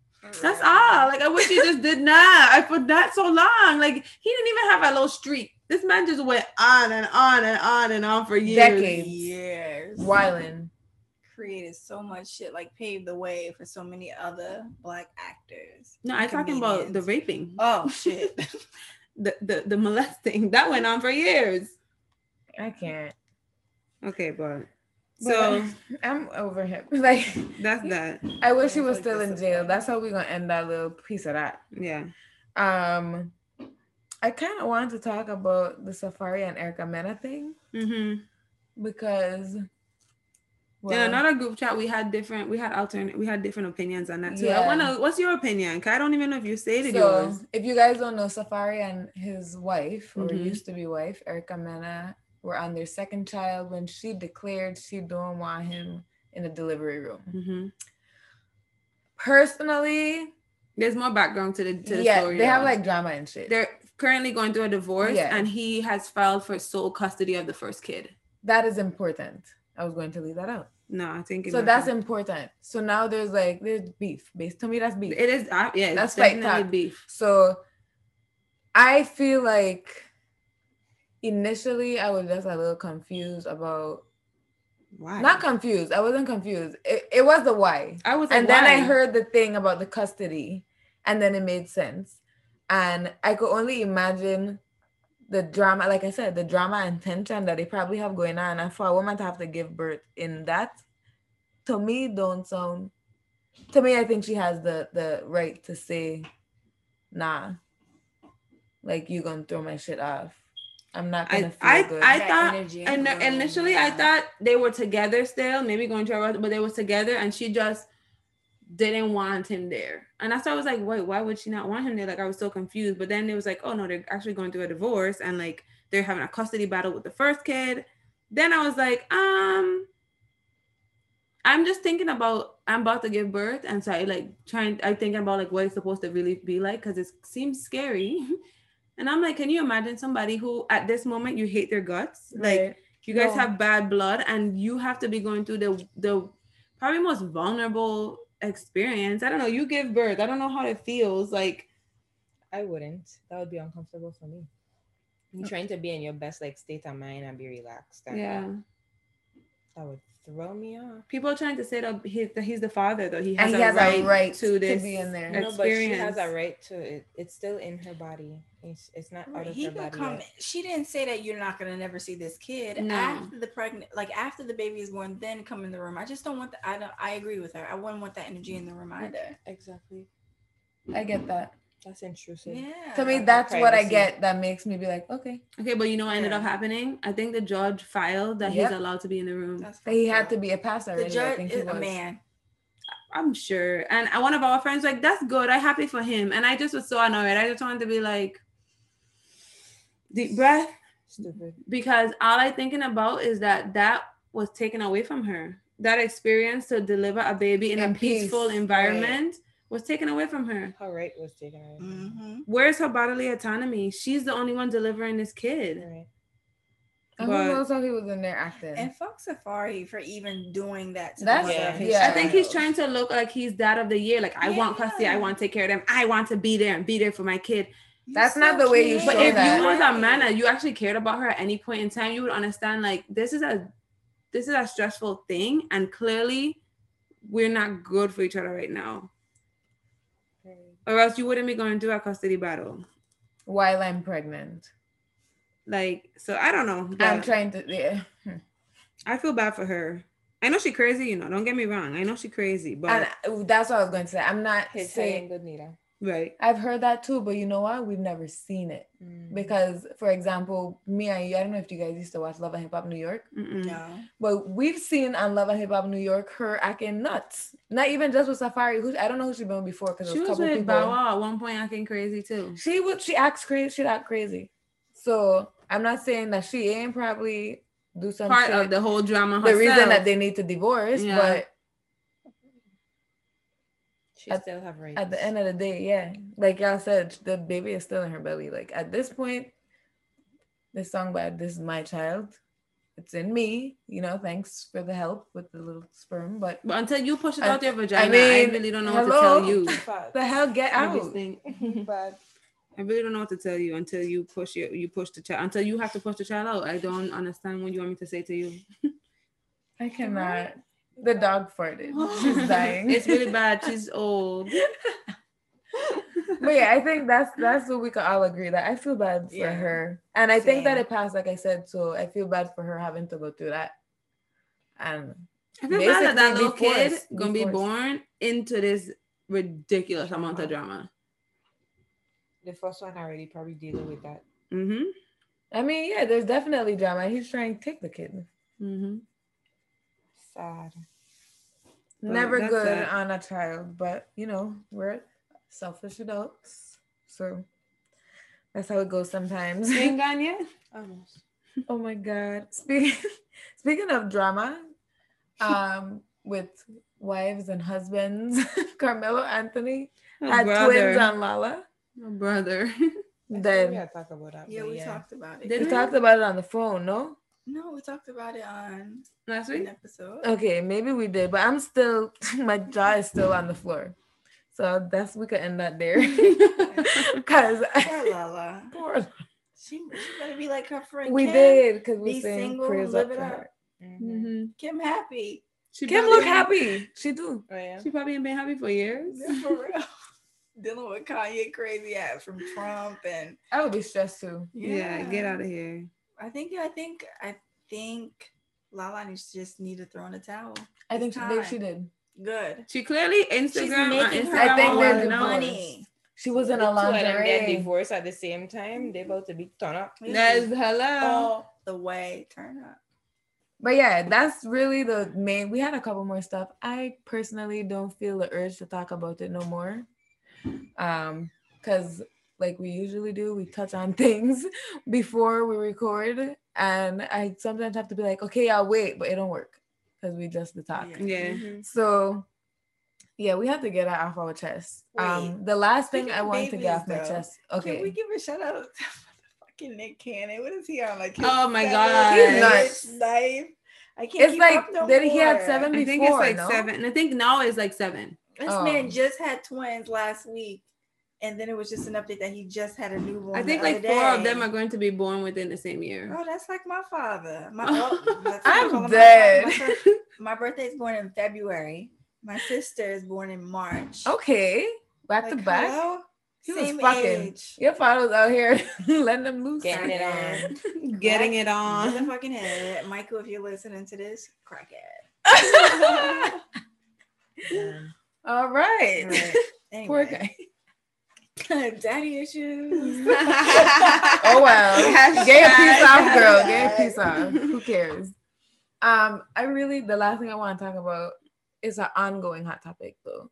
[SPEAKER 1] That's all. Like I wish he just did not. I for that so long. Like he didn't even have a little streak. This man just went on and on and on and on for years.
[SPEAKER 6] Decades.
[SPEAKER 8] Years.
[SPEAKER 6] Wildin.
[SPEAKER 8] Created so much shit, like paved the way for so many other black actors.
[SPEAKER 1] No, I'm talking about the
[SPEAKER 8] Comedians.
[SPEAKER 1] raping,
[SPEAKER 6] [laughs]
[SPEAKER 8] Oh shit.
[SPEAKER 1] the, the the molesting that went on for years.
[SPEAKER 6] I can't.
[SPEAKER 1] Okay, but
[SPEAKER 6] But
[SPEAKER 1] so
[SPEAKER 6] I'm over him. [laughs] Like
[SPEAKER 1] that's that.
[SPEAKER 6] I wish he was
[SPEAKER 8] Like
[SPEAKER 6] still in
[SPEAKER 8] disappointed.
[SPEAKER 6] jail. That's how we're gonna end that little piece of that.
[SPEAKER 1] Yeah.
[SPEAKER 6] Um I kinda wanted to talk about the Safari and Erica Mena thing
[SPEAKER 1] Mm-hmm.
[SPEAKER 6] because well,
[SPEAKER 1] in another group chat, we had different, we had alternate, we had different opinions on that too. I
[SPEAKER 6] Yeah.
[SPEAKER 1] wanna, what's your opinion? 'Cause I don't even know if you stated
[SPEAKER 6] So,
[SPEAKER 1] yours.
[SPEAKER 6] if you guys don't know, Safari and his wife, or
[SPEAKER 1] Mhm.
[SPEAKER 6] used to be wife, Erica Mena, were on their second child when she declared she don't want him in the delivery room.
[SPEAKER 1] Mm-hmm.
[SPEAKER 6] Personally,
[SPEAKER 1] There's more background to the to the
[SPEAKER 6] yeah,
[SPEAKER 1] story.
[SPEAKER 6] they have
[SPEAKER 1] y'all.
[SPEAKER 6] like drama and shit.
[SPEAKER 1] they're currently going through a divorce
[SPEAKER 6] Yeah.
[SPEAKER 1] and he has filed for sole custody of the first kid
[SPEAKER 6] That is important. I was going to leave that out.
[SPEAKER 1] no i think it
[SPEAKER 6] So
[SPEAKER 1] might
[SPEAKER 6] that's
[SPEAKER 1] be-
[SPEAKER 6] important. So now there's like there's beef. Based to me, that's beef.
[SPEAKER 1] it is uh, yeah that's
[SPEAKER 6] That's fight
[SPEAKER 1] definitely
[SPEAKER 6] talk.
[SPEAKER 1] beef
[SPEAKER 6] So I feel like initially I was just a little confused about
[SPEAKER 1] why
[SPEAKER 6] not confused. I wasn't confused. It, it was the why.
[SPEAKER 1] i was like,
[SPEAKER 6] And then I
[SPEAKER 1] why?
[SPEAKER 6] heard the thing about the custody, and then it made sense. And I could only imagine the drama, like I said, the drama and tension that they probably have going on. And for a woman to have to give birth in that, to me, don't sound. To me, I think she has the the right to say, "Nah, like you gonna throw my shit off. I'm not gonna
[SPEAKER 1] I,
[SPEAKER 6] feel
[SPEAKER 1] I,
[SPEAKER 6] good."
[SPEAKER 1] I
[SPEAKER 8] That
[SPEAKER 1] thought
[SPEAKER 8] energy
[SPEAKER 1] and
[SPEAKER 8] alone,
[SPEAKER 1] initially I
[SPEAKER 8] yeah.
[SPEAKER 1] thought they were together still, maybe going to a but they was together and she just didn't want him there. And that's why I was like, wait, why would she not want him there? Like I was so confused. But then it was like, oh no, they're actually going through a divorce and like They're having a custody battle with the first kid. Then I was like, um, I'm just thinking about I'm about to give birth, and so I like trying. I thinking about like what it's supposed to really be like because it seems scary. [laughs] And I'm like, can you imagine somebody who at this moment you hate their guts? Like you guys
[SPEAKER 4] No.
[SPEAKER 1] have bad blood, and you have to be going through the the probably most vulnerable experience. I don't know. You give birth. I don't know how it feels. Like
[SPEAKER 3] I wouldn't. That would be uncomfortable for me. You trying to be in your best like state of mind and be relaxed. and
[SPEAKER 1] yeah,
[SPEAKER 3] That would throw me off.
[SPEAKER 1] people are trying to say that he's the, he's the father though. He has,
[SPEAKER 6] and he
[SPEAKER 1] a,
[SPEAKER 6] has
[SPEAKER 1] right
[SPEAKER 6] a right
[SPEAKER 1] to
[SPEAKER 6] to,
[SPEAKER 1] this.
[SPEAKER 6] be in there.
[SPEAKER 1] Ex-
[SPEAKER 3] No, but she has
[SPEAKER 1] experience.
[SPEAKER 3] a right to it. It's still in her body. It's, it's not out of
[SPEAKER 8] He
[SPEAKER 3] her
[SPEAKER 8] could
[SPEAKER 3] body.
[SPEAKER 8] come.
[SPEAKER 3] yet.
[SPEAKER 8] She didn't say that you're not gonna never see this kid
[SPEAKER 1] No.
[SPEAKER 8] after the pregnant, like after the baby is born. Then come in the room. I just don't want. The, I don't. I agree with her. I wouldn't want that energy in the room either.
[SPEAKER 3] Exactly.
[SPEAKER 6] I get that.
[SPEAKER 3] That's intrusive.
[SPEAKER 8] Yeah.
[SPEAKER 6] To
[SPEAKER 8] [laughs]
[SPEAKER 6] me,
[SPEAKER 3] Like
[SPEAKER 6] that's what I
[SPEAKER 3] privacy.
[SPEAKER 6] get. That makes me be like, okay,
[SPEAKER 1] Okay, but you know what ended
[SPEAKER 8] Yeah.
[SPEAKER 1] up happening? I think the judge filed that
[SPEAKER 6] Yep.
[SPEAKER 1] he's allowed to be in the room.
[SPEAKER 8] That's
[SPEAKER 6] But he
[SPEAKER 8] fucked
[SPEAKER 6] had
[SPEAKER 8] up.
[SPEAKER 6] to be a pastor.
[SPEAKER 8] The
[SPEAKER 6] Already, I
[SPEAKER 8] judge
[SPEAKER 6] think he
[SPEAKER 8] is a
[SPEAKER 6] was.
[SPEAKER 8] man.
[SPEAKER 1] I'm sure. And I- one of our friends like, that's good. I'm happy for him. And I just was so annoyed. I just wanted to be like, deep breath,
[SPEAKER 3] Stupid.
[SPEAKER 1] because all i thinking about is that that was taken away from her. That experience to deliver a baby in,
[SPEAKER 6] In
[SPEAKER 1] a peaceful
[SPEAKER 6] peace,
[SPEAKER 1] environment was taken away from her.
[SPEAKER 3] Her right was taken away. from
[SPEAKER 6] Mm-hmm.
[SPEAKER 3] her.
[SPEAKER 8] Mhm.
[SPEAKER 1] Where's her bodily autonomy? She's the only one delivering this kid.
[SPEAKER 3] Right.
[SPEAKER 6] And
[SPEAKER 1] But-
[SPEAKER 6] who knows how he was in there acting?
[SPEAKER 8] And fuck Safari for even doing that. To
[SPEAKER 6] That's-
[SPEAKER 8] the mother of his
[SPEAKER 6] yeah.
[SPEAKER 1] I think he's trying
[SPEAKER 8] child.
[SPEAKER 1] to look like he's dad of the year. Like I want custody. I
[SPEAKER 8] Yeah.
[SPEAKER 1] want to take care of them. I want to be there and be there for my kid.
[SPEAKER 8] You
[SPEAKER 6] That's
[SPEAKER 8] so
[SPEAKER 6] not the way you
[SPEAKER 8] cute.
[SPEAKER 1] But
[SPEAKER 6] show
[SPEAKER 1] if
[SPEAKER 6] that.
[SPEAKER 1] you was a man and you actually cared about her at any point in time, you would understand like this is a this is a stressful thing, and clearly we're not good for each other right now. Or else you wouldn't be going through a custody battle.
[SPEAKER 6] While I'm pregnant,
[SPEAKER 1] Like, so I don't know.
[SPEAKER 6] I'm
[SPEAKER 1] but
[SPEAKER 6] trying to. Yeah.
[SPEAKER 1] I feel bad for her. I know she crazy, you know. Don't get me wrong. I know she crazy, but
[SPEAKER 6] And I- that's what I was going to say. I'm not
[SPEAKER 3] His head ain't
[SPEAKER 6] saying.
[SPEAKER 3] good neither.
[SPEAKER 1] right.
[SPEAKER 6] I've heard that too, but you know what? We've never seen it
[SPEAKER 3] Mm.
[SPEAKER 6] because, for example, me and you. I don't know if you guys used to watch Love and Hip Hop New York.
[SPEAKER 1] Mm-mm.
[SPEAKER 8] No.
[SPEAKER 6] But we've seen on Love and Hip Hop New York her acting nuts. Not even just with Safari. Who I don't know who she's been with before because
[SPEAKER 1] She
[SPEAKER 6] a
[SPEAKER 1] was
[SPEAKER 6] couple
[SPEAKER 1] with
[SPEAKER 6] people.
[SPEAKER 1] Bow Wow at one point acting crazy too.
[SPEAKER 6] She would. She acts crazy. She act crazy. So I'm not saying that she ain't probably do some
[SPEAKER 1] Part
[SPEAKER 6] shit.
[SPEAKER 1] of the whole drama.
[SPEAKER 6] the reason
[SPEAKER 1] herself.
[SPEAKER 6] that they need to divorce.
[SPEAKER 1] Yeah.
[SPEAKER 6] But
[SPEAKER 3] She
[SPEAKER 6] At-
[SPEAKER 3] still have rights.
[SPEAKER 6] at the end of the day, yeah, like y'all said, the baby is still in her belly. Like at this point, this song by "This Is My Child," it's in me. You know, thanks for the help with the little sperm, but
[SPEAKER 1] But until you push it
[SPEAKER 6] I-
[SPEAKER 1] out your vagina, I,
[SPEAKER 6] mean,
[SPEAKER 1] really don't know
[SPEAKER 6] hello?
[SPEAKER 1] what to tell
[SPEAKER 6] [laughs]
[SPEAKER 1] you.
[SPEAKER 6] the hell get
[SPEAKER 1] I
[SPEAKER 6] out.
[SPEAKER 1] just think-
[SPEAKER 6] Mm-hmm.
[SPEAKER 1] I really don't know what to tell you until you push your you push the child until you have to push the child out. I don't understand what you want me to say to you.
[SPEAKER 6] I cannot. The dog farted.
[SPEAKER 1] [laughs]
[SPEAKER 6] She's dying.
[SPEAKER 1] it's really bad. She's old.
[SPEAKER 6] but yeah, I think that's that's what we can all agree that I feel bad for
[SPEAKER 8] Yeah.
[SPEAKER 6] her, and I think that
[SPEAKER 8] Same.
[SPEAKER 6] it passed, like I said. So I feel bad for her having to go through that, and
[SPEAKER 1] I feel bad that
[SPEAKER 6] Basically,
[SPEAKER 1] that little
[SPEAKER 6] be
[SPEAKER 1] kid
[SPEAKER 6] forced, be
[SPEAKER 1] gonna be
[SPEAKER 6] forced.
[SPEAKER 1] born into this ridiculous amount of drama.
[SPEAKER 3] the first one already probably dealing with that.
[SPEAKER 1] Mm-hmm.
[SPEAKER 6] I mean, yeah, there's definitely drama. He's trying to take the kid.
[SPEAKER 1] Mm-hmm.
[SPEAKER 6] Um,
[SPEAKER 3] Sad.
[SPEAKER 1] But
[SPEAKER 6] Never
[SPEAKER 1] that's
[SPEAKER 6] good
[SPEAKER 1] that.
[SPEAKER 6] on a child, but you know we're selfish adults, so that's how it goes sometimes.
[SPEAKER 1] You ain't gone yet.
[SPEAKER 3] Almost.
[SPEAKER 6] [laughs] Oh my god. Speaking [laughs] speaking of
[SPEAKER 1] [laughs]
[SPEAKER 6] drama, um, with wives and husbands, [laughs] Carmelo Anthony
[SPEAKER 1] Her
[SPEAKER 6] had twins
[SPEAKER 1] brother.
[SPEAKER 6] on Lala.
[SPEAKER 1] um, Her brother. [laughs]
[SPEAKER 3] we
[SPEAKER 6] Then
[SPEAKER 3] gotta talk about that.
[SPEAKER 8] Yeah,
[SPEAKER 3] but
[SPEAKER 8] we
[SPEAKER 3] yeah.
[SPEAKER 8] talked about it.
[SPEAKER 1] Did
[SPEAKER 6] we
[SPEAKER 1] we?
[SPEAKER 6] talked about it on the phone, no?
[SPEAKER 8] No, we talked about it on
[SPEAKER 1] Last
[SPEAKER 8] an
[SPEAKER 1] week.
[SPEAKER 8] episode.
[SPEAKER 6] Okay, maybe we did, but I'm still [laughs] my jaw is still on the floor. So that's we could end that there. [laughs] Cause
[SPEAKER 8] Poor
[SPEAKER 6] I,
[SPEAKER 8] Lala.
[SPEAKER 6] poor-
[SPEAKER 8] She, she better be like her friend.
[SPEAKER 6] we
[SPEAKER 8] Kim.
[SPEAKER 6] did because we
[SPEAKER 8] be
[SPEAKER 6] sang
[SPEAKER 8] single,
[SPEAKER 6] prayers
[SPEAKER 8] live
[SPEAKER 6] up
[SPEAKER 8] it
[SPEAKER 6] for
[SPEAKER 8] up.
[SPEAKER 6] her.
[SPEAKER 3] Mhm.
[SPEAKER 1] Mm-hmm.
[SPEAKER 8] Kim happy.
[SPEAKER 1] She
[SPEAKER 6] Kim
[SPEAKER 1] probably-
[SPEAKER 6] look happy. She do.
[SPEAKER 3] Oh, yeah.
[SPEAKER 1] She probably ain't been happy for years.
[SPEAKER 8] Yeah, For real. [laughs] Dealing with Kanye crazy ass from Trump and
[SPEAKER 6] I would be stressed too.
[SPEAKER 1] Yeah, get out of here.
[SPEAKER 8] I think I think I think Lala needs just need to throw in a towel.
[SPEAKER 6] I think she, they, she
[SPEAKER 8] Time.
[SPEAKER 6] did.
[SPEAKER 8] Good.
[SPEAKER 1] She clearly Instagram.
[SPEAKER 8] She's
[SPEAKER 1] on
[SPEAKER 8] making her
[SPEAKER 1] Instagram
[SPEAKER 6] I think
[SPEAKER 1] all
[SPEAKER 6] they're
[SPEAKER 1] over the
[SPEAKER 6] divorced.
[SPEAKER 1] place.
[SPEAKER 8] money.
[SPEAKER 6] She was in
[SPEAKER 3] The
[SPEAKER 6] a
[SPEAKER 3] two of them get
[SPEAKER 6] lingerie.
[SPEAKER 3] divorced at the same time. They about to be torn up.
[SPEAKER 1] That's hello.
[SPEAKER 8] all the way. Turn up.
[SPEAKER 6] But yeah, that's really the main. We had a couple more stuff. I personally don't feel the urge to talk about it no more, um, because like we usually do. We touch on [laughs] things before we record, and I sometimes have to be like, okay, I'll wait, but it don't work because we just the talk.
[SPEAKER 1] Yeah.
[SPEAKER 9] Mm-hmm.
[SPEAKER 6] So, yeah, we have to get that off our chest. Um, the last thing
[SPEAKER 8] Speaking
[SPEAKER 6] I
[SPEAKER 8] of
[SPEAKER 6] want to get off my
[SPEAKER 8] babies, though,
[SPEAKER 6] chest.
[SPEAKER 8] Can we
[SPEAKER 6] Okay,
[SPEAKER 8] give a shout out to [laughs] fucking Nick Cannon? What is he on? Like
[SPEAKER 1] Oh my
[SPEAKER 8] God,
[SPEAKER 1] God.
[SPEAKER 6] Nuts.
[SPEAKER 8] Life. I can't.
[SPEAKER 6] it's
[SPEAKER 8] keep
[SPEAKER 6] like
[SPEAKER 8] up no
[SPEAKER 6] did he had
[SPEAKER 8] more.
[SPEAKER 6] seven before?
[SPEAKER 1] I think it's like
[SPEAKER 6] no?
[SPEAKER 1] seven. I think now it's like seven.
[SPEAKER 8] This
[SPEAKER 6] Oh.
[SPEAKER 8] man just had twins last week, and then it was just an update that he just had a newborn.
[SPEAKER 1] I think
[SPEAKER 8] the
[SPEAKER 1] like
[SPEAKER 8] other
[SPEAKER 1] four of
[SPEAKER 8] day.
[SPEAKER 1] them are going to be born within the same year.
[SPEAKER 8] Oh, that's like my father.
[SPEAKER 1] [laughs]
[SPEAKER 8] My, oh, that's what I
[SPEAKER 6] I'm
[SPEAKER 8] call him.
[SPEAKER 6] dead.
[SPEAKER 8] My, fir- my birthday is born in February. My sister is born in March.
[SPEAKER 1] Oh,
[SPEAKER 6] Okay, back to
[SPEAKER 8] Like,
[SPEAKER 6] back.
[SPEAKER 8] hello?
[SPEAKER 6] He was
[SPEAKER 8] Same
[SPEAKER 6] fucking-
[SPEAKER 8] age.
[SPEAKER 6] Your father's out here [laughs] letting them loose.
[SPEAKER 7] Getting it on.
[SPEAKER 1] Getting it on.
[SPEAKER 8] Motherfucking head. Michael, if you're listening to this, crack it.
[SPEAKER 6] All right. Poor
[SPEAKER 8] Anyway,
[SPEAKER 6] guy.
[SPEAKER 8] [laughs] daddy issues.
[SPEAKER 6] [laughs] Oh well. Gay a piece off, girl. Gay a
[SPEAKER 8] Hashtag.
[SPEAKER 6] piece off. Who cares? Um, I really the last thing I want to talk about is an ongoing hot topic though.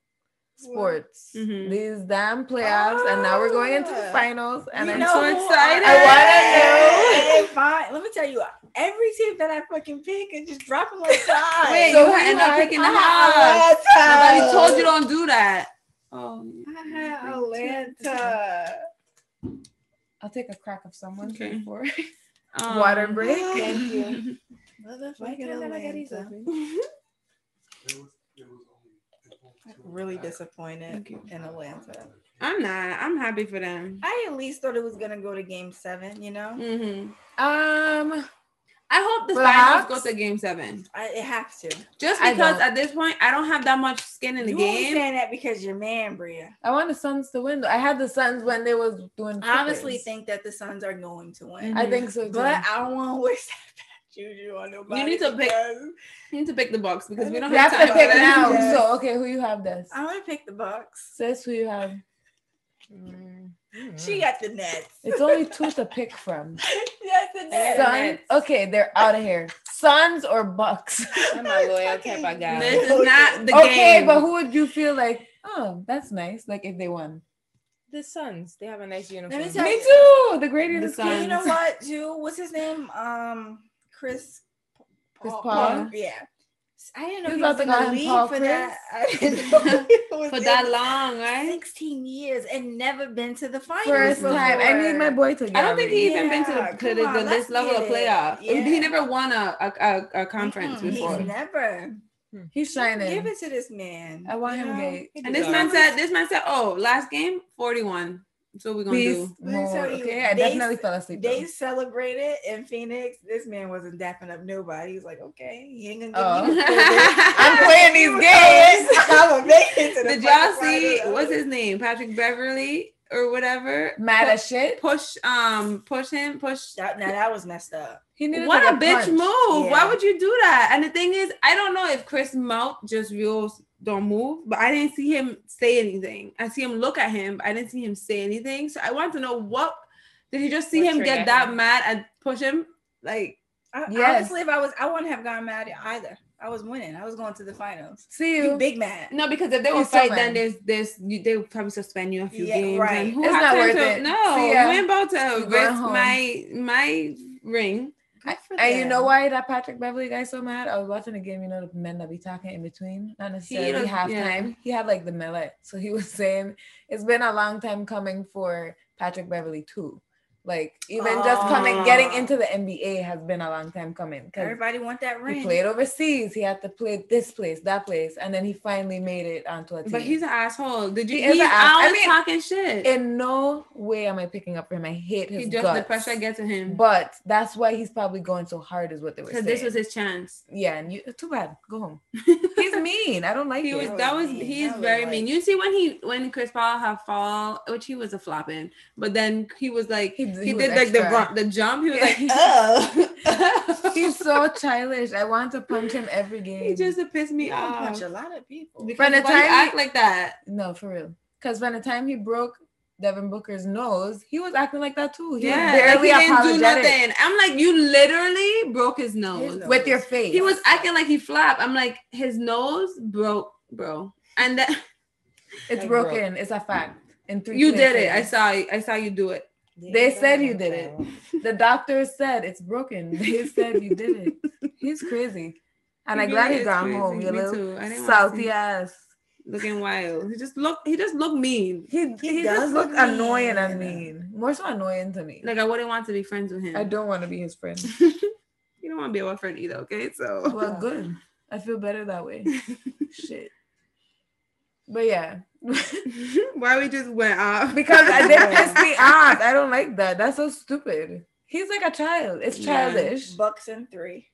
[SPEAKER 6] Sports.
[SPEAKER 1] Mhm.
[SPEAKER 6] These damn playoffs, and now we're going into the
[SPEAKER 8] Oh.
[SPEAKER 6] finals, and
[SPEAKER 8] We
[SPEAKER 6] I'm
[SPEAKER 8] know
[SPEAKER 6] so
[SPEAKER 8] who
[SPEAKER 6] excited.
[SPEAKER 1] [laughs]
[SPEAKER 8] are-
[SPEAKER 6] I
[SPEAKER 8] Hey, fine. Let me tell you, every team that I fucking pick is just
[SPEAKER 1] [laughs]
[SPEAKER 8] dropping like flies.
[SPEAKER 1] Wait,
[SPEAKER 6] So
[SPEAKER 1] you
[SPEAKER 6] we
[SPEAKER 1] end up
[SPEAKER 6] had-
[SPEAKER 1] picking the house. Nobody told you don't do that. Oh,
[SPEAKER 8] I had Atlanta.
[SPEAKER 6] will take a crack of someone
[SPEAKER 1] Okay.
[SPEAKER 6] before
[SPEAKER 1] um,
[SPEAKER 6] water
[SPEAKER 1] [laughs]
[SPEAKER 6] break.
[SPEAKER 1] [gasps]
[SPEAKER 8] Thank you. Motherfucking Atlanta. Really disappointed in Atlanta.
[SPEAKER 1] I'm not. I'm happy for them.
[SPEAKER 8] I at least thought it was gonna go to Game Seven. You know,
[SPEAKER 1] hmm
[SPEAKER 6] Um,
[SPEAKER 1] I hope the
[SPEAKER 6] Perhaps.
[SPEAKER 1] finals go to game seven.
[SPEAKER 8] I, it has to.
[SPEAKER 1] Just
[SPEAKER 6] I
[SPEAKER 1] because
[SPEAKER 6] don't.
[SPEAKER 1] at this point I don't have that much skin in the
[SPEAKER 8] You only
[SPEAKER 1] game.
[SPEAKER 8] saying that because you're man, Bria.
[SPEAKER 6] I want the Suns to win. Though. I had the Suns when they was doing.
[SPEAKER 8] I honestly
[SPEAKER 6] Clippers.
[SPEAKER 8] think that the Suns are going to win.
[SPEAKER 6] I think so. Too.
[SPEAKER 8] But I don't want to [laughs] waste that bad juju on nobody.
[SPEAKER 1] need to pick-
[SPEAKER 8] because
[SPEAKER 1] You need to pick the box because we don't
[SPEAKER 6] you
[SPEAKER 1] have,
[SPEAKER 6] have
[SPEAKER 1] time
[SPEAKER 6] to
[SPEAKER 1] for
[SPEAKER 6] pick
[SPEAKER 1] that.
[SPEAKER 6] now.
[SPEAKER 1] [laughs]
[SPEAKER 8] Yes.
[SPEAKER 6] So okay, who you have this?
[SPEAKER 8] I want to pick the Bucks.
[SPEAKER 6] Says who you have.
[SPEAKER 3] Mm.
[SPEAKER 8] She got the Nets.
[SPEAKER 6] It's only two to pick
[SPEAKER 8] [laughs]
[SPEAKER 6] from.
[SPEAKER 8] She got the Nets.
[SPEAKER 6] Sun. Okay, they're out of here. Suns or Bucks.
[SPEAKER 3] Mm. I'm a loyal type of guy.
[SPEAKER 1] This is not the
[SPEAKER 6] [laughs] okay,
[SPEAKER 1] game.
[SPEAKER 6] but who would you feel like? Oh, that's nice. Like if they won.
[SPEAKER 3] The Suns, they have a nice uniform.
[SPEAKER 8] Let me tell
[SPEAKER 6] Me
[SPEAKER 8] you.
[SPEAKER 6] too. The gradient
[SPEAKER 1] The
[SPEAKER 6] is
[SPEAKER 1] Suns.
[SPEAKER 8] And you
[SPEAKER 6] good.
[SPEAKER 8] know what, Jew? What's his name? Um, Chris.
[SPEAKER 6] Chris
[SPEAKER 8] Pa-
[SPEAKER 6] Paul?
[SPEAKER 8] Yeah. I didn't know
[SPEAKER 6] You
[SPEAKER 8] he
[SPEAKER 6] about
[SPEAKER 8] was
[SPEAKER 6] to
[SPEAKER 8] in
[SPEAKER 6] call
[SPEAKER 8] the
[SPEAKER 6] him
[SPEAKER 8] league
[SPEAKER 6] Paul
[SPEAKER 8] for that.
[SPEAKER 6] [laughs]
[SPEAKER 8] I didn't know he was
[SPEAKER 1] for
[SPEAKER 8] in
[SPEAKER 1] that
[SPEAKER 8] the-
[SPEAKER 1] long, right?
[SPEAKER 8] 16 years and never been to the finals.
[SPEAKER 6] First time. I need my
[SPEAKER 8] before.
[SPEAKER 6] boy to get.
[SPEAKER 1] I don't think he
[SPEAKER 6] already.
[SPEAKER 1] even been to,
[SPEAKER 8] Yeah,
[SPEAKER 1] the, to
[SPEAKER 8] come
[SPEAKER 1] the,
[SPEAKER 8] on,
[SPEAKER 1] the-
[SPEAKER 8] let's
[SPEAKER 1] this level
[SPEAKER 8] get
[SPEAKER 1] of
[SPEAKER 8] it.
[SPEAKER 1] playoff.
[SPEAKER 8] Yeah.
[SPEAKER 1] He never won a a, a, a conference
[SPEAKER 8] Mm-mm,
[SPEAKER 1] before.
[SPEAKER 8] He's never.
[SPEAKER 6] He's
[SPEAKER 8] Give
[SPEAKER 6] shining.
[SPEAKER 8] it to this man.
[SPEAKER 6] I want
[SPEAKER 8] you
[SPEAKER 6] him
[SPEAKER 8] know?
[SPEAKER 6] gay.
[SPEAKER 1] And this man said, this man said, oh, last game forty one. So we gonna
[SPEAKER 6] Peace
[SPEAKER 1] do.
[SPEAKER 8] [laughs] Let me
[SPEAKER 6] more.
[SPEAKER 8] tell you,
[SPEAKER 6] Okay, I
[SPEAKER 8] they-
[SPEAKER 6] definitely fell asleep. though.
[SPEAKER 8] They celebrated in Phoenix. This man wasn't dapping up nobody. He was like, okay, he ain't
[SPEAKER 6] Oh.
[SPEAKER 8] gonna give
[SPEAKER 6] [laughs]
[SPEAKER 8] me me.
[SPEAKER 1] [laughs]
[SPEAKER 6] I'm playing these games.
[SPEAKER 8] I'm gonna make it to the
[SPEAKER 1] Did y'all
[SPEAKER 8] fucking
[SPEAKER 1] see
[SPEAKER 8] finals.
[SPEAKER 1] what's his name, Patrick Beverly or whatever?
[SPEAKER 6] Mad
[SPEAKER 1] Pu-
[SPEAKER 6] as shit.
[SPEAKER 1] Push, um, push him, push.
[SPEAKER 8] That, now that was messed up.
[SPEAKER 6] He needed
[SPEAKER 1] What
[SPEAKER 6] to
[SPEAKER 1] a
[SPEAKER 6] get
[SPEAKER 1] bitch
[SPEAKER 6] punched.
[SPEAKER 1] move! Why
[SPEAKER 8] Yeah.
[SPEAKER 1] would you do that? And the thing is, I don't know if Chris Mount just rules don't move, but I didn't see him say anything. I see him look at him, but I didn't see him say anything. So I want to know what did he just see
[SPEAKER 3] What
[SPEAKER 1] him get
[SPEAKER 3] triggered
[SPEAKER 1] that
[SPEAKER 3] him?
[SPEAKER 1] mad and push him? Like
[SPEAKER 8] I,
[SPEAKER 6] Yes.
[SPEAKER 8] Honestly, if I was, I wouldn't have gone mad either. I was winning. I was going to the finals.
[SPEAKER 6] See
[SPEAKER 8] You
[SPEAKER 6] you.
[SPEAKER 8] big mad.
[SPEAKER 1] no, because if they
[SPEAKER 6] He's
[SPEAKER 1] would
[SPEAKER 6] so
[SPEAKER 1] fight,
[SPEAKER 6] mad.
[SPEAKER 1] then there's there's you, they would probably suspend you a few
[SPEAKER 8] Yeah,
[SPEAKER 1] games.
[SPEAKER 8] right.
[SPEAKER 1] And who
[SPEAKER 6] It's
[SPEAKER 1] has
[SPEAKER 6] not
[SPEAKER 1] time
[SPEAKER 6] worth
[SPEAKER 1] to-
[SPEAKER 6] it.
[SPEAKER 1] No,
[SPEAKER 6] See ya.
[SPEAKER 1] we ain't about
[SPEAKER 6] You're
[SPEAKER 1] to
[SPEAKER 6] going
[SPEAKER 1] risk
[SPEAKER 6] home.
[SPEAKER 1] my my ring.
[SPEAKER 8] Good for
[SPEAKER 6] And you know
[SPEAKER 8] them.
[SPEAKER 6] why that Patrick Beverly guy so mad? I was watching a game, you know, the men that be talking in between, not necessarily
[SPEAKER 1] does-
[SPEAKER 6] halftime.
[SPEAKER 1] yeah.
[SPEAKER 6] He had like the melee. So he was [laughs] saying, it's been a long time coming for Patrick Beverly too. Like even just coming, getting
[SPEAKER 1] Oh.
[SPEAKER 8] Aw.
[SPEAKER 6] into the NBA has been a long time coming. 'cause
[SPEAKER 8] Everybody want that ring.
[SPEAKER 6] he played overseas. He had to play this place, that place, and then he finally made it onto a team.
[SPEAKER 1] But he's an asshole. Did you?
[SPEAKER 6] He
[SPEAKER 1] He
[SPEAKER 6] is
[SPEAKER 1] he's
[SPEAKER 6] an ass- I
[SPEAKER 1] always
[SPEAKER 6] mean,
[SPEAKER 1] talking shit.
[SPEAKER 6] in no way am I picking up for him. I hate his
[SPEAKER 1] he just
[SPEAKER 6] guts.
[SPEAKER 1] the pressure get to him.
[SPEAKER 6] But that's why he's probably going so hard, is what they were
[SPEAKER 1] Because
[SPEAKER 6] saying.
[SPEAKER 1] this was his chance.
[SPEAKER 6] yeah, and you too bad. Go
[SPEAKER 1] [laughs]
[SPEAKER 6] home. He's mean. I don't like
[SPEAKER 1] He
[SPEAKER 6] it.
[SPEAKER 1] was
[SPEAKER 8] was
[SPEAKER 1] that was
[SPEAKER 8] mean.
[SPEAKER 1] he's
[SPEAKER 8] That was
[SPEAKER 1] very
[SPEAKER 8] like-
[SPEAKER 1] mean. You see when he when Chris Paul had fall, which he was a flop in, but then he was like
[SPEAKER 6] He
[SPEAKER 1] he,
[SPEAKER 6] d- he was
[SPEAKER 1] did like the
[SPEAKER 6] extra.
[SPEAKER 1] run, the jump. He was like
[SPEAKER 6] [laughs]
[SPEAKER 8] oh.
[SPEAKER 6] He's
[SPEAKER 1] [laughs]
[SPEAKER 6] so childish. I want to punch him every game.
[SPEAKER 1] he just pissed me
[SPEAKER 8] punch
[SPEAKER 1] off.
[SPEAKER 8] a lot of people.
[SPEAKER 1] Because
[SPEAKER 6] From the
[SPEAKER 1] why you
[SPEAKER 6] time
[SPEAKER 1] act
[SPEAKER 6] he-
[SPEAKER 1] like that?
[SPEAKER 6] no, for real. Because by the time he broke Devin Booker's nose, he was acting like that too. He
[SPEAKER 1] Yeah,
[SPEAKER 6] was barely
[SPEAKER 1] like he didn't do
[SPEAKER 6] apologetic
[SPEAKER 1] nothing. I'm like you literally broke his nose.
[SPEAKER 8] nose.
[SPEAKER 6] with your face.
[SPEAKER 1] He was acting like he flopped. I'm like his nose broke, bro, and that
[SPEAKER 6] It's
[SPEAKER 3] Like,
[SPEAKER 6] broken. It's a fact. in three.
[SPEAKER 1] You did it. I
[SPEAKER 6] places.
[SPEAKER 1] saw. I saw you do it.
[SPEAKER 6] They said you did it. The doctor said it's broken.
[SPEAKER 1] [laughs]
[SPEAKER 6] They said you did it. He's crazy. And I'm
[SPEAKER 1] He
[SPEAKER 6] glad
[SPEAKER 1] really
[SPEAKER 6] he
[SPEAKER 1] is
[SPEAKER 6] got
[SPEAKER 1] crazy.
[SPEAKER 6] home. Your
[SPEAKER 1] Me
[SPEAKER 6] little
[SPEAKER 1] too. I didn't wanna see
[SPEAKER 6] salty
[SPEAKER 1] him
[SPEAKER 6] ass.
[SPEAKER 1] looking wild. He just looked. He just looked mean.
[SPEAKER 6] He, he, just
[SPEAKER 8] does
[SPEAKER 6] looked
[SPEAKER 8] look
[SPEAKER 6] annoying and
[SPEAKER 8] mean.
[SPEAKER 6] mean. More so annoying to me.
[SPEAKER 1] Like I wouldn't want to be friends with him.
[SPEAKER 6] I don't want to be his friend.
[SPEAKER 1] You don't want to be a well friend either. Okay, so
[SPEAKER 6] [laughs] well, good. I feel better that way. Shit. But yeah,
[SPEAKER 1] [laughs] why we just went off?
[SPEAKER 6] because I-
[SPEAKER 1] [laughs]
[SPEAKER 6] they pissed me [laughs] off. I don't like that. That's so stupid. He's like a child. It's
[SPEAKER 1] Yeah.
[SPEAKER 6] childish.
[SPEAKER 8] Bucks in three.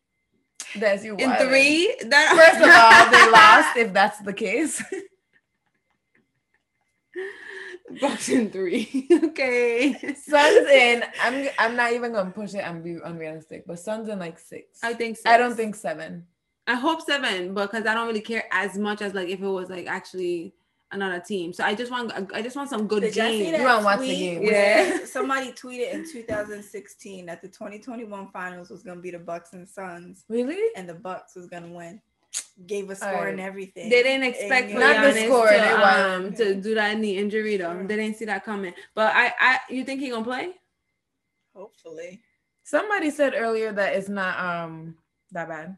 [SPEAKER 6] That's you.
[SPEAKER 1] in
[SPEAKER 6] wildin'.
[SPEAKER 1] three. That
[SPEAKER 6] First of all,
[SPEAKER 1] [laughs]
[SPEAKER 6] they lost. If that's the case,
[SPEAKER 1] [laughs] Bucks in
[SPEAKER 6] [laughs]
[SPEAKER 1] three. okay.
[SPEAKER 6] Suns in. I'm. I'm not even gonna push it and be unrealistic. But Suns in like six.
[SPEAKER 1] I think. Six.
[SPEAKER 6] I don't think seven.
[SPEAKER 1] I hope seven, but because I don't really care as much as like if it was like actually another team. So I just want I just want some good
[SPEAKER 8] Did y'all see
[SPEAKER 1] games.
[SPEAKER 8] that
[SPEAKER 6] You wanna watch the
[SPEAKER 8] tweet
[SPEAKER 6] game.
[SPEAKER 8] where
[SPEAKER 1] Yeah.
[SPEAKER 8] Somebody tweeted in 2016 that the 2021 finals was gonna be the Bucks and Suns,
[SPEAKER 6] Really?
[SPEAKER 8] and the Bucks was gonna win. Gave a score
[SPEAKER 6] Alright.
[SPEAKER 8] and everything.
[SPEAKER 1] They didn't expect
[SPEAKER 8] And
[SPEAKER 1] for
[SPEAKER 6] Not the
[SPEAKER 1] Giannis
[SPEAKER 6] score,
[SPEAKER 1] to,
[SPEAKER 6] they won.
[SPEAKER 1] um, to do that knee injury though. They didn't see that coming. But I, I you think he gonna play?
[SPEAKER 8] Hopefully,
[SPEAKER 6] Somebody said earlier that it's not um that bad.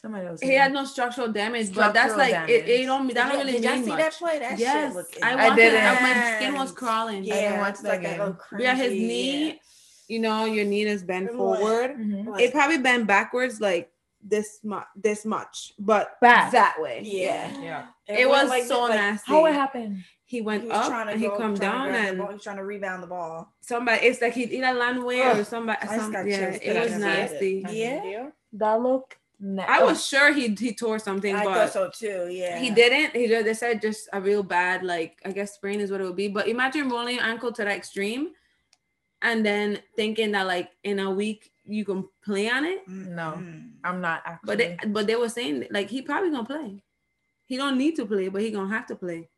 [SPEAKER 6] Somebody else. said
[SPEAKER 1] He
[SPEAKER 6] that.
[SPEAKER 1] had no structural damage, but that's
[SPEAKER 6] Structural
[SPEAKER 1] like it, it
[SPEAKER 6] damage.
[SPEAKER 1] don't that
[SPEAKER 8] Did
[SPEAKER 1] don't
[SPEAKER 8] y'all-
[SPEAKER 1] really
[SPEAKER 8] did y'all
[SPEAKER 1] mean
[SPEAKER 8] see
[SPEAKER 1] much.
[SPEAKER 8] that play? That
[SPEAKER 1] yes,
[SPEAKER 8] shit looked.
[SPEAKER 1] I
[SPEAKER 6] I
[SPEAKER 1] watched it.
[SPEAKER 6] didn't.
[SPEAKER 1] I, my skin was crawling.
[SPEAKER 8] Yeah,
[SPEAKER 6] didn't watch
[SPEAKER 8] it's
[SPEAKER 6] that
[SPEAKER 8] like
[SPEAKER 6] game.
[SPEAKER 8] a little
[SPEAKER 1] Yeah, his
[SPEAKER 8] cringy,
[SPEAKER 1] knee,
[SPEAKER 8] yeah.
[SPEAKER 1] You know, your knee is bent
[SPEAKER 8] Remember when-
[SPEAKER 1] forward.
[SPEAKER 6] Mhm.
[SPEAKER 8] Like,
[SPEAKER 1] It probably bent backwards like this much, this much, but
[SPEAKER 6] Back.
[SPEAKER 1] that way.
[SPEAKER 8] yeah.
[SPEAKER 9] Yeah.
[SPEAKER 1] It
[SPEAKER 8] went
[SPEAKER 1] was
[SPEAKER 8] like
[SPEAKER 1] so
[SPEAKER 8] this, like,
[SPEAKER 1] nasty.
[SPEAKER 6] How it happened?
[SPEAKER 1] he
[SPEAKER 8] He
[SPEAKER 1] went
[SPEAKER 8] was
[SPEAKER 1] up
[SPEAKER 8] trying to
[SPEAKER 1] and he
[SPEAKER 8] go-
[SPEAKER 1] come
[SPEAKER 8] trying to
[SPEAKER 1] down
[SPEAKER 8] grab the ball,
[SPEAKER 1] and
[SPEAKER 8] he was trying to rebound the ball.
[SPEAKER 1] somebody it's like he did a landway or
[SPEAKER 8] Ugh,
[SPEAKER 1] somebody
[SPEAKER 8] Oh, I just
[SPEAKER 1] some,
[SPEAKER 8] got
[SPEAKER 1] yeah
[SPEAKER 8] chills
[SPEAKER 1] it
[SPEAKER 8] thinking
[SPEAKER 1] was
[SPEAKER 8] about
[SPEAKER 1] nasty
[SPEAKER 8] Yeah.
[SPEAKER 6] That oh, looked. Na-
[SPEAKER 1] i was sure he he tore something
[SPEAKER 8] I
[SPEAKER 1] but
[SPEAKER 8] thought so too. Yeah,
[SPEAKER 1] he didn't he just they said just a real bad like i guess sprain is what it would be but imagine rolling your ankle to that extreme and then thinking that like in a week you can play on it
[SPEAKER 6] No,
[SPEAKER 8] Mm.
[SPEAKER 6] I'm not actually.
[SPEAKER 1] but they, but they were saying like he probably gonna play he don't need to play but he gonna have to play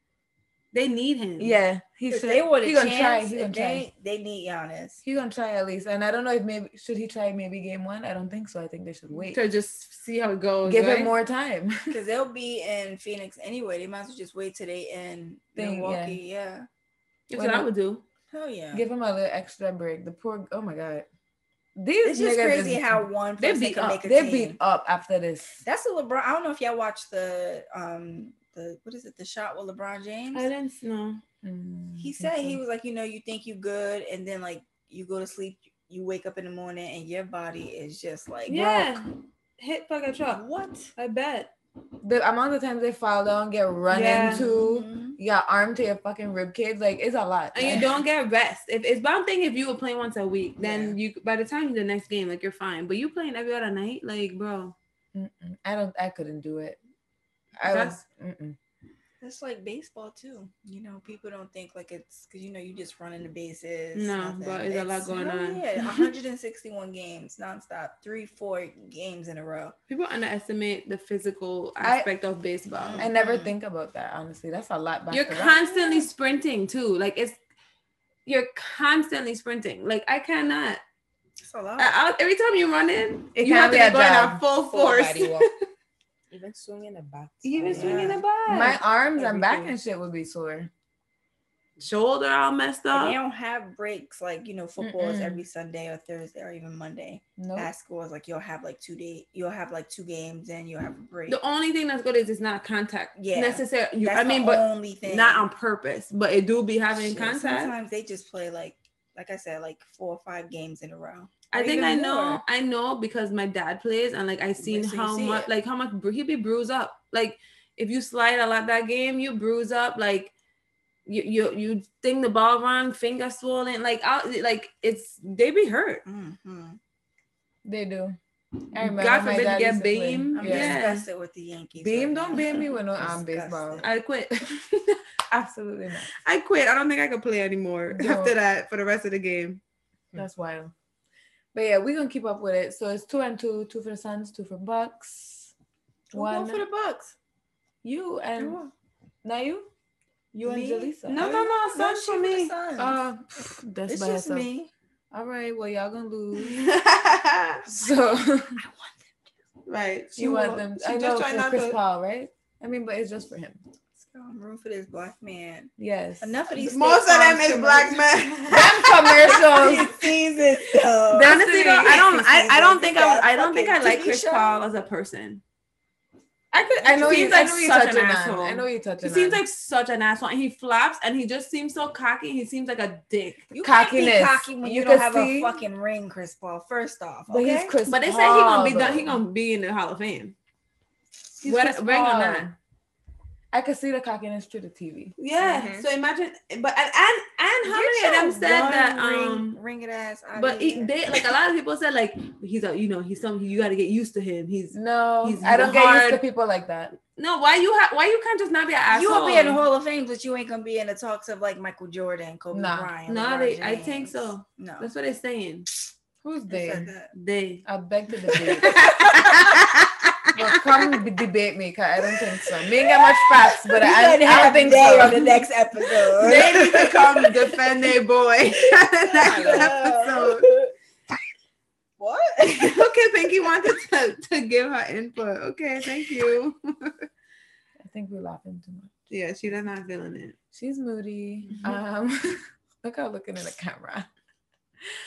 [SPEAKER 1] they need him
[SPEAKER 6] yeah, he
[SPEAKER 8] If
[SPEAKER 6] should.
[SPEAKER 8] they would
[SPEAKER 6] he
[SPEAKER 8] have
[SPEAKER 6] gonna try.
[SPEAKER 8] chance,
[SPEAKER 6] He gonna try.
[SPEAKER 8] they, they need Giannis.
[SPEAKER 6] He gonna try at least. And I don't know if maybe should he try maybe game one. I don't think so. I think they
[SPEAKER 8] Mm,
[SPEAKER 6] should wait.
[SPEAKER 1] to just see how it goes
[SPEAKER 6] Give
[SPEAKER 1] right?
[SPEAKER 6] him more time. [laughs]
[SPEAKER 8] Because they'll be in Phoenix anyway. They might as well just wait till they in
[SPEAKER 6] Thing, yeah.
[SPEAKER 8] Milwaukee. Yeah.
[SPEAKER 1] that's what i would do
[SPEAKER 8] Hell yeah.
[SPEAKER 6] Give him a little extra break. The poor. Oh my god.
[SPEAKER 8] it's
[SPEAKER 6] These
[SPEAKER 8] just
[SPEAKER 6] niggas
[SPEAKER 8] crazy
[SPEAKER 6] is-
[SPEAKER 8] how one
[SPEAKER 1] they
[SPEAKER 8] person
[SPEAKER 1] beat
[SPEAKER 8] can
[SPEAKER 1] up-
[SPEAKER 8] make
[SPEAKER 6] [laughs]
[SPEAKER 8] a
[SPEAKER 6] they
[SPEAKER 8] team.
[SPEAKER 6] beat up after this.
[SPEAKER 8] That's a LeBron. I don't know if y'all watched the um the what is it the shot with LeBron James.
[SPEAKER 1] i didn't know
[SPEAKER 6] Mm,
[SPEAKER 8] He
[SPEAKER 6] I think
[SPEAKER 8] said he
[SPEAKER 6] so.
[SPEAKER 8] was like, you know, you think you good, and then like you go to sleep, you wake up in the morning, and your body is just like
[SPEAKER 1] Yeah. Hit fucking
[SPEAKER 8] rock.
[SPEAKER 1] truck.
[SPEAKER 8] What?
[SPEAKER 1] I bet.
[SPEAKER 6] the amount of times they fall down, get run
[SPEAKER 1] Yeah.
[SPEAKER 6] into,
[SPEAKER 8] Mhm.
[SPEAKER 6] your arm to your fucking rib cage, like it's a lot.
[SPEAKER 1] And you
[SPEAKER 6] Like,
[SPEAKER 1] don't get rest. If it's but I'm thinking if you were playing once a week, then you by the time the next game, like you're fine. But you playing every other night, like bro.
[SPEAKER 6] Mm-mm. I don't. I couldn't do it. I was.
[SPEAKER 1] That's-
[SPEAKER 6] Mm-mm.
[SPEAKER 8] It's like baseball too. You know, people don't think like it's because you know you just running the bases.
[SPEAKER 1] No, but it's a lot going
[SPEAKER 8] hell
[SPEAKER 1] on. [laughs]
[SPEAKER 8] Yeah, 161 games nonstop, three, four games in a row.
[SPEAKER 1] People underestimate the physical
[SPEAKER 6] I-
[SPEAKER 1] aspect of baseball.
[SPEAKER 6] I never
[SPEAKER 8] Mhm.
[SPEAKER 6] think about that. Honestly, that's a lot. Back
[SPEAKER 1] you're
[SPEAKER 6] to back.
[SPEAKER 1] constantly sprinting too. Like it's you're constantly sprinting. Like I cannot.
[SPEAKER 8] It's a lot.
[SPEAKER 1] I, I- every time you run in,
[SPEAKER 6] It
[SPEAKER 1] you
[SPEAKER 6] can't
[SPEAKER 1] have to
[SPEAKER 6] be
[SPEAKER 1] be
[SPEAKER 6] a
[SPEAKER 1] going
[SPEAKER 6] job.
[SPEAKER 1] at full
[SPEAKER 3] Full
[SPEAKER 1] force. [laughs]
[SPEAKER 3] body walk. Even swinging a bat. Oh,
[SPEAKER 1] Even
[SPEAKER 8] Yeah.
[SPEAKER 1] swinging the
[SPEAKER 6] My
[SPEAKER 1] bat,
[SPEAKER 6] arms and back
[SPEAKER 1] Everything.
[SPEAKER 6] and shit would be sore.
[SPEAKER 1] shoulder all messed
[SPEAKER 8] And they
[SPEAKER 1] up.
[SPEAKER 8] don't have breaks like you know football is
[SPEAKER 6] Mm-mm.
[SPEAKER 8] every Sunday or Thursday or even Monday.
[SPEAKER 1] Oh.
[SPEAKER 6] No,
[SPEAKER 8] Basketball is like you'll have like two day, you'll have like two games and you'll have a break.
[SPEAKER 1] The only thing that's good is it's not contact
[SPEAKER 8] Yeah.
[SPEAKER 1] necessary. You,
[SPEAKER 8] That's
[SPEAKER 1] I mean,
[SPEAKER 8] the
[SPEAKER 1] but
[SPEAKER 8] only thing
[SPEAKER 1] not on purpose, but it do be having
[SPEAKER 8] Shit,
[SPEAKER 1] contact.
[SPEAKER 8] Sometimes they just play like like I said, like four or five games in a row.
[SPEAKER 1] I
[SPEAKER 8] Or
[SPEAKER 1] think
[SPEAKER 8] even
[SPEAKER 1] I know,
[SPEAKER 8] more.
[SPEAKER 1] I know because my dad plays, and like I seen
[SPEAKER 8] so you
[SPEAKER 1] how
[SPEAKER 8] see
[SPEAKER 1] much,
[SPEAKER 8] it.
[SPEAKER 1] like how much bru- he be bruised up. Like if you slide a lot that game, you bruise up. Like you you you think the ball wrong, finger swollen. Like out, like it's they be hurt.
[SPEAKER 8] Mhm.
[SPEAKER 6] they do. I remember
[SPEAKER 1] God
[SPEAKER 6] my
[SPEAKER 1] forbid you
[SPEAKER 6] dad
[SPEAKER 1] get
[SPEAKER 6] used to play.
[SPEAKER 1] beamed.
[SPEAKER 8] I'm
[SPEAKER 6] Yeah.
[SPEAKER 1] Yeah.
[SPEAKER 8] disgusted with the Yankees.
[SPEAKER 6] Beam,
[SPEAKER 8] right
[SPEAKER 6] don't
[SPEAKER 8] now.
[SPEAKER 6] beam me with no arm
[SPEAKER 8] Disgusted.
[SPEAKER 6] baseball.
[SPEAKER 1] I quit. [laughs]
[SPEAKER 6] Absolutely not.
[SPEAKER 1] I quit. I don't think I could play anymore
[SPEAKER 6] Don't.
[SPEAKER 1] after that for the rest of the game. Hmm.
[SPEAKER 6] That's wild. But yeah, we're gonna keep up with it. So it's two and two, two for the Suns, two for Bucks.
[SPEAKER 8] Who going
[SPEAKER 6] One
[SPEAKER 8] for the Bucks?
[SPEAKER 6] you and
[SPEAKER 8] Who?
[SPEAKER 6] not you? You
[SPEAKER 8] Me?
[SPEAKER 6] and Jaleesa.
[SPEAKER 1] No, no, no,
[SPEAKER 8] No,
[SPEAKER 1] Suns
[SPEAKER 8] she
[SPEAKER 1] for
[SPEAKER 8] with the
[SPEAKER 1] me.
[SPEAKER 8] Suns.
[SPEAKER 6] Uh, pff, that's
[SPEAKER 8] it's
[SPEAKER 6] by
[SPEAKER 8] just
[SPEAKER 6] herself.
[SPEAKER 1] [laughs]
[SPEAKER 8] me. [laughs]
[SPEAKER 6] All right, well y'all gonna lose.
[SPEAKER 1] right.
[SPEAKER 6] So
[SPEAKER 1] She
[SPEAKER 6] you want
[SPEAKER 1] will-
[SPEAKER 6] them?
[SPEAKER 1] she
[SPEAKER 6] I [laughs]
[SPEAKER 1] just
[SPEAKER 6] know
[SPEAKER 1] trying
[SPEAKER 6] for
[SPEAKER 1] not
[SPEAKER 6] Chris
[SPEAKER 1] to-
[SPEAKER 6] Paul, right? I mean, but it's just for him.
[SPEAKER 8] I'm room for this black man.
[SPEAKER 6] Yes.
[SPEAKER 8] Enough of these.
[SPEAKER 10] Most of
[SPEAKER 8] state
[SPEAKER 10] them
[SPEAKER 8] farms
[SPEAKER 10] is black
[SPEAKER 8] commercials. [laughs]
[SPEAKER 10] men.
[SPEAKER 8] Them
[SPEAKER 6] [laughs]
[SPEAKER 8] commercials. seasons though.
[SPEAKER 1] Honestly, though, I don't. I, I don't think I. I don't think I like Chris Paul as a person.
[SPEAKER 6] I could. I
[SPEAKER 1] He
[SPEAKER 6] know you.
[SPEAKER 1] seems
[SPEAKER 6] I
[SPEAKER 1] like
[SPEAKER 6] know you
[SPEAKER 1] such
[SPEAKER 6] touching
[SPEAKER 1] an
[SPEAKER 6] on.
[SPEAKER 1] asshole.
[SPEAKER 6] I know you
[SPEAKER 1] He
[SPEAKER 6] touching
[SPEAKER 1] seems
[SPEAKER 6] on.
[SPEAKER 1] like such an asshole, and he flaps, and he just seems so cocky. He seems like a dick.
[SPEAKER 8] You can't be
[SPEAKER 6] cockiness.
[SPEAKER 8] cocky when
[SPEAKER 6] You
[SPEAKER 8] you, don't
[SPEAKER 6] can
[SPEAKER 8] have
[SPEAKER 6] see-
[SPEAKER 8] a fucking ring, Chris Paul. First off,
[SPEAKER 6] But
[SPEAKER 8] okay?
[SPEAKER 6] he's Chris
[SPEAKER 1] But they
[SPEAKER 6] Paul,
[SPEAKER 1] said he gonna be done.
[SPEAKER 6] though.
[SPEAKER 1] He gonna be in the Hall of Fame.
[SPEAKER 6] He's
[SPEAKER 1] Whether-
[SPEAKER 6] Chris
[SPEAKER 1] whether or
[SPEAKER 6] Paul.
[SPEAKER 1] not.
[SPEAKER 6] I could see the cockiness through the TV.
[SPEAKER 1] Yeah.
[SPEAKER 3] Mhm.
[SPEAKER 1] So imagine, but and and, and how
[SPEAKER 8] Get
[SPEAKER 1] many
[SPEAKER 8] your
[SPEAKER 1] of them said
[SPEAKER 8] one
[SPEAKER 1] that?
[SPEAKER 8] ring,
[SPEAKER 1] Um,
[SPEAKER 8] ring it ass. out
[SPEAKER 1] but
[SPEAKER 8] of
[SPEAKER 1] he,
[SPEAKER 8] here.
[SPEAKER 1] they like a lot of people said like he's a you know he's something you got to get used to him. He's
[SPEAKER 6] No,
[SPEAKER 1] He's
[SPEAKER 6] I don't get used to
[SPEAKER 1] hard.
[SPEAKER 6] people like that.
[SPEAKER 1] no. Why you ha- why Mm. you can't just not be an
[SPEAKER 8] you
[SPEAKER 1] asshole?
[SPEAKER 8] will be in the Hall of Fame, but you ain't gonna be in the talks of like Michael Jordan, Kobe
[SPEAKER 6] Nah.
[SPEAKER 8] Bryant.
[SPEAKER 1] Nah,
[SPEAKER 8] LeBron
[SPEAKER 1] they- I
[SPEAKER 8] James.
[SPEAKER 1] think so.
[SPEAKER 8] No,
[SPEAKER 1] That's what they're saying.
[SPEAKER 6] Who's
[SPEAKER 8] They said
[SPEAKER 6] there?
[SPEAKER 8] that.
[SPEAKER 1] They.
[SPEAKER 6] I beg to debate. but come b- debate me, 'cause I don't think so. Me ain't got much facts, but
[SPEAKER 8] We
[SPEAKER 6] I, I
[SPEAKER 8] gonna
[SPEAKER 6] don't
[SPEAKER 8] have
[SPEAKER 6] think
[SPEAKER 8] Day
[SPEAKER 6] so.
[SPEAKER 8] on the next episode.
[SPEAKER 10] they need to
[SPEAKER 8] [laughs]
[SPEAKER 10] come defend their
[SPEAKER 1] [laughs]
[SPEAKER 10] boy. Next episode.
[SPEAKER 8] what?
[SPEAKER 10] okay, Pinky wanted to, to give her input. Okay, thank you.
[SPEAKER 6] I think we're laughing too much.
[SPEAKER 10] yeah, she does not feeling it.
[SPEAKER 6] She's moody. Um, [laughs] look how looking in the camera.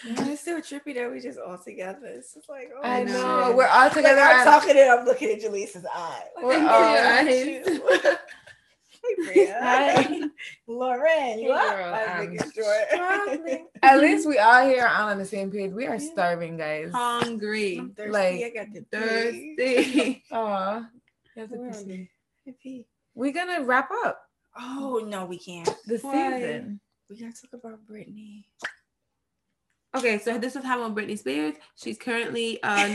[SPEAKER 8] It's so trippy that we just all together. It's just like oh
[SPEAKER 6] I
[SPEAKER 8] my
[SPEAKER 6] know.
[SPEAKER 8] God.
[SPEAKER 6] We're all
[SPEAKER 8] Like,
[SPEAKER 6] together.
[SPEAKER 8] I'm
[SPEAKER 6] and-
[SPEAKER 8] talking and I'm looking at Jaleesa's eye. Like,
[SPEAKER 6] We're
[SPEAKER 8] I'm
[SPEAKER 6] all-
[SPEAKER 8] looking at you. Hey, [laughs] Bria.
[SPEAKER 6] Hi.
[SPEAKER 8] Lauren, you
[SPEAKER 3] Hey,
[SPEAKER 8] up?
[SPEAKER 3] girl,
[SPEAKER 8] I was
[SPEAKER 3] I'm
[SPEAKER 8] making [laughs] sure.
[SPEAKER 6] At least we all here are on the same page. We are starving, guys.
[SPEAKER 1] Hungry.
[SPEAKER 8] I'm thirsty.
[SPEAKER 6] Like,
[SPEAKER 8] I got the pee.
[SPEAKER 1] Thirsty.
[SPEAKER 6] Aw.
[SPEAKER 8] Where are we? The pee.
[SPEAKER 6] We're gonna wrap up
[SPEAKER 8] Oh no, we can't.
[SPEAKER 6] the
[SPEAKER 1] Why?
[SPEAKER 6] season.
[SPEAKER 8] We gotta talk about Brittany.
[SPEAKER 1] Okay, so this is happening with Britney Spears. She's currently uh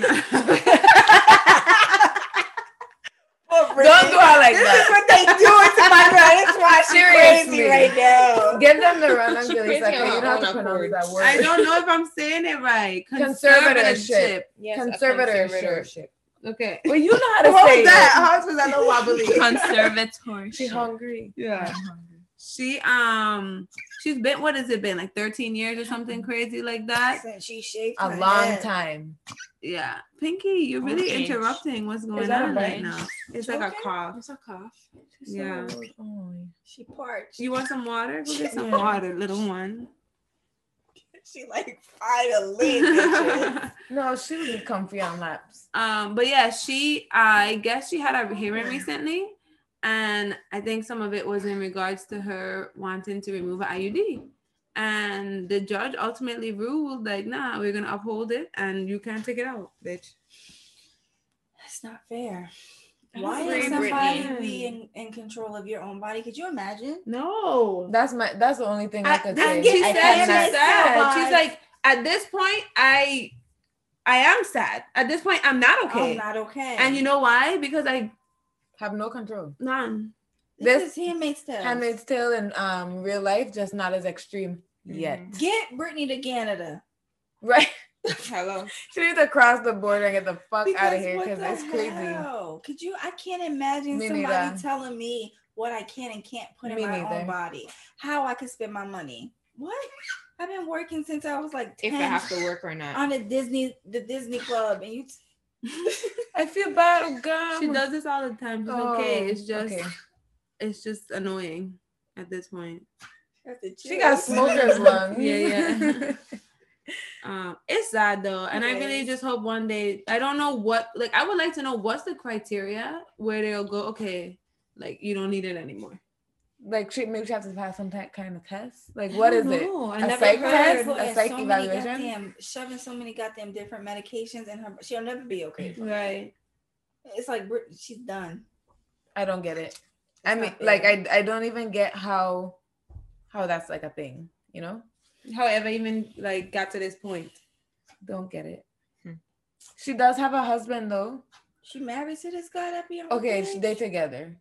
[SPEAKER 8] Oh,
[SPEAKER 6] Don't do it like
[SPEAKER 8] This is
[SPEAKER 6] that.
[SPEAKER 8] what they do to my girl. It's why she's
[SPEAKER 6] Seriously.
[SPEAKER 8] crazy [laughs] right now.
[SPEAKER 6] Give them the run on Gilly's
[SPEAKER 3] crazy
[SPEAKER 6] like,
[SPEAKER 3] on
[SPEAKER 6] you
[SPEAKER 3] her
[SPEAKER 6] don't have to
[SPEAKER 3] own
[SPEAKER 6] pronounce
[SPEAKER 3] accord.
[SPEAKER 6] that word.
[SPEAKER 1] I don't know if I'm saying it right.
[SPEAKER 6] Conservatorship.
[SPEAKER 3] Yes, a
[SPEAKER 6] Conservatorship.
[SPEAKER 1] Okay.
[SPEAKER 6] Well, you know how to
[SPEAKER 10] What
[SPEAKER 6] say
[SPEAKER 10] was
[SPEAKER 6] that.
[SPEAKER 10] that? How's was that little
[SPEAKER 6] [laughs]
[SPEAKER 10] wobbly?
[SPEAKER 1] [laughs]
[SPEAKER 6] She
[SPEAKER 9] Conservatorship.
[SPEAKER 6] hungry.
[SPEAKER 10] Yeah.
[SPEAKER 1] She um she's been what has it been like 13 years or something crazy like that?
[SPEAKER 8] Since she shaved
[SPEAKER 6] A
[SPEAKER 8] her
[SPEAKER 6] long
[SPEAKER 8] head.
[SPEAKER 6] time.
[SPEAKER 1] Yeah. Pinky, you're really
[SPEAKER 9] Okay.
[SPEAKER 1] interrupting what's going
[SPEAKER 6] that a
[SPEAKER 1] on right
[SPEAKER 6] branch?
[SPEAKER 1] now. It's like a cough.
[SPEAKER 8] It's a cough.
[SPEAKER 1] Yeah.
[SPEAKER 6] Oh.
[SPEAKER 8] She parched.
[SPEAKER 1] You want some water? Go get some water,
[SPEAKER 6] [laughs]
[SPEAKER 1] little one.
[SPEAKER 8] She like [laughs] finally. bitches.
[SPEAKER 6] No, she would be comfy on laps.
[SPEAKER 1] [laughs] Um, but yeah, she I guess she had a hearing recently, and I think some of it was in regards to her wanting to remove an IUD. And the judge ultimately ruled like, nah, we're gonna uphold it, and you can't take it out, bitch.
[SPEAKER 8] That's not fair.
[SPEAKER 1] I
[SPEAKER 8] Why
[SPEAKER 1] agree,
[SPEAKER 8] is somebody
[SPEAKER 1] Brittany.
[SPEAKER 8] be in, in control of your own body? Could you imagine?
[SPEAKER 1] No,
[SPEAKER 6] That's my. That's the only thing I,
[SPEAKER 1] I-
[SPEAKER 6] could
[SPEAKER 1] that's
[SPEAKER 6] say.
[SPEAKER 1] what she
[SPEAKER 6] I
[SPEAKER 1] said. She
[SPEAKER 6] cannot-
[SPEAKER 1] said.
[SPEAKER 8] That's sad.
[SPEAKER 1] She's like, at this point, I, I am sad. At this point, I'm not okay.
[SPEAKER 6] Oh,
[SPEAKER 8] I'm not okay.
[SPEAKER 1] and you know why? Because I
[SPEAKER 6] have no control.
[SPEAKER 1] none.
[SPEAKER 8] this,
[SPEAKER 6] this-
[SPEAKER 8] is handmaid's tale.
[SPEAKER 6] Handmaid's Tale in um real life just not as extreme yet.
[SPEAKER 8] Get Brittany to Canada.
[SPEAKER 6] Right?
[SPEAKER 3] Hello.
[SPEAKER 6] [laughs] She needs to cross the border and get the fuck out of here
[SPEAKER 8] what
[SPEAKER 6] because
[SPEAKER 8] the
[SPEAKER 6] it's crazy.
[SPEAKER 8] hell? Could you? I can't imagine
[SPEAKER 6] Me
[SPEAKER 8] somebody
[SPEAKER 6] neither.
[SPEAKER 8] telling me what I can and can't put
[SPEAKER 6] Me
[SPEAKER 8] in my
[SPEAKER 6] neither.
[SPEAKER 8] own body. How I could spend my money? What? I've been working since I was like
[SPEAKER 3] If
[SPEAKER 8] ten
[SPEAKER 3] I have to work or not.
[SPEAKER 8] on the Disney, the Disney Club, and you. [laughs]
[SPEAKER 6] I feel bad. Oh God.
[SPEAKER 1] She does this all the time. She's
[SPEAKER 6] Oh,
[SPEAKER 1] okay. It's just,
[SPEAKER 6] okay.
[SPEAKER 1] it's just annoying at this point.
[SPEAKER 8] have to
[SPEAKER 6] She
[SPEAKER 8] [laughs]
[SPEAKER 6] got
[SPEAKER 8] choose.
[SPEAKER 6] smoker's lungs.
[SPEAKER 1] Yeah, yeah. Um, it's sad though, and I
[SPEAKER 8] It
[SPEAKER 1] really
[SPEAKER 8] is.
[SPEAKER 1] just hope one day. I don't know what, like, I would like to know what's the criteria where they'll go. Okay, like you don't need it anymore.
[SPEAKER 6] [laughs] like she maybe she has to pass some type kind of test. Like what is it?
[SPEAKER 1] I
[SPEAKER 6] A
[SPEAKER 1] never
[SPEAKER 6] psych
[SPEAKER 1] heard.
[SPEAKER 6] test?
[SPEAKER 8] People
[SPEAKER 6] A
[SPEAKER 8] and
[SPEAKER 6] psych
[SPEAKER 8] so many
[SPEAKER 6] evaluation?
[SPEAKER 8] goddamn shoving so many goddamn different medications in her. She'll never be okay.
[SPEAKER 1] Right.
[SPEAKER 8] It's like Brit- she's done.
[SPEAKER 6] I don't get it. I
[SPEAKER 8] It's
[SPEAKER 6] mean,
[SPEAKER 8] not fair.
[SPEAKER 6] like I I don't even get how how that's like a thing. You know,
[SPEAKER 1] However, even like got to this point.
[SPEAKER 6] don't get it.
[SPEAKER 3] Hmm.
[SPEAKER 6] She does have a husband though.
[SPEAKER 8] She married to this guy that be on. her
[SPEAKER 6] Okay,
[SPEAKER 8] page?
[SPEAKER 6] sh- they together,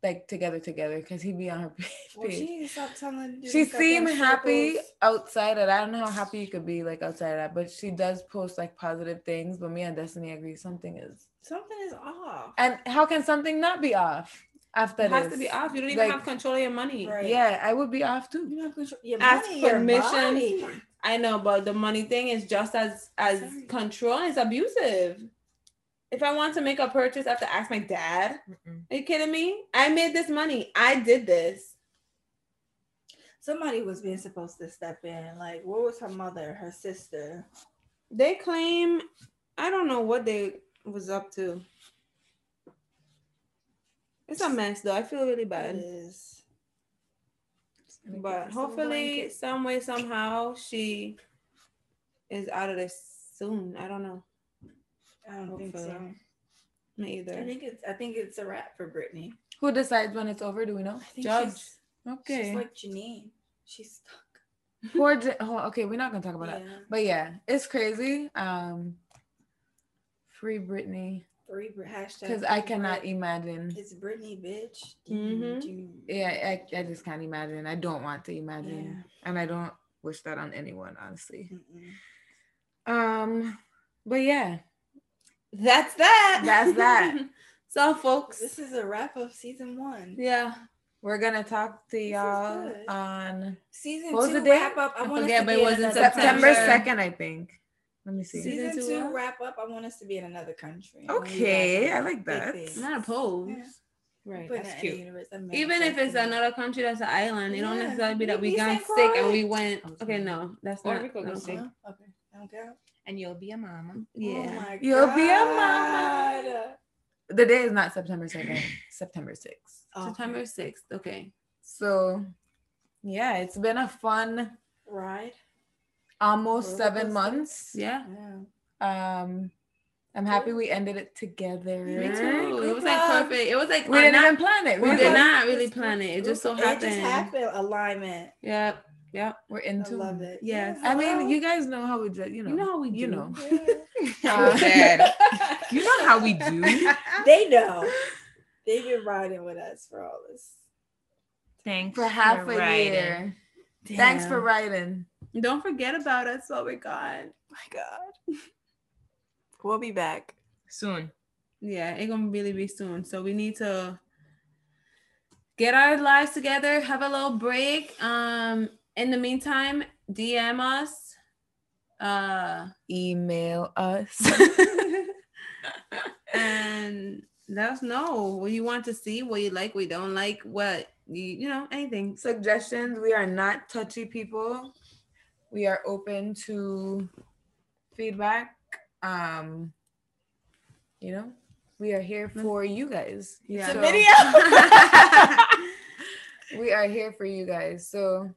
[SPEAKER 6] like together together, because he be on her [laughs]
[SPEAKER 8] Well, she
[SPEAKER 6] page.
[SPEAKER 8] needs to stop telling.
[SPEAKER 6] She seemed happy outside of that. I don't know how happy you could be like outside of that, but she does post like positive things. But me and Destiny agree something is
[SPEAKER 8] Something is off.
[SPEAKER 6] And how can something not be off after
[SPEAKER 1] it has
[SPEAKER 6] this?
[SPEAKER 1] to be off. You don't even
[SPEAKER 6] Like-
[SPEAKER 1] have control of your money.
[SPEAKER 8] Right.
[SPEAKER 6] Yeah, I would be off
[SPEAKER 8] You
[SPEAKER 6] too.
[SPEAKER 8] don't have control. Your
[SPEAKER 1] Ask
[SPEAKER 8] money, your
[SPEAKER 1] permission.
[SPEAKER 8] body.
[SPEAKER 1] I know, but the money thing is just as as
[SPEAKER 8] Sorry.
[SPEAKER 1] control. It's abusive. If I want to make a purchase, I have to ask my dad. Are you kidding me? I made this money. I did this.
[SPEAKER 8] Somebody was being supposed to step in. Like, what was her mother, her sister?
[SPEAKER 1] They claim I don't know what they was up to. It's a mess though. I feel really bad.
[SPEAKER 8] It is.
[SPEAKER 1] But hopefully, some way, somehow, she is out of this soon. I don't know.
[SPEAKER 8] I don't think so.
[SPEAKER 1] Me either.
[SPEAKER 8] I think it's I think it's a wrap for Brittany.
[SPEAKER 6] Who decides when it's over? Do we know?
[SPEAKER 8] I think
[SPEAKER 6] Judge.
[SPEAKER 8] she's-
[SPEAKER 6] Okay.
[SPEAKER 8] She's like Janine. She's stuck.
[SPEAKER 6] Poor. J- oh, okay, we're not gonna talk about
[SPEAKER 8] Yeah.
[SPEAKER 6] that. But yeah, it's crazy. Um, free Britney,
[SPEAKER 8] Three Brit- hashtag.
[SPEAKER 6] because I
[SPEAKER 8] free
[SPEAKER 6] cannot
[SPEAKER 8] Brit.
[SPEAKER 6] imagine.
[SPEAKER 8] It's Brittany, bitch.
[SPEAKER 6] Mhm.
[SPEAKER 8] Ding, ding.
[SPEAKER 6] Yeah, I, I just can't imagine. I don't want to imagine, and I don't wish that on anyone, honestly.
[SPEAKER 8] Mm-mm.
[SPEAKER 6] Um, but yeah,
[SPEAKER 1] That's that.
[SPEAKER 6] That's
[SPEAKER 8] [laughs]
[SPEAKER 6] that.
[SPEAKER 1] so, folks,
[SPEAKER 8] This is a wrap of season one.
[SPEAKER 1] yeah.
[SPEAKER 6] we're gonna talk to y'all
[SPEAKER 8] good.
[SPEAKER 6] on
[SPEAKER 8] Season
[SPEAKER 6] What was
[SPEAKER 8] two
[SPEAKER 6] the date?
[SPEAKER 8] wrap up. I,
[SPEAKER 1] I
[SPEAKER 8] want
[SPEAKER 1] forget,
[SPEAKER 8] us to
[SPEAKER 1] but it
[SPEAKER 8] be in
[SPEAKER 1] was in
[SPEAKER 8] another
[SPEAKER 6] September
[SPEAKER 8] country.
[SPEAKER 6] second, I think. Let me see.
[SPEAKER 8] Season,
[SPEAKER 1] Season
[SPEAKER 8] two
[SPEAKER 1] two
[SPEAKER 8] wrap up. I want us to be in another country.
[SPEAKER 6] Okay, I like that.
[SPEAKER 1] I'm not opposed.
[SPEAKER 8] Yeah.
[SPEAKER 9] Right.
[SPEAKER 8] Put
[SPEAKER 9] That's
[SPEAKER 8] that in the
[SPEAKER 9] cute.
[SPEAKER 8] universe. I'm
[SPEAKER 1] Even if it's
[SPEAKER 8] manifesting.
[SPEAKER 1] another country that's an island, it don't
[SPEAKER 8] Yeah.
[SPEAKER 1] necessarily be that we
[SPEAKER 8] Maybe
[SPEAKER 1] got
[SPEAKER 8] St.
[SPEAKER 1] sick and
[SPEAKER 8] Croix.
[SPEAKER 1] we went. Okay, no, that's
[SPEAKER 9] Or
[SPEAKER 1] not.
[SPEAKER 9] we could go
[SPEAKER 1] no.
[SPEAKER 9] sick.
[SPEAKER 8] Uh-huh. Okay. Okay.
[SPEAKER 9] And you'll be a mama.
[SPEAKER 1] Yeah.
[SPEAKER 8] Oh my
[SPEAKER 6] You'll
[SPEAKER 8] God.
[SPEAKER 6] be a mama. The day is not September second. September sixth.
[SPEAKER 8] Oh,
[SPEAKER 1] September 6th. Okay.
[SPEAKER 6] So, yeah, it's been a fun
[SPEAKER 8] Right.
[SPEAKER 6] almost
[SPEAKER 8] Roller
[SPEAKER 6] seven
[SPEAKER 8] coaster.
[SPEAKER 6] months.
[SPEAKER 1] Yeah.
[SPEAKER 8] Yeah.
[SPEAKER 6] Um, I'm happy we ended it together.
[SPEAKER 8] Me too.
[SPEAKER 1] Ooh, It was
[SPEAKER 8] Good
[SPEAKER 1] like
[SPEAKER 8] job.
[SPEAKER 1] perfect. It was like
[SPEAKER 6] We didn't
[SPEAKER 1] not-
[SPEAKER 6] even plan it.
[SPEAKER 1] we
[SPEAKER 6] were
[SPEAKER 1] did
[SPEAKER 6] like,
[SPEAKER 1] not really plan it. It just so
[SPEAKER 8] It
[SPEAKER 1] happened.
[SPEAKER 8] just happened. Alignment.
[SPEAKER 1] Yep. Yep.
[SPEAKER 6] We're
[SPEAKER 8] I
[SPEAKER 6] into
[SPEAKER 8] love it.
[SPEAKER 1] Yes.
[SPEAKER 6] I mean, you guys know how we do. You know.
[SPEAKER 1] You know how we
[SPEAKER 6] You
[SPEAKER 1] do. [laughs]
[SPEAKER 6] know. [laughs]
[SPEAKER 8] Yeah.
[SPEAKER 6] Uh, you know how we
[SPEAKER 1] [laughs]
[SPEAKER 6] do.
[SPEAKER 8] they know. They've been riding with us for all this.
[SPEAKER 9] Thanks
[SPEAKER 6] For half a
[SPEAKER 9] writing.
[SPEAKER 6] year. Thanks for writing.
[SPEAKER 1] Don't forget about us while we're gone.
[SPEAKER 8] My God. We'll be back.
[SPEAKER 9] Soon.
[SPEAKER 1] Yeah, it's gonna really be soon. So we need to get our lives together, have a little break. Um, in the meantime, DM us. Uh
[SPEAKER 6] Email us.
[SPEAKER 1] [laughs] and let us know what you want to see, what you like, what you don't like, what you you know, anything.
[SPEAKER 6] Suggestions. We are not touchy people. We are open to feedback. Um, you know, we are here for you guys.
[SPEAKER 1] Yeah.
[SPEAKER 6] So- [laughs] we are here for you guys. So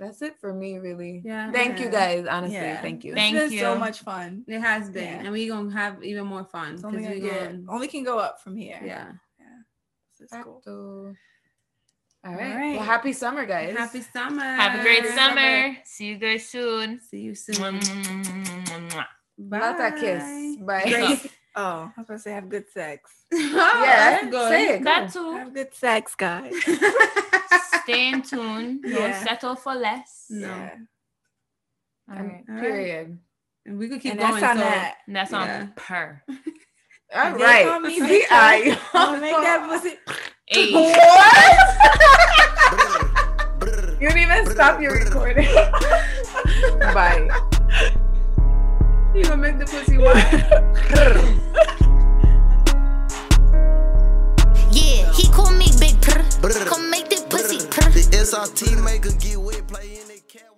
[SPEAKER 6] that's it for me, really.
[SPEAKER 1] yeah.
[SPEAKER 6] Thank you
[SPEAKER 8] Yeah.
[SPEAKER 6] guys. Honestly,
[SPEAKER 8] Yeah.
[SPEAKER 6] thank you.
[SPEAKER 9] Thank
[SPEAKER 8] it's been so
[SPEAKER 9] you.
[SPEAKER 8] much fun.
[SPEAKER 1] It has been,
[SPEAKER 8] Yeah.
[SPEAKER 1] and we're gonna have even more fun
[SPEAKER 8] It's
[SPEAKER 1] because
[SPEAKER 8] only,
[SPEAKER 1] we're
[SPEAKER 8] gonna get,
[SPEAKER 1] gonna,
[SPEAKER 8] only can go up from here.
[SPEAKER 1] yeah.
[SPEAKER 8] This is cool.
[SPEAKER 6] Facto. All right.
[SPEAKER 8] right.
[SPEAKER 6] Well, happy summer, guys.
[SPEAKER 1] Happy summer!
[SPEAKER 9] Have a great summer. See you guys soon.
[SPEAKER 1] See you soon.
[SPEAKER 9] Mwah.
[SPEAKER 1] Bye.
[SPEAKER 6] Not that kiss. Bye.
[SPEAKER 9] Great.
[SPEAKER 6] [laughs]
[SPEAKER 8] Oh, I was gonna say have good sex.
[SPEAKER 1] Oh,
[SPEAKER 6] yeah.
[SPEAKER 1] that's good.
[SPEAKER 6] Say it.
[SPEAKER 9] That
[SPEAKER 6] That's
[SPEAKER 9] too.
[SPEAKER 8] Have good
[SPEAKER 6] [laughs]
[SPEAKER 8] sex, guys.
[SPEAKER 9] Stay in
[SPEAKER 7] [laughs]
[SPEAKER 9] tune. Don't
[SPEAKER 8] Yeah.
[SPEAKER 9] settle for less.
[SPEAKER 8] [laughs]
[SPEAKER 1] No.
[SPEAKER 8] Yeah.
[SPEAKER 9] All right.
[SPEAKER 1] All right.
[SPEAKER 6] period.
[SPEAKER 1] And we could keep
[SPEAKER 8] And
[SPEAKER 1] going.
[SPEAKER 8] that's on
[SPEAKER 1] so
[SPEAKER 8] that.
[SPEAKER 9] And that's on
[SPEAKER 1] Yeah.
[SPEAKER 7] [laughs]
[SPEAKER 9] per.
[SPEAKER 6] All
[SPEAKER 8] They call
[SPEAKER 6] right. [laughs]
[SPEAKER 8] me
[SPEAKER 6] See,
[SPEAKER 8] bitch.
[SPEAKER 6] I.
[SPEAKER 8] I'll make that
[SPEAKER 6] [laughs]
[SPEAKER 8] pussy.
[SPEAKER 9] Hey.
[SPEAKER 6] [laughs] You didn't even stop your recording. [laughs] Bye.
[SPEAKER 1] You gonna make the pussy wild.
[SPEAKER 6] [laughs]
[SPEAKER 5] Yeah, he called me big purr. Come make that pussy purr.
[SPEAKER 11] The SRT maker get wet, play in the cat.